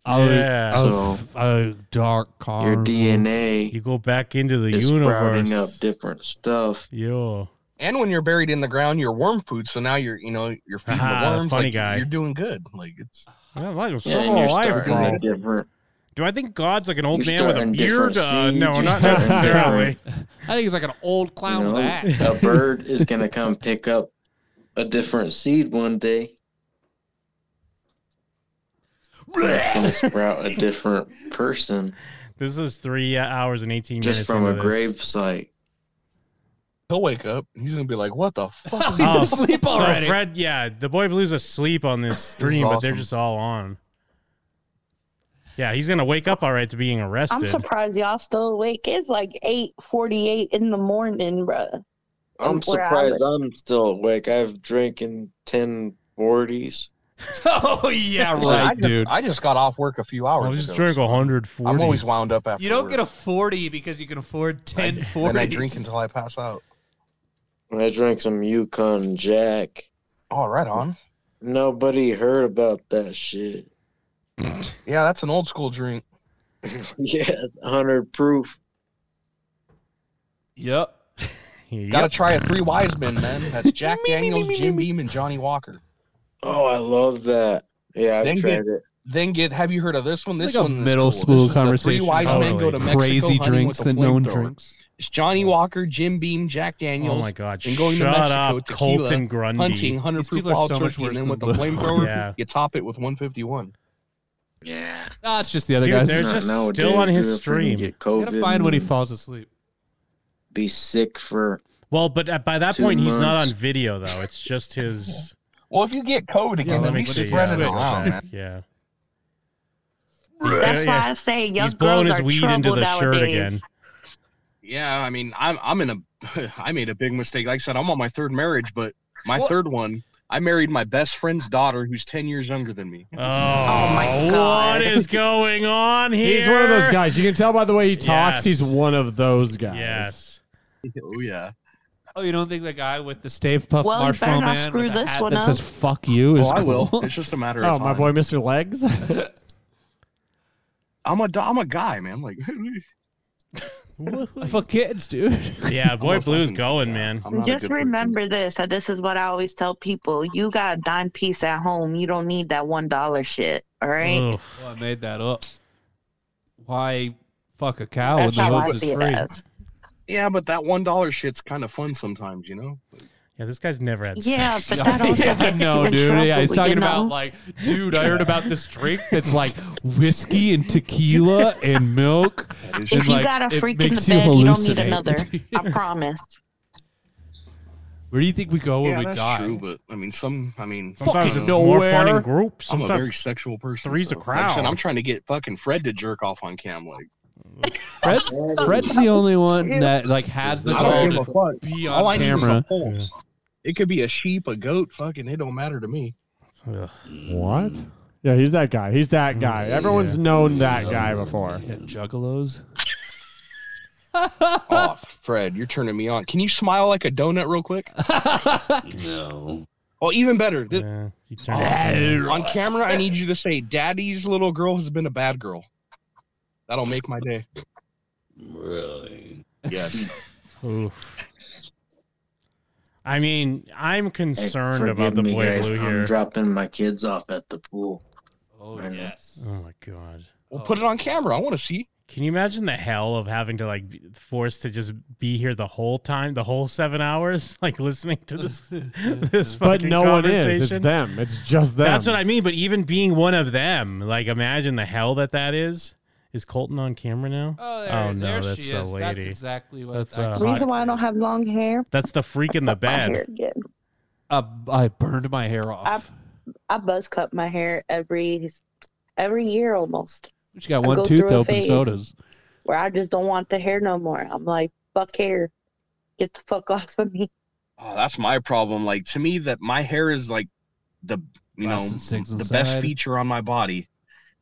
S1: Oh,
S10: Yeah.
S1: oh,
S18: So-
S1: oh, dark car.
S18: Your DNA
S10: You go back into the
S18: is sprouting up
S10: universe.
S18: different stuff.
S10: Yo.
S7: And when you're buried in the ground, you're worm food. So now you're, you know, you're feeding
S10: Ah,
S7: the worms.
S10: funny
S7: like,
S10: guy.
S7: You're doing good. Like it's.
S10: Yeah, like a
S7: Yeah, and
S10: soul
S7: you're
S10: alive,
S7: starting
S10: bro.
S7: a
S18: Different.
S10: Do I think God's like an old
S18: You're
S10: man with a
S18: starting
S10: beard?
S18: different
S10: Uh, no,
S18: seeds,
S10: not
S18: you're starting
S10: necessarily.
S12: I think it's like an old
S18: You
S12: clown
S18: know,
S12: with a
S18: a
S12: hat.
S18: bird is gonna come pick up a different seed one day. It's gonna sprout a different person
S10: This is three uh, hours and eighteen minutes.
S18: just from
S10: into
S18: a
S10: this.
S18: grave site.
S7: He'll wake up. He's gonna be like, "What the fuck?"
S10: Oh, so Fred, yeah, the boy blue's asleep on this stream, but they're
S7: awesome.
S10: just all on. Yeah, he's gonna wake up all right to being arrested.
S9: I'm surprised y'all still awake. It's like eight forty-eight in the morning, bruh.
S18: I'm
S9: Where I
S18: surprised
S9: live.
S18: I'm still awake. I've drinking ten forties.
S12: oh yeah,
S7: I just, I just got off work a few hours.
S10: just
S7: ago,
S10: drank
S7: so
S10: 140.
S7: I'm always wound up after.
S12: You don't
S7: work.
S12: get a forty because you can afford ten forties.
S7: and I drink until I pass out.
S18: I drank some Yukon Jack.
S7: All right, on.
S18: Nobody heard about that shit.
S7: Yeah, that's an old school drink.
S18: yeah, hundred proof.
S12: Yep.
S7: Gotta try a three wise men, man. That's Jack Daniels, Jim Beam, and Johnny Walker.
S18: Oh, I love that. Yeah, I've
S7: Then
S18: tried
S7: get,
S18: it.
S7: then get. Have you heard of this one? This
S18: Like a
S7: one is
S1: middle
S7: cool.
S1: school
S7: This is the
S1: conversation.
S7: Three wise men go
S1: Totally.
S7: to Mexico
S1: Crazy
S7: hunting
S1: drinks
S7: with a
S1: that no one
S7: flamethrower.
S1: drinks.
S7: It's Johnny Walker, Jim Beam, Jack Daniels.
S10: Oh my God,
S7: And going
S10: shut
S7: to Mexico,
S10: up,
S7: tequila,
S10: Colton Grundy.
S7: hunting hundred
S10: These
S7: proof
S10: people are
S7: wild
S10: so much
S7: turkey, and
S10: worse
S7: then
S10: than
S7: with the
S10: Blue.
S7: flamethrower,
S10: Yeah.
S7: you top it with one fifty one.
S18: Yeah.
S12: Ah, it's just
S1: the other
S10: Dude,
S1: guys.
S10: they're
S18: Not
S10: just
S18: nowadays,
S10: still on
S18: dude,
S10: his
S18: if we can
S10: stream.
S18: get
S1: Gotta
S18: COVID
S1: find when he
S18: and
S1: falls asleep.
S18: Be sick for
S10: Well, but at, by that
S18: Two
S10: point, he's not
S18: months.
S10: on video though. It's just his.
S7: Well, if you get COVID
S10: Yeah,
S7: again,
S10: let
S7: then
S10: me
S7: you can
S10: see.
S7: spread it
S10: Yeah.
S7: around, man.
S10: Yeah.
S9: That's
S10: Yeah,
S9: why
S10: yeah.
S9: I say young
S10: He's blowing
S9: girls
S10: his
S9: are
S10: weed
S9: trouble
S10: into the
S9: nowadays.
S10: shirt again.
S7: Yeah, I mean, I'm I'm in a I made a big mistake. Like I said, I'm on my third marriage, but my
S12: What?
S7: third one, I married my best friend's daughter, who's ten years younger than me.
S10: Oh, what is going on here?
S11: He's one of those guys. You can tell by the way he talks.
S10: Yes.
S11: He's one of those guys.
S10: Yes.
S7: Oh yeah.
S12: Oh, you don't think the guy with the stave puff
S9: Well, you better
S12: marshmallow
S9: not
S12: man
S9: screw
S12: with the
S9: this
S12: hat
S9: one
S12: that
S9: up.
S12: says "fuck you" is
S7: Oh, I
S12: cool?
S7: will. It's just a matter of
S11: Oh,
S7: time.
S11: my boy, Mr. Legs.
S7: I'm a do- I'm a guy, man. Like
S12: For kids, dude.
S10: Yeah, boy
S7: a
S10: blue's
S7: fucking-
S10: going, man.
S7: I'm not a
S9: Just
S7: good person.
S9: remember this. That this is what I always tell people. You got a dime piece at home. You don't need that one dollar shit. All right.
S10: Oof.
S12: Well, I made that up. Why fuck a cow
S9: That's
S12: when
S9: how
S12: the
S9: I
S12: hoods
S9: see
S12: is
S9: it
S12: free?
S9: as.
S7: yeah, but that one dollar shit's kind of fun sometimes, you know.
S10: Yeah, this guy's never had
S9: Yeah,
S10: sex.
S9: but that also
S12: yeah,
S9: gets
S12: no,
S9: you in
S12: dude.
S9: Trouble,
S12: yeah, he's talking
S9: you know?
S12: about like, dude. I heard about this drink that's like whiskey and tequila and milk.
S9: If
S12: and,
S9: you
S12: like,
S9: got a
S12: it
S9: freak in the
S12: makes you
S9: bed, you don't need
S12: hallucinate.
S9: another. I promise.
S12: Where do you think we go when
S7: yeah,
S12: we
S7: that's
S12: die?
S7: true, but I mean, some I mean,
S10: Sometimes
S12: Fucking
S10: it's more fun
S12: nowhere.
S10: in groups.
S7: I'm a very
S10: Sometimes
S7: sexual person.
S10: three's a
S7: so, like I said,
S10: crowd.
S7: I'm trying to get fucking Fred to jerk off on cam. Like
S12: Fred's, Fred's the only one that like has the
S7: I
S12: goal
S7: don't give a
S12: to
S7: fuck.
S12: be
S7: All I
S12: on
S7: need is a
S12: camera.
S7: pulse. It could be a sheep, a goat, fucking. It don't matter to me.
S10: Ugh.
S11: What? Yeah, he's that guy. He's
S10: Mm,
S11: that guy. Everyone's known that guy before.
S12: Yeah, juggalos.
S7: oh, Fred, you're turning me on. Can you smile like a donut real quick?
S5: No.
S7: Oh, even better. Th- Oh,
S10: Yeah, he turned his camera.
S7: on camera, I need you to say, "Daddy's little girl has been a bad girl." That'll make my day.
S5: Really?
S7: Yes.
S10: Oof. I mean, I'm
S18: Hey,
S10: concerned
S18: forgive
S10: about the
S18: me,
S10: boy
S18: guys.
S10: blue
S18: I'm
S10: here.
S18: dropping my kids off at the pool.
S12: Oh
S18: I know.
S12: yes.
S10: oh my god.
S12: Oh.
S7: We'll put it on camera. I want to see.
S10: Can you imagine the hell of having to like be forced to just be here the whole time, the whole seven hours, like listening to this this
S11: But
S10: fucking
S11: no one is. It's
S10: conversation?
S11: them. It's just them.
S10: That's what I mean. But even being one of them, like imagine the hell that that is. Is Colton on camera now?
S12: Oh, there,
S10: no,
S12: there
S10: that's
S12: she
S10: a
S12: is.
S10: lady.
S12: That's exactly what.
S10: That's,
S12: That's
S10: uh,
S12: actually,
S9: Reason why I don't have long hair.
S10: That's the freak in the
S9: My hair
S10: bed.
S9: again.
S12: uh, I burned my hair off.
S9: I buzz cut my hair every every year almost.
S12: she got
S9: I
S12: one
S9: go
S12: tooth
S9: through a
S12: open.
S9: phase.
S12: So does.
S9: Where I just don't want the hair no more. I'm like, fuck hair. Get the fuck off of me.
S7: Oh, that's my problem. Like to me, that my hair is like the you know
S12: Last and six
S7: the best
S12: inside.
S7: feature on my body,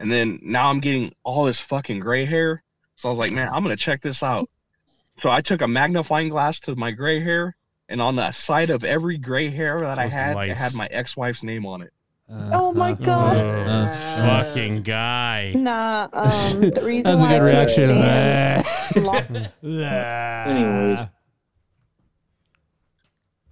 S7: and then now I'm getting all this fucking gray hair. So I was like, man, I'm gonna check this out. So I took a magnifying glass to my gray hair, and on the side of every gray hair that I
S10: Those
S7: had, it
S10: lights.
S7: had my ex-wife's name on it.
S9: Oh my
S7: Uh-huh.
S9: God.
S10: Oh,
S12: Uh,
S10: this fucking guy.
S9: Nah, um, the reason
S12: That was a
S9: why
S12: good
S9: I can't
S12: reaction.
S9: stand
S12: Uh,
S18: Anyways.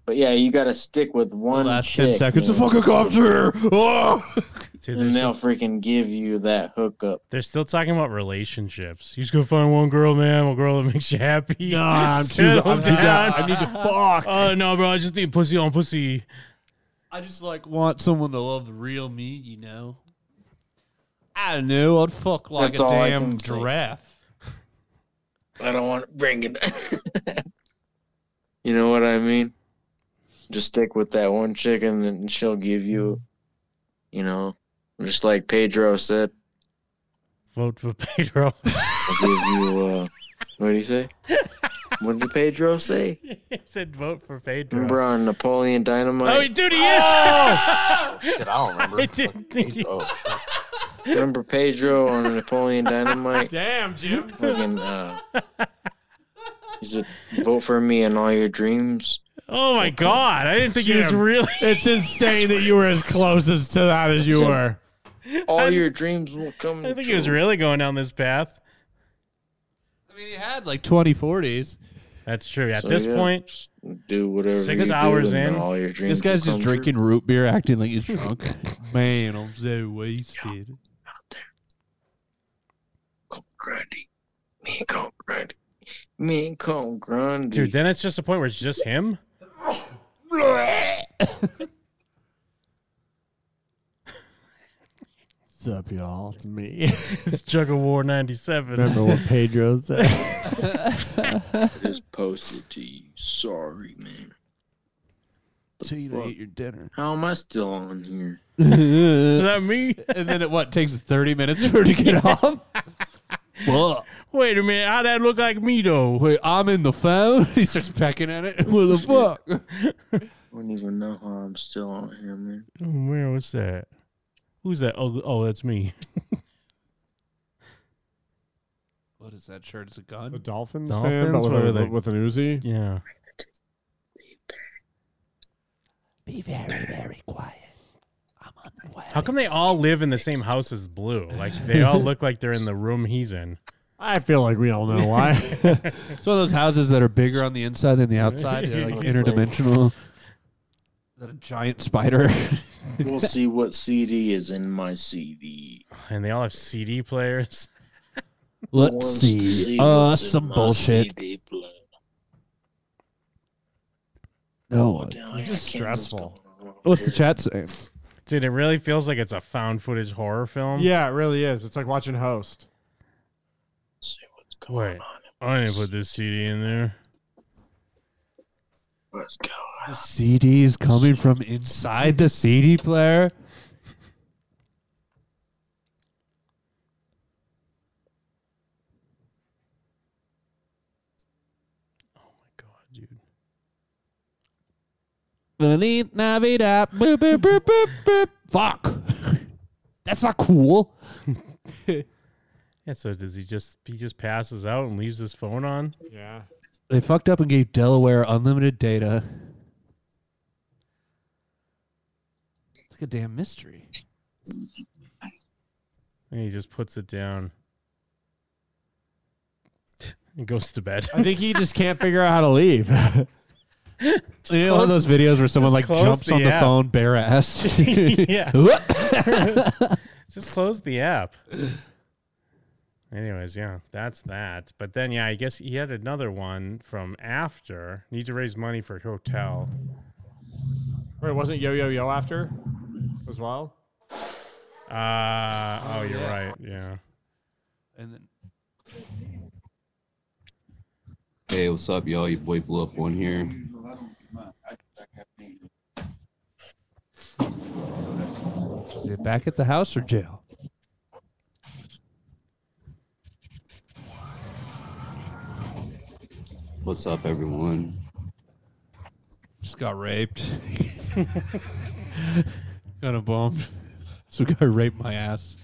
S18: But yeah, you gotta stick with one.
S12: last
S18: chick,
S12: ten seconds. The
S18: man.
S12: fucking cops are here. Oh.
S10: too.
S18: and
S10: There's
S18: they'll freaking give you that hookup.
S10: They're still talking about relationships. You just go find one girl, man, one girl that makes you happy.
S11: No, I'm too-
S10: Settle
S11: I'm too
S10: down.
S11: dumb. I need to fuck.
S10: Oh no, bro, I just need pussy on pussy.
S1: I just like want someone to love the real me, you know. I don't know. I'd fuck like
S18: That's
S1: a
S18: all I
S1: damn
S18: can say.
S1: giraffe.
S18: I don't want to bring it. you know what I mean? Just stick with that one chicken, and she'll give you, you know, just like Pedro said,
S10: Vote for Pedro.
S18: I'll give you. Uh, what did he say? What did Pedro say?
S10: he said vote for Pedro.
S18: Remember on Napoleon Dynamite?
S10: Oh, dude, he is.
S18: shit, I "Oh!" don't remember.
S10: I didn't think he-
S18: Remember Pedro on Napoleon Dynamite?
S11: Damn, Jim.
S18: Fucking, uh, he's a vote for me in all your dreams.
S10: Oh my god, I didn't think he was
S11: Jim,
S10: really.
S11: It's insane that you were as close as to that as you
S10: Jim.
S11: were.
S18: All your dreams will come.
S10: I think he was really going down this path.
S1: Had like twenty forties.
S10: That's true. At
S18: So,
S10: this
S18: yeah,
S10: point,
S18: do whatever.
S10: Six
S18: you do
S10: hours
S18: and
S10: in,
S18: all your dreams.
S1: This guy's
S18: will
S1: just
S18: come true.
S1: drinking root beer, acting like he's drunk. Man, I'm so wasted.
S18: Grundy. Me and Cole Grundy. Me and Cole Grundy.
S10: dude, then it's just a point where it's just him.
S11: What's up, y'all? It's me.
S10: it's Jug of War '97.
S11: Remember what Pedro said?
S18: I just posted to you. Sorry, man.
S1: Tell you to eat your dinner.
S18: How am I still on here?
S1: Is
S10: that me?
S1: and then it what takes thirty minutes for her to get off? Whoa.
S10: Wait a minute, how that look like me though?
S1: Wait, I'm in the phone. He starts pecking at it. What the fuck?
S18: I don't even know how I'm still on here, man.
S10: Oh, man, what's that? Who's that? Oh, oh that's me.
S1: What is that shirt? It's a gun.
S11: The Dolphins,
S10: Dolphins,
S11: fan, but with,
S10: what are
S11: a,
S10: they?
S11: with an Uzi.
S10: Yeah.
S1: Be very, very quiet. I'm on the way.
S10: How come they all live in the same house as Blue? Like they all look like they're in the room he's in.
S11: I feel like we all know why.
S1: it's one of those houses that are bigger on the inside than the outside. They're like interdimensional. Is that a giant spider?
S18: We'll see what CD is in my CD.
S10: And they all have CD players.
S1: Let's
S18: Wants to
S1: see. Uh,
S18: what's in
S1: some
S18: my
S1: bullshit.
S18: CD player.
S1: No,
S18: Damn, I can't
S11: This is
S18: remember what's
S11: stressful.
S18: going on.
S1: What's the chat saying?
S10: Dude, it really feels like it's a found footage horror film.
S11: Yeah, it really is. It's like watching Host.
S10: Wait, I didn't put this CD in there.
S18: Let's go.
S1: The CD is coming from inside the CD player. Oh Feliz Navidad. Boop, boop, boop, boop, boop. Fuck. That's not cool.
S10: Yeah, so does he just he just passes out and leaves his phone on?
S11: Yeah.
S1: They fucked up and gave Delaware unlimited data. It's like a damn mystery.
S10: And he just puts it down. And goes to bed.
S11: I think he just can't figure out how to leave.
S1: You know, one of those videos where someone
S10: just
S1: like
S10: close
S1: jumps
S10: the
S1: on the
S10: app.
S1: phone bare ass.
S10: Yeah.
S1: Whoop.
S10: Just close the app. Anyways, yeah, that's that. But then, yeah, I guess he had another one from after. Need to raise money for hotel.
S11: Wait, wasn't Yo Yo Yo after as well?
S10: Uh, oh, you're
S1: yeah.
S10: right. Yeah.
S1: and then
S19: Hey, what's up, y'all? Your boy blew up one here.
S1: Is it back at the house or jail?
S19: What's up, everyone?
S1: Just got raped. kind of bummed. Some guy raped my ass.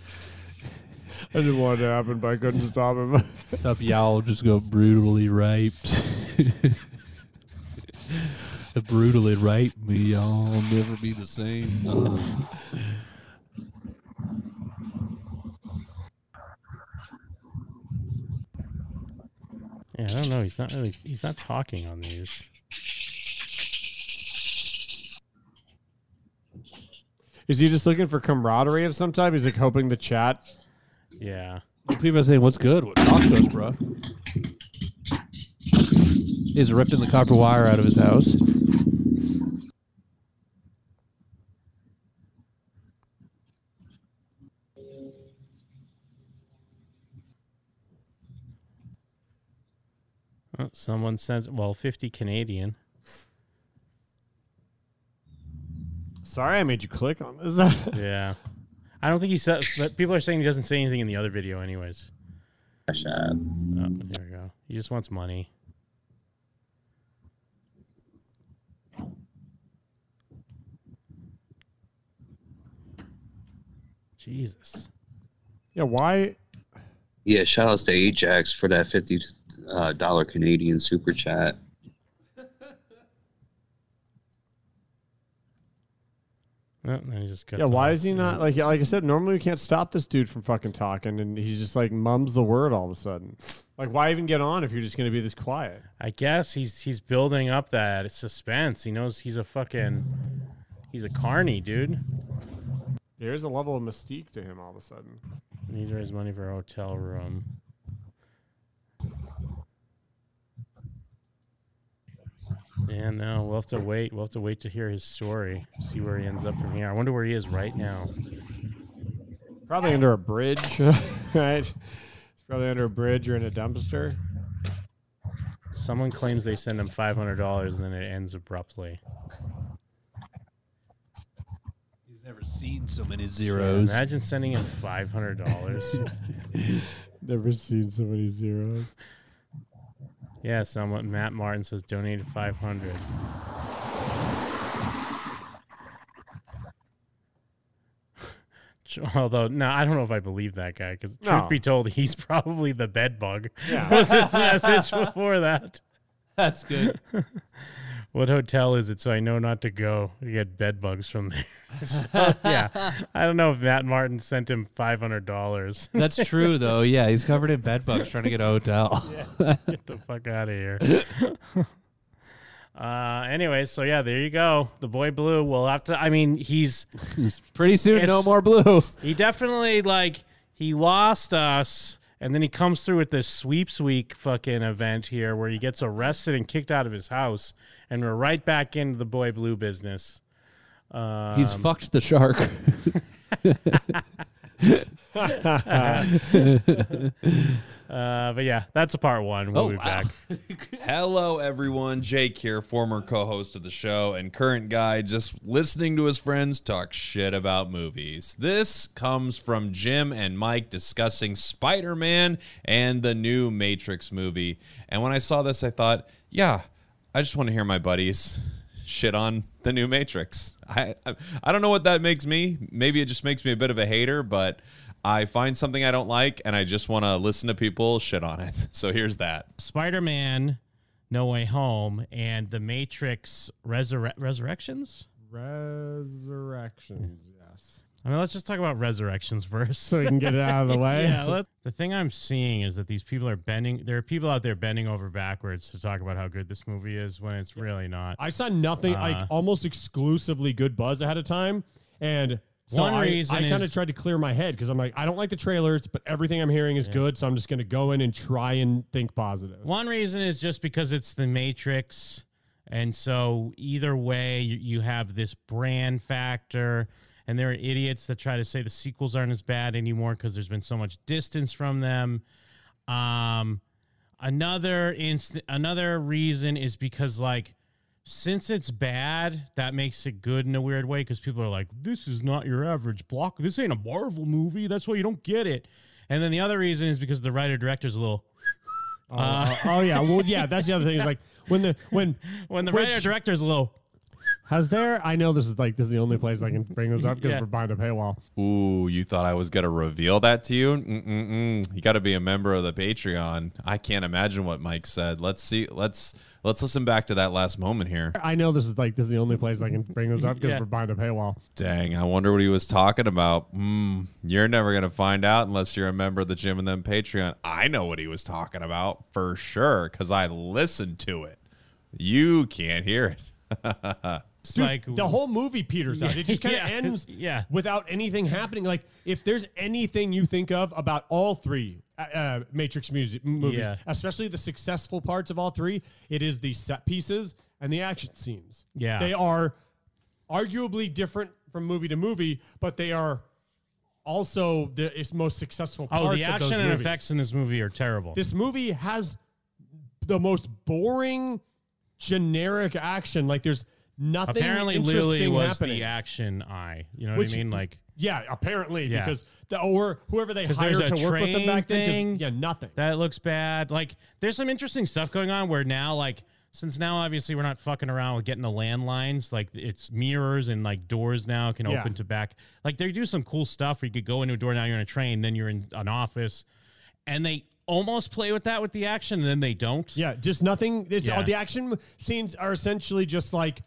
S11: I didn't want it to happen, but I couldn't stop him.
S1: Sup, y'all? Just got brutally raped. They brutally raped me, y'all. I'll never be the same.
S10: Yeah, I don't know. He's not really. He's not talking on these.
S11: Is he just looking for camaraderie of some type? He's like hoping the chat.
S10: Yeah.
S11: People are saying, "What's good? What talk to us, bro?"
S1: He's ripping the copper wire out of his house.
S10: Oh, someone sent well fifty Canadian.
S11: Sorry, I made you click on this.
S10: yeah, I don't think he says. But people are saying he doesn't say anything in the other video, anyways. Oh, there we go. He just wants money. Jesus.
S11: Yeah, why?
S5: Yeah, shout outs to Ajax for that fifty uh, dollar Canadian super chat.
S10: Oh, then he just cuts
S11: yeah, why
S10: off.
S11: is he not like? Like I said, normally we can't stop this dude from fucking talking, and he just like mums the word all of a sudden. Like, why even get on if you're just gonna be this quiet?
S10: I guess he's he's building up that suspense. He knows he's a fucking he's a carny, dude.
S11: There is a level of mystique to him all of a sudden.
S10: Need to raise money for a hotel room. Yeah, no, we'll have to wait. We'll have to wait to hear his story. See where he ends up from here. I wonder where he is right now.
S11: Probably under a bridge, right? It's probably under a bridge or in a dumpster.
S10: Someone claims they send him five hundred dollars and then it ends abruptly.
S1: He's never seen so many
S10: Yeah,
S1: zeros.
S10: imagine sending him five hundred dollars.
S11: Never seen so many zeros.
S10: yeah, someone Matt Martin says donated five hundred. Although, no, I don't know if I believe that guy because
S11: No.
S10: truth be told, he's probably the bed bug.
S11: Yeah.
S10: was his message before that.
S1: That's good.
S10: what hotel is it so I know not to go? You get bed bugs from there. So, yeah. I don't know if Matt Martin sent him $500.
S1: That's true, though. Yeah, he's covered in bed bugs trying to get a hotel.
S10: Yeah. Get the fuck out of here. Uh, anyway, so yeah, there you go. The boy blue will have to. I mean, he's
S1: Pretty soon, no
S10: It's-
S1: more blue.
S10: He definitely like he lost us, and then he comes through with this sweeps week fucking event here, where he gets arrested and kicked out of his house, and we're right back into the boy blue business. Um,
S1: He's fucked the shark.
S10: uh, but yeah, that's a part one. We'll
S20: Oh,
S10: be
S1: uh,
S20: wow.
S10: back.
S20: Hello, everyone. Jake here, former co host of the show and current guy just listening to his friends talk shit about movies. This comes from Jim and Mike discussing Spider Man and the new Matrix movie. And when I saw this, I thought, yeah, I just want to hear my buddies shit on the new Matrix. I, I I don't know what that makes me. Maybe it just makes me a bit of a hater, but I find something I don't like and I just want to listen to people shit on it. So here's that.
S10: Spider Man, No Way Home, and The Matrix Resurre- Resurrections.
S11: Resurrections, yes.
S10: I mean, let's just talk about resurrections first, so
S11: we can get it out of the way.
S10: yeah. let- the thing I'm seeing is that these people are bending. There are people out there bending over backwards to talk about how good this movie is when it's really not.
S11: I saw nothing
S10: Uh,
S11: like almost exclusively good buzz ahead of time, and so
S10: One
S11: I,
S10: reason
S11: I kind of
S10: is-
S11: tried to clear my head because I'm like, I don't like the trailers, but everything I'm hearing is good, so I'm just gonna go in and try and think positive.
S10: One reason is just because it's the Matrix. And so either way, you, you have this brand factor. And there are idiots that try to say the sequels aren't as bad anymore because there's been so much distance from them. Um, another inst- another reason is because like since it's bad, that makes it good in a weird way because people are like, this is not your average block. This ain't a Marvel movie. That's why you don't get it. And then the other reason is because the writer director's a little. Uh.
S11: Oh, oh, oh, yeah, well yeah, that's the other thing is like when the when
S10: when the
S11: which-
S10: writer director's a little.
S11: Has there? I know this is like this is the only place I can bring this up because
S20: Yeah.
S11: we're behind a paywall.
S20: Ooh, you thought I was going to reveal that to you? Mm-mm-mm. You got to be a member of the Patreon. I can't imagine what Mike said. Let's see. Let's let's listen back to that last moment here.
S11: I know this is like this is the only place I can bring this up because
S20: Yeah.
S11: we're behind a paywall.
S20: Dang, I wonder what he was talking about. Mm, you're never going to find out unless you're a member of the Jim and Them Patreon. I know what he was talking about for sure because I listened to it. You can't hear it.
S10: it's
S11: Dude,
S10: like
S11: the whole movie peters out. It just kind of
S10: Yeah.
S11: ends
S10: Yeah.
S11: without anything happening. Like if there's anything you think of about all three uh, uh, Matrix music movies,
S10: Yeah.
S11: especially the successful parts of all three, it is the set pieces and the action scenes.
S10: Yeah.
S11: they are arguably different from movie to movie, but they are also the its most successful. Parts
S10: Oh, the
S11: of
S10: action
S11: those
S10: and
S11: movies.
S10: effects in this movie are terrible.
S11: This movie has the most boring, generic action. Like there's nothing
S10: apparently
S11: interesting
S10: Lily was
S11: happening.
S10: the action eye. You know
S11: Which-
S10: what I mean? Like
S11: yeah, apparently
S10: Yeah.
S11: because the or whoever they
S10: 'Cause there's
S11: hired
S10: a
S11: to work with them
S10: train
S11: back then,
S10: thing
S11: just, yeah, nothing.
S10: that looks bad. Like there's some interesting stuff going on where now like. Since now, obviously, we're not fucking around with getting the landlines. Like it's mirrors and like doors now can
S11: Yeah.
S10: open to back. Like they do some cool stuff where you could go into a door. Now you're in a train, then you're in an office, and they almost play with that with the action, and then they don't.
S11: Yeah, just nothing. It's
S10: Yeah.
S11: all the action scenes are essentially just like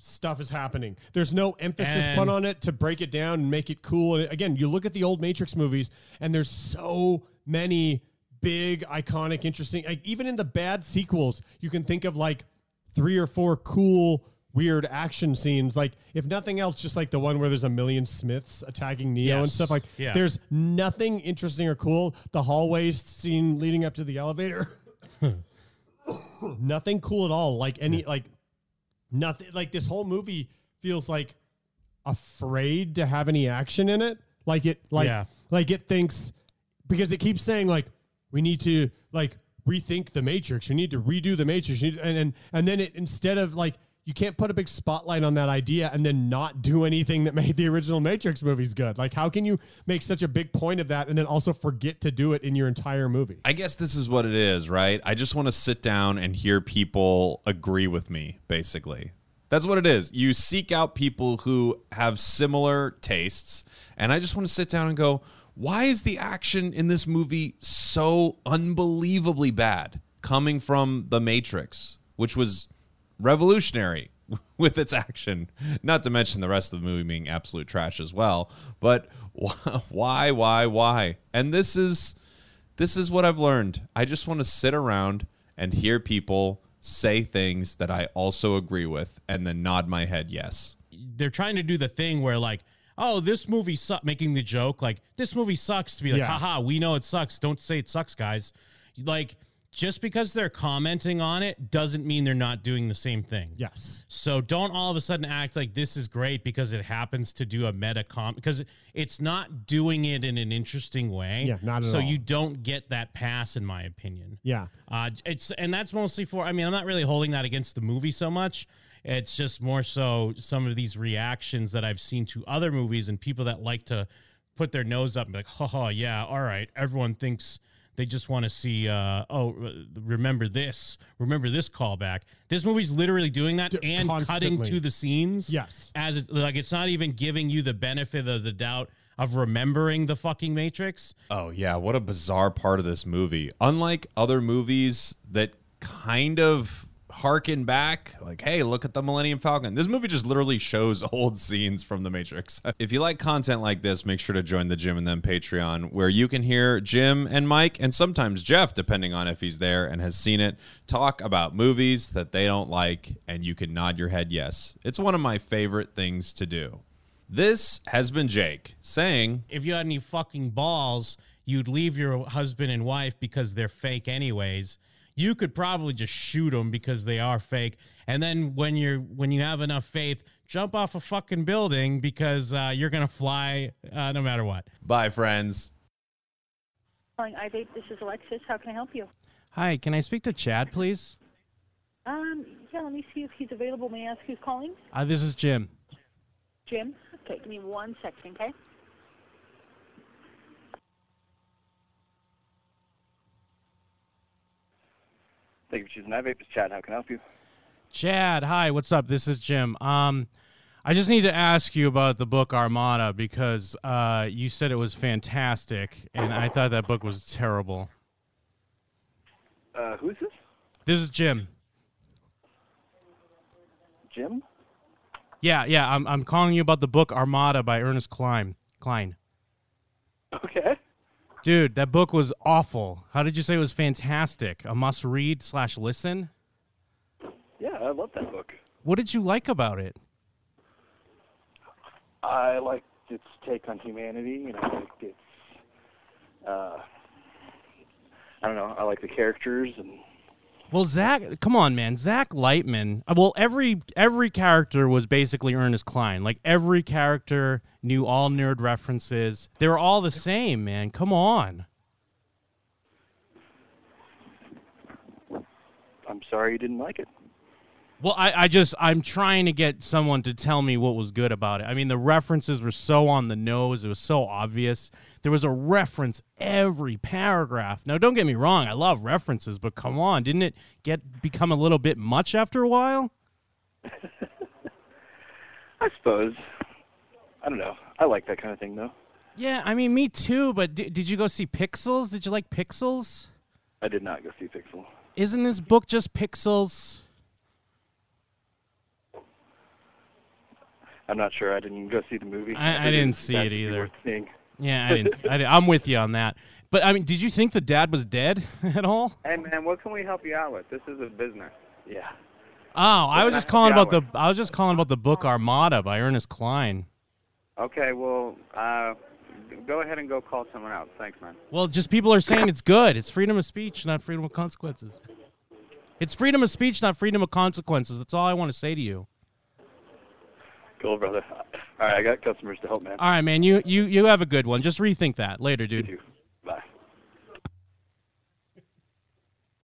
S11: stuff is happening. There's no emphasis
S10: And-
S11: put on it to break it down and make it cool. And again, you look at the old Matrix movies, and there's so many big, iconic, interesting. Like even in the bad sequels, you can think of like three or four cool. Weird action scenes, like if nothing else, just like the one where there's a million Smiths attacking Neo and
S10: Yes.
S11: stuff. Like,
S10: Yeah.
S11: there's nothing interesting or cool. The hallway scene leading up to the elevator, nothing cool at all. Like any like nothing like this whole movie feels like afraid to have any action in it. Like it like
S10: Yeah.
S11: like it thinks because it keeps saying like we need to like rethink the matrix. We need to redo the matrix. You need- And and and then it instead of like you can't put a big spotlight on that idea and then not do anything that made the original Matrix movies good. Like how can you make such a big point of that and then also forget to do it in your entire movie?
S20: I guess this is what it is, right? I just want to sit down and hear people agree with me, basically. That's what it is. You seek out people who have similar tastes, and I just want to sit down and go, why is the action in this movie so unbelievably bad coming from The Matrix, which was revolutionary with its action. Not to mention the rest of the movie being absolute trash as well. But wh- why, why, why? And this is this is what I've learned. I just want to sit around and hear people say things that I also agree with, and then nod my head yes.
S10: they're trying to do the thing where like oh this movie sucks making the joke like this movie sucks to be like
S11: Yeah.
S10: haha we know it sucks don't say it sucks guys like just because they're commenting on it doesn't mean they're not doing the same thing
S11: Yes.
S10: so don't all of a sudden act like this is great because it happens to do a meta com because it's not doing it in an interesting way
S11: Yeah, not at
S10: so
S11: all.
S10: you don't get that pass in my opinion
S11: Yeah.
S10: uh, it's and that's mostly for. I mean, I'm not really holding that against the movie so much. It's just more so some of these reactions that I've seen to other movies and people that like to put their nose up and be like, "Ha ha, yeah, all right." Everyone thinks they just want to see. Uh, oh, re- remember this? Remember this callback? This movie's literally doing that
S11: D-
S10: and cutting
S11: constantly.
S10: to the scenes.
S11: Yes.
S10: as it's like it's not even giving you the benefit of the doubt of remembering the fucking Matrix.
S20: Oh yeah, what a bizarre part of this movie. Unlike other movies that kind of harken back, like, hey, look at the Millennium Falcon. This movie just literally shows old scenes from The Matrix. if you like content like this, make sure to join the Jim and Them Patreon, where you can hear Jim and Mike and sometimes Jeff, depending on if he's there and has seen it, talk about movies that they don't like, and you can nod your head yes. It's one of my favorite things to do. This has been Jake saying
S10: if you had any fucking balls, you'd leave your husband and wife because they're fake anyways. You could probably just shoot them because they are fake. And then when you're when you have enough faith, jump off a fucking building because uh, you're gonna fly uh, no matter what.
S20: Bye, friends.
S21: Calling iVape, this is Alexis. How can I help you?
S10: Hi, can I speak to Chad, please?
S21: Um, yeah, let me see if he's available. May I ask who's calling?
S10: Uh, this is Jim.
S21: Jim? Okay, give me one second, okay?
S22: Thank you for choosing iVape. It's Chad. How can I help you?
S23: Chad, hi, what's up? This is Jim. Um, I just need to ask you about the book Armada because uh, you said it was fantastic, and I thought that book was terrible.
S22: Uh, who is this?
S23: This is Jim.
S22: Jim?
S23: Yeah, yeah, I'm, I'm calling you about the book Armada by Ernest Klein. Klein.
S22: Okay.
S23: Dude, that book was awful. How did you say it was fantastic? A must read slash listen?
S22: Yeah, I love that book.
S23: What did you like about it?
S18: I liked its take on humanity, and I liked its. Uh, I don't know. I like the characters, and
S10: Well, Zach, come on, man. Zach Lightman. uh, Well, every every character was basically Ernest Klein. Like every character knew all nerd references. They were all the same, man. Come on.
S18: I'm sorry you didn't like it.
S10: Well, I, I just I'm trying to get someone to tell me what was good about it. I mean, the references were so on the nose; it was so obvious. There was a reference every paragraph. Now, don't get me wrong; I love references, but come on, didn't it get become a little bit much after a while?
S18: I suppose. I don't know. I like that kind of thing, though.
S10: Yeah, I mean, me too. But di- did you go see Pixels? Did you like Pixels?
S18: I did not go see Pixel.
S10: Isn't this book just Pixels?
S18: I'm not sure. I didn't go see the movie.
S10: I, I
S18: It
S10: didn't
S18: is-
S10: see
S18: that
S10: it
S18: should be
S10: either.
S18: worth seeing.
S10: Yeah, I didn't. I didn't- I'm with you on that. But I mean, did you think the dad was dead at all?
S1: Hey man, what can we help you out with? This is a business.
S18: Yeah.
S10: Oh, I was
S1: Can I
S10: just
S1: help
S10: calling
S1: you
S10: about
S1: out
S10: the I was just calling about the book Armada by Ernest Klein.
S1: Okay, well, uh, go ahead and go call someone else. Thanks, man.
S10: Well, just people are saying it's good. It's freedom of speech, not freedom of consequences. It's freedom of speech, not freedom of consequences. That's all I want to say to you.
S18: Cool, brother. All right, I got customers to help, man.
S10: All right, man. You you you have a good one. Just rethink that later, dude.